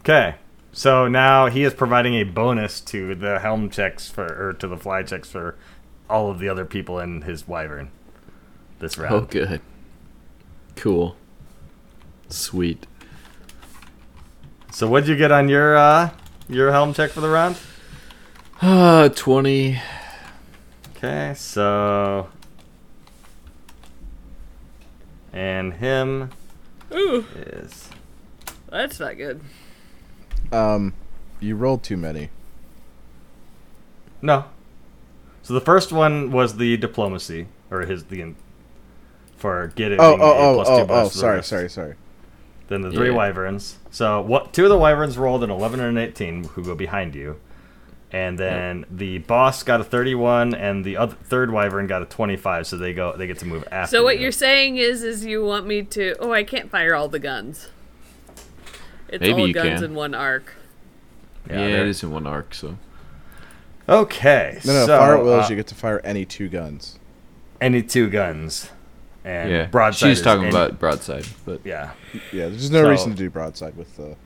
A: Okay. So now he is providing a bonus to the helm checks for, or to the fly checks for all of the other people in his wyvern this round.
F: Oh good. Cool. Sweet. (sighs)
A: So what'd you get on your uh, your helm check for the round?
F: Uh, 20.
A: Okay, so and him
E: Ooh,
A: is
E: that's not good.
C: (laughs) Um, you rolled too many.
A: no. So the first one was the diplomacy or his the for getting
C: Oh,
A: a
C: oh, oh,
A: plus two
C: oh,
A: bonus
C: oh.
A: for the
C: Sorry,
A: rest.
C: sorry, sorry.
A: Then the three
F: Yeah.
A: wyverns. So what? Two of the wyverns rolled an 11 and an 18, who go behind you, and then the boss got a 31, and the other, third wyvern got a 25. So they go. They get to move after.
E: So what
A: you.
E: you're saying is, is you want me to? Oh, I can't fire all the guns. It's
F: Maybe
E: all
F: you
E: guns
F: can.
E: in one arc.
F: Yeah,
A: there-
F: it is in one arc, so.
A: Okay.
C: No, no.
A: so,
C: fire at will
A: uh,
C: is you get to fire any two guns.
A: any two guns, and
F: Yeah.
A: broadside.
F: She's
A: is
F: talking
A: any-
F: about broadside, but
A: Yeah.
C: Yeah, there's no
A: So-
C: reason to do broadside with the.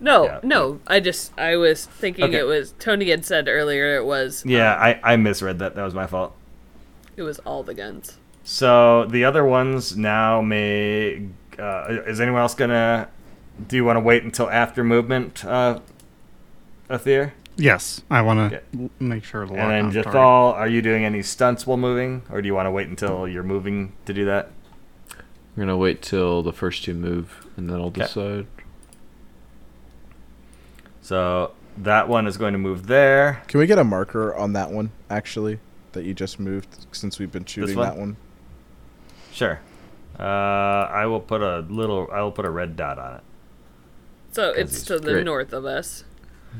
E: No,
A: Yeah.
E: no. I just I was thinking
A: Okay.
E: it was Tony had said earlier it was
A: Yeah. I I misread that. That was my fault.
E: it was all the guns.
A: So the other ones now may. Uh, is anyone else gonna? Do you want to wait until after movement, uh, Aether?
H: Yes, I want to make sure. to lock
A: And
H: on
A: then
H: target.
A: Jathal, are you doing any stunts while moving, or do you want to wait until you're moving to do that?
F: we're going to wait till the first two move, and then I'll decide.
A: So that one is going to move there.
C: Can we get a marker on that one actually? That you just moved since we've been shooting
A: one?
C: that one.
A: Sure. Uh, I will put a little. I will put a red dot on it.
E: So it's to the
F: great.
E: north of us.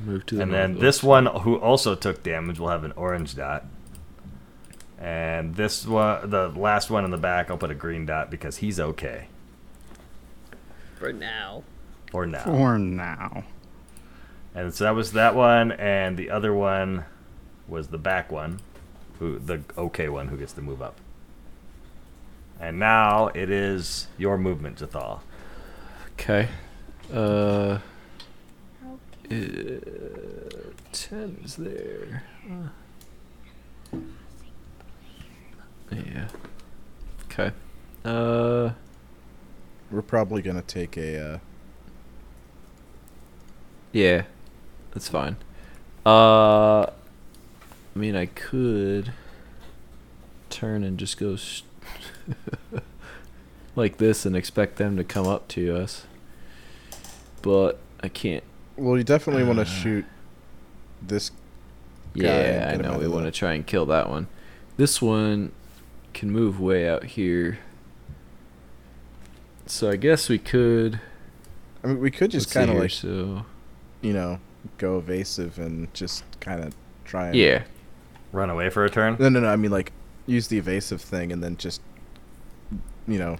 F: Move to the
A: and
F: north
A: then
F: of
A: this
F: us.
A: one, who also took damage, will have an orange dot. And this one, the last one in the back, I'll put a green dot because he's okay
E: For now.
A: for now.
H: For now.
A: And so that was that one, and the other one was the back one, who the okay one who gets to move up. And now it is your movement, Jathal.
F: Okay. Uh. uh, Ten is there. Uh, Yeah. Okay. Uh.
C: We're probably gonna take a. Uh,
F: Yeah, that's fine. Uh, I mean, I could turn and just go st- (laughs) like this and expect them to come up to us, but I can't.
C: well, you definitely
F: Uh.
C: want to shoot. This
F: Yeah,
C: get
F: I
C: him out
F: know.
C: of
F: We
C: the-
F: want to try and kill that one. This one can move way out here. So I guess we could
C: I mean, we could
F: let's
C: just
F: see
C: kind of
F: here,
C: like
F: so
C: you know go evasive and just kind of try. And
F: yeah.
A: Run away for a turn.
C: No, no, no. I mean, like, use the evasive thing and then just, you know,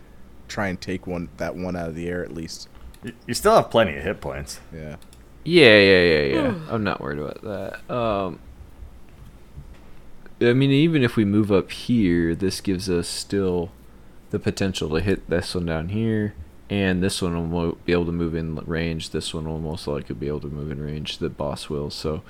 C: try and take one that one out of the air at least.
A: Y- You still have plenty of hit points.
C: Yeah.
F: Yeah, yeah, yeah, yeah. I'm not worried about that. Um, I mean, even if we move up here, this gives us still the potential to hit this one down here, and this one will mo- be able to move in range. This one will most likely be able to move in range. The boss will. So,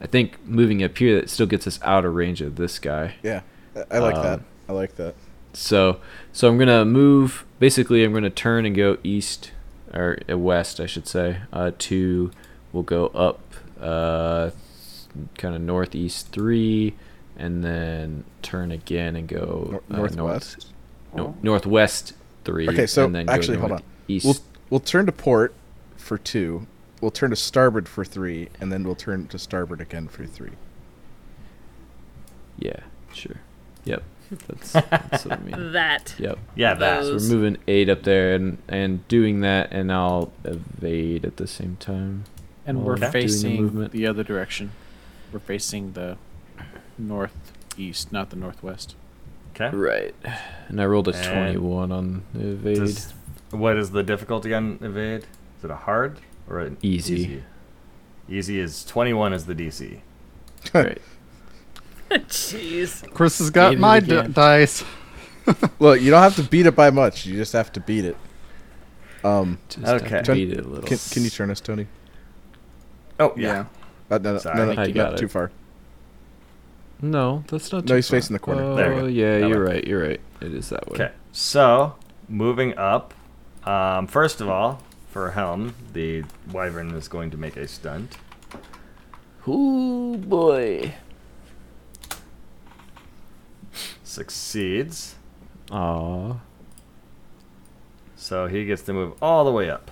F: I think moving up here that still gets us out of range of this guy.
C: Yeah. I, I like that.
F: Um,
C: I like that.
F: So, so I'm gonna move. Basically, I'm gonna turn and go east or uh, west, I should say. Uh, to we'll go up uh, kind of northeast three, and then turn again and go uh,
C: Nor- northwest.
F: north, no, northwest three.
C: Okay, so
F: and then
C: actually,
F: go
C: hold on.
F: East.
C: We'll we'll turn to port for two. We'll turn to starboard for three, and then we'll turn to starboard again for three.
F: yeah, sure. Yep, that's, that's what I mean.
E: That.
F: Yep.
A: Yeah, that.
F: So
E: Those.
F: we're moving eight up there and and doing that, and I'll evade at the same time.
B: And
F: Well,
B: we're
F: okay. doing the
B: facing the,
F: movement.
B: other direction. We're facing the northeast, not the northwest.
A: Okay.
F: Right. And I rolled a
A: And
F: twenty-one on the evade. (laughs)
A: Does- what is the difficulty on evade? Is it a hard or an
F: Easy.
A: Easy, Easy is 21 is the DC.
F: right.
E: (laughs) Jeez.
H: Chris has got
B: Beat it
H: my d-
B: again.
H: dice.
C: Look, you don't have to beat it by much. You just have to beat it. Um,
F: Just have
A: Okay.
F: to beat it a little.
C: can, can you turn us, Tony?
A: Oh,
B: Yeah.
A: yeah.
C: Uh, no, no,
A: Sorry.
C: no, no,
F: I think I
C: not
F: got
C: too
F: it.
C: far.
F: No, that's not.
C: No,
F: too
C: he's
F: far.
C: facing the corner.
F: Oh,
A: There we go.
F: yeah,
A: That
F: you're
A: way.
F: right. You're right. It is that way.
A: Okay. So, moving up, um, first of all, for Helm, the Wyvern is going to make a stunt.
F: Ooh boy.
A: Succeeds. Oh,
F: Aw.
A: So he gets to move all the way up.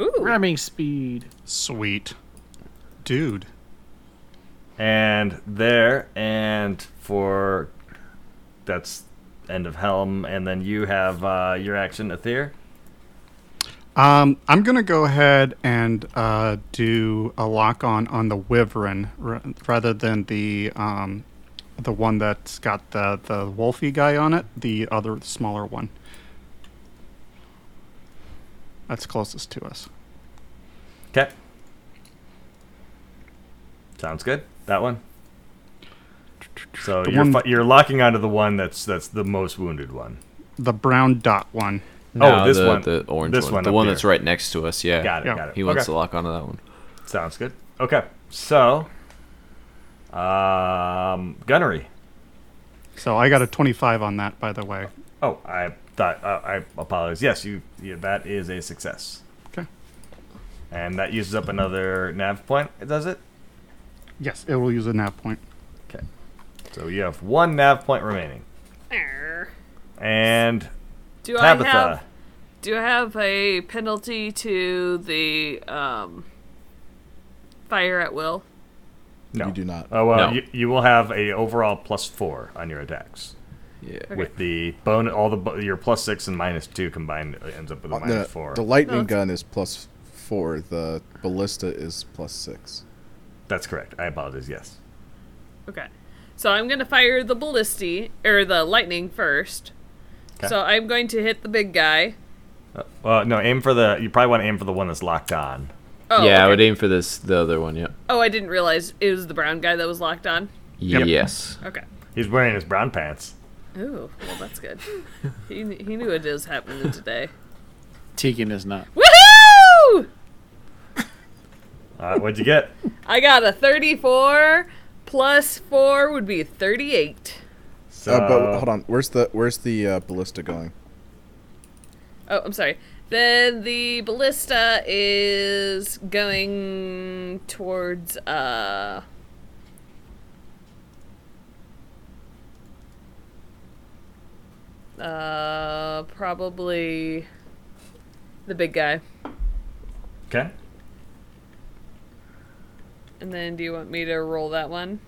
E: Ooh.
B: Ramming speed.
H: Sweet. Dude.
A: And there, and for. That's end of Helm. And then you have uh, your action, Aether.
H: Um, I'm going to go ahead and uh, do a lock on on the Wyvern r- rather than the um, the one that's got the, the Wolfy guy on it, the other smaller one. That's closest to us.
A: Okay. Sounds good. That one. So
H: The
A: you're
H: one-
A: fi- you're locking onto the one that's that's the most wounded one.
H: The brown dot one.
A: Oh, this
F: the,
A: one.
F: The orange
A: This
F: one.
A: one
F: The
A: up
F: one
A: here.
F: that's right next to us. Yeah.
A: Got it.
H: Yeah.
A: Got it.
F: He wants
A: okay.
F: to lock onto that one.
A: Sounds good. Okay. So, um, gunnery.
H: So I got a 25 on that, by the way.
A: Oh, I thought. Uh, I apologize. Yes, you. Yeah, that is a success.
H: Okay.
A: And that uses up another nav point. Does it?
H: Yes, it will use a nap point.
A: So you have one nav point remaining.
E: Arr.
A: And
E: Do
A: Tabitha.
E: I have do I have a penalty to the um fire at will?
A: no.
C: You do not.
A: Oh well,
F: No.
A: you, you will have a overall plus four on your attacks.
F: Yeah.
A: with the bone all the bo- your plus six and minus two combined uh, ends up with a
C: Uh,
A: minus
C: no,
A: four.
C: The lightning
E: No, it's-
C: gun is plus four. The ballista is plus six.
A: That's correct. I apologize. Yes.
E: Okay. So I'm gonna fire the ballisti or the lightning first.
A: 'Kay.
E: So I'm going to hit the big guy.
A: Well, Uh, no. Aim for the. You probably want to aim for the one that's locked on.
E: Oh
F: yeah, I
E: okay.
F: would aim for this. The other one. Yep.
E: Oh I didn't realize it was the brown guy that was locked on.
F: Yes.
E: Okay.
A: He's wearing his brown pants.
E: Ooh, well that's good. he he knew what was happening today.
B: Tegan is not.
E: Woohoo!
A: Uh, what'd you
C: (laughs)
A: get?
E: I got a 34 plus 4 would be 38.
A: So,
C: uh, but hold on. Where's the where's the uh, ballista going?
E: Oh, I'm sorry. Then the ballista is going towards uh uh probably the big guy.
A: Okay.
E: And then do you want me to roll that one?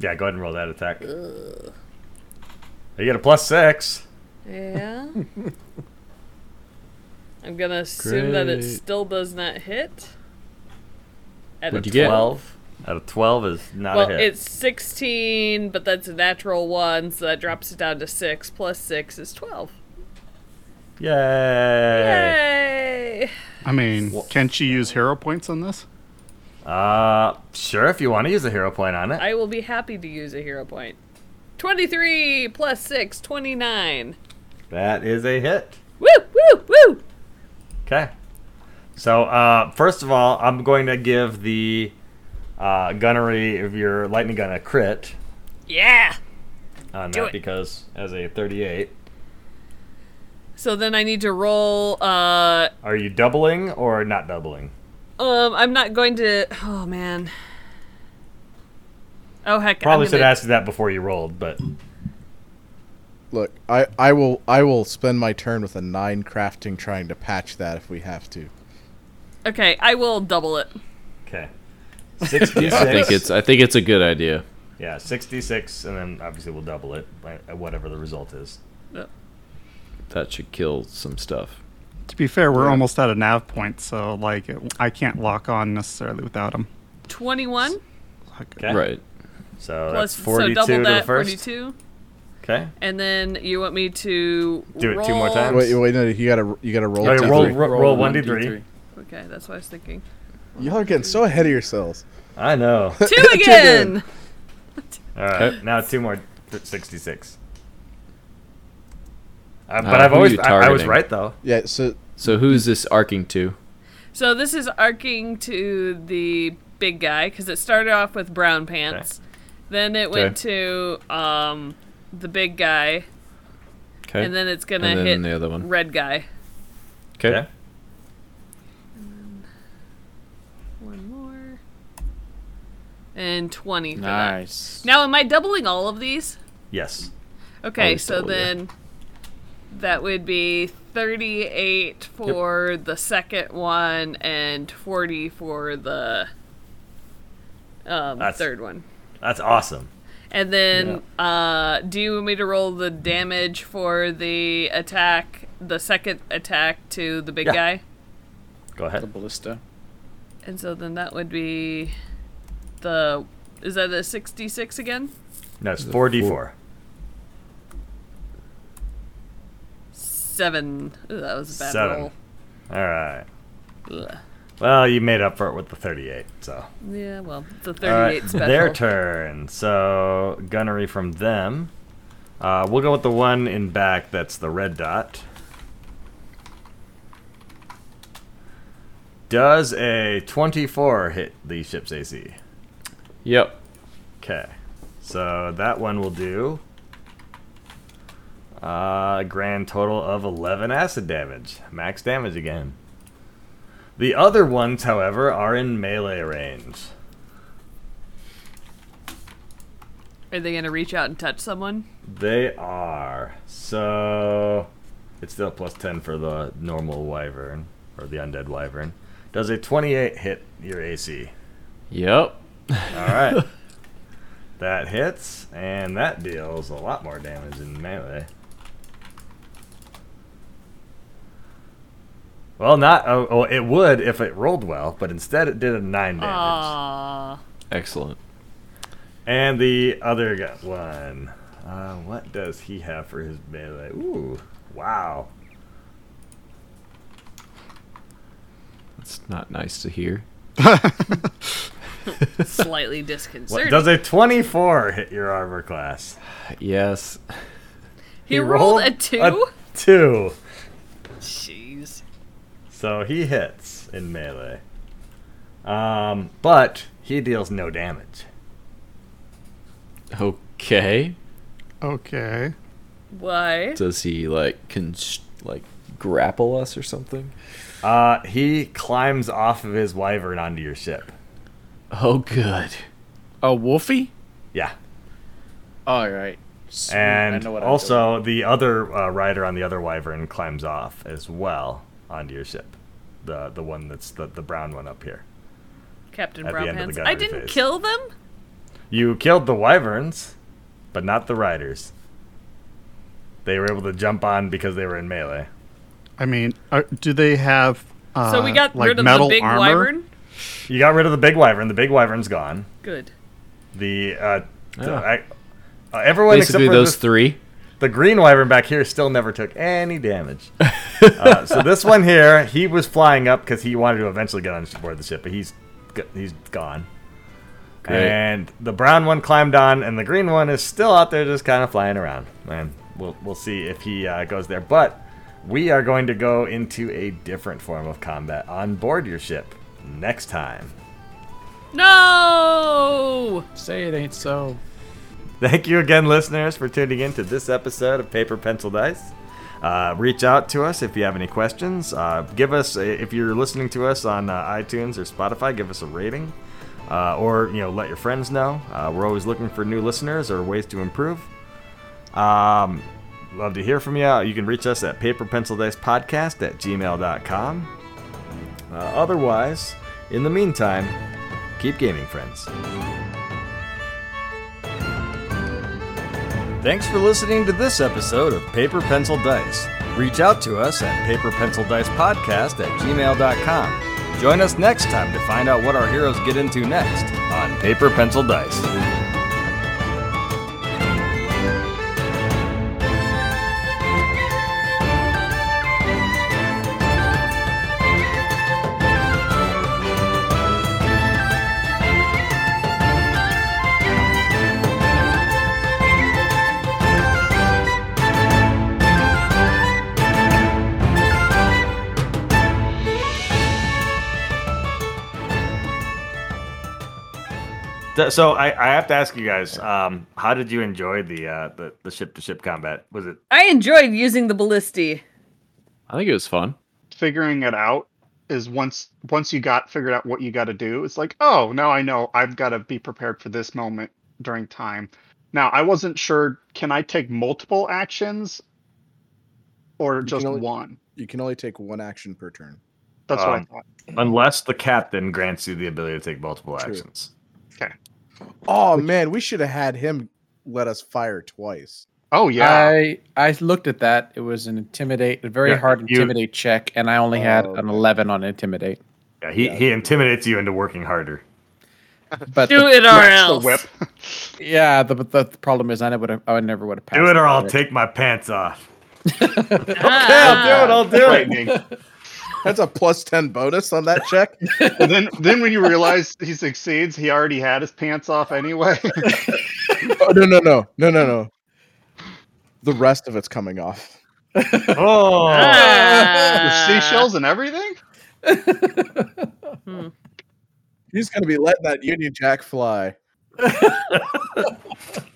A: Yeah. Go ahead and roll that attack. You get a plus six.
E: Yeah. I'm gonna assume that it
F: Great.
E: still does not hit. At
F: What'd
E: a
F: you get?
A: Twelve out of twelve is not
E: Well,
A: a hit.
E: it's 16, but that's a natural one, so that drops it down to 6. Plus 6 is 12.
A: Yay.
E: Yay!
H: I mean,
A: Wha-
H: can't she use hero points on this?
A: Uh, sure. If you want to use a hero point on it.
E: I will be happy to use a hero point. 23 plus 6, 29.
A: That is a hit.
E: Woo, woo, woo!
A: Okay. So uh, first of all, I'm going to give the uh, gunnery of your lightning gun a crit
E: Yeah!
A: on
E: Do
A: that
E: it.
A: because as a 38,
E: So then I need to roll uh,
A: are you doubling or not doubling?
E: Um, I'm not going to. Oh man. Oh heck!
A: Probably
E: I'm
A: should
E: gonna-
A: ask you that before you rolled, but
C: Look, I, I will I will spend my turn with a nine crafting trying to patch that if we have to.
E: Okay, I will double it.
A: okay. 66.
F: (laughs) I think it's I think it's a good idea.
A: yeah, 66, and then obviously we'll double it, by- whatever the result is.
F: That should kill some stuff.
H: To be fair, we're almost at a nav point, so like it, I can't lock on necessarily without him.
E: Twenty-one
A: Okay.
F: Right.
A: So
E: plus
A: that's 42
E: so double
A: to
E: that
A: the first.
E: forty-two,
A: Okay.
E: and then you want me to
A: Do it two more
E: roll-
A: times?
C: Wait, wait, no, you gotta you gotta roll.
A: Oh,
C: to
A: yeah, roll,
C: three.
A: roll, roll 1d3.
E: Okay, that's what I was
A: (laughs)
E: thinking.
C: Y'all are getting so ahead of yourselves.
A: I know.
F: (laughs)
E: Two again.
A: All right,
F: Okay.
A: now two more. th- Sixty-six. Uh,
F: Uh,
A: but I've
F: who are
A: always
F: you
A: I, I was
F: targeting?
A: right though.
C: Yeah, so
F: So who's this arcing to?
E: so this is arcing to the big guy because it started off with brown pants, then it went to um the big guy,
F: Okay.
E: and then it's gonna
F: And then
E: hit
F: the other one.
E: red guy.
F: Okay.
A: Yeah.
E: One more. And 20 for that.
B: Nice.
E: Now, am I doubling all of these?
A: Yes.
E: Okay,
F: Always
E: so
F: double, yeah.
E: then that would be 38 for the second one and 40 for the um,
A: That's-
E: third one.
A: That's awesome.
E: And then, uh, do you want me to roll the damage for the attack, the second attack to the big
A: Yeah.
E: guy?
A: Go
B: the
A: ahead.
B: ballista.
E: And so then that would be the. Is that a 66 again?
A: No, it's four d four.
E: Seven. Ooh, that was a bad
A: Seven.
E: roll.
A: All right.
E: Ugh.
A: Well, you made up for it with the thirty-eight. So
E: Yeah, well, the
A: All right,
E: 38 special.
A: their turn. So gunnery from them. Uh, we'll go with the one in back. That's the red dot. Does a twenty-four hit the ship's AC?
F: Yep.
A: Okay. So that one will do uh, a grand total of 11 acid damage. Max damage again. The other ones, however, are in melee range.
E: Are they going to reach out and touch someone?
A: They are. So it's still plus 10 for the normal wyvern, or the undead wyvern. Does a 28 hit your AC?
F: Yep.
A: All right. that hits, and that deals a lot more damage in melee. Well, not. Oh, oh, it would if it rolled well, but instead it did a nine damage.
E: Aww.
F: Excellent.
A: And the other got one. Uh, what does he have for his melee? Ooh, wow.
F: That's not nice to hear.
A: (laughs)
E: Slightly
A: What,
E: disconcerting.
A: does a twenty-four hit your armor class?
F: Yes.
E: he, rolled, a two?
A: A two.
E: Jeez.
A: So he hits in melee. Um, but he deals no damage.
F: Okay.
H: Okay.
E: Why?
F: Does he like const- like grapple us or something?
A: Uh, he climbs off of his wyvern onto your ship.
F: Oh, good.
B: A wolfie?
A: Yeah.
B: All right. Sweet, I
A: And
B: know what I'm doing.
A: also, the other uh, rider on the other wyvern climbs off as well onto your ship. The the one that's the, the brown one up here.
E: Captain
A: At the end of the
E: Brownhands.
A: gunnery
E: I didn't
A: phase.
E: kill them?
A: You killed the wyverns, but not the riders. They were able to jump on because they were in melee.
H: I mean, are, do they have? Uh,
E: so we got
H: like
E: rid of the
H: metal
E: big
H: armor?
E: wyvern?
A: You got rid of the big wyvern. The big wyvern's gone.
E: Good.
A: The uh, the-
F: Ah.
A: I- uh, everyone
F: Basically,
A: except for
F: those
A: this-
F: three.
A: The green wyvern back here still never took any
F: (laughs)
A: damage. uh, so this one here, he was flying up because he wanted to eventually get on board the ship, but he's g- he's gone.
F: Great.
A: And the brown one climbed on, and the green one is still out there just kind of flying around. And we'll we'll see if he uh, goes there. But we are going to go into a different form of combat on board your ship next time.
E: No!
B: say it ain't so.
A: Thank you again, listeners, for tuning in to this episode of Paper Pencil Dice. Uh, reach out to us if you have any uh, questions. Uh, give us, if you're listening to us on uh, iTunes or Spotify, give us a rating. uh, or you know let your friends know. Uh, we're always looking for new listeners or ways to improve. Um, love to hear from you. You can reach us at paperpencildicepodcast at gmail.com. Uh, otherwise, in the meantime, keep gaming, friends.
K: Thanks for listening to this episode of Paper Pencil Dice. Reach out to us at paperpencildicepodcast at gmail.com. Join us next time to find out what our heroes get into next on Paper Pencil Dice.
A: Th- So I, I have to ask you guys, um, how did you enjoy the uh, the the ship to ship combat? Was it
E: I enjoyed using the ballisti.
F: I think it was fun.
H: figuring it out is once once you got figured out what you got to do it's like oh now i know i've got to be prepared for this moment during time now i wasn't sure can i take multiple actions or
C: can
H: just
C: only-
H: one
C: You can only take one action per turn.
H: that's what i
A: Um,
H: thought
A: unless the captain grants you the ability to take multiple
C: True.
A: actions?
C: Oh man, we should have had him let us fire twice.
H: oh yeah
B: I I looked at that. It was an intimidate, a very
A: Yeah,
B: hard
A: you-
B: intimidate check, and I only had
C: Oh,
B: an eleven on intimidate.
A: Yeah, he he intimidates you into working harder.
B: But
E: Do
B: the-
E: it or
H: That's the
E: else.
H: whip
B: yeah, the, but the, the problem is I would have, I never would have passed.
A: Do it or I'll
B: that.
A: take my pants off.
E: Ah.
A: I'll do it.
H: lightning
C: That's a plus ten bonus on that check.
H: and then then when you realize he succeeds he already had his pants off anyway (laughs)
C: oh (laughs) no no no no no no. The rest of it's coming off.
A: Oh, (laughs)
E: Ah.
H: the seashells and everything
C: He's gonna be letting that Union Jack fly.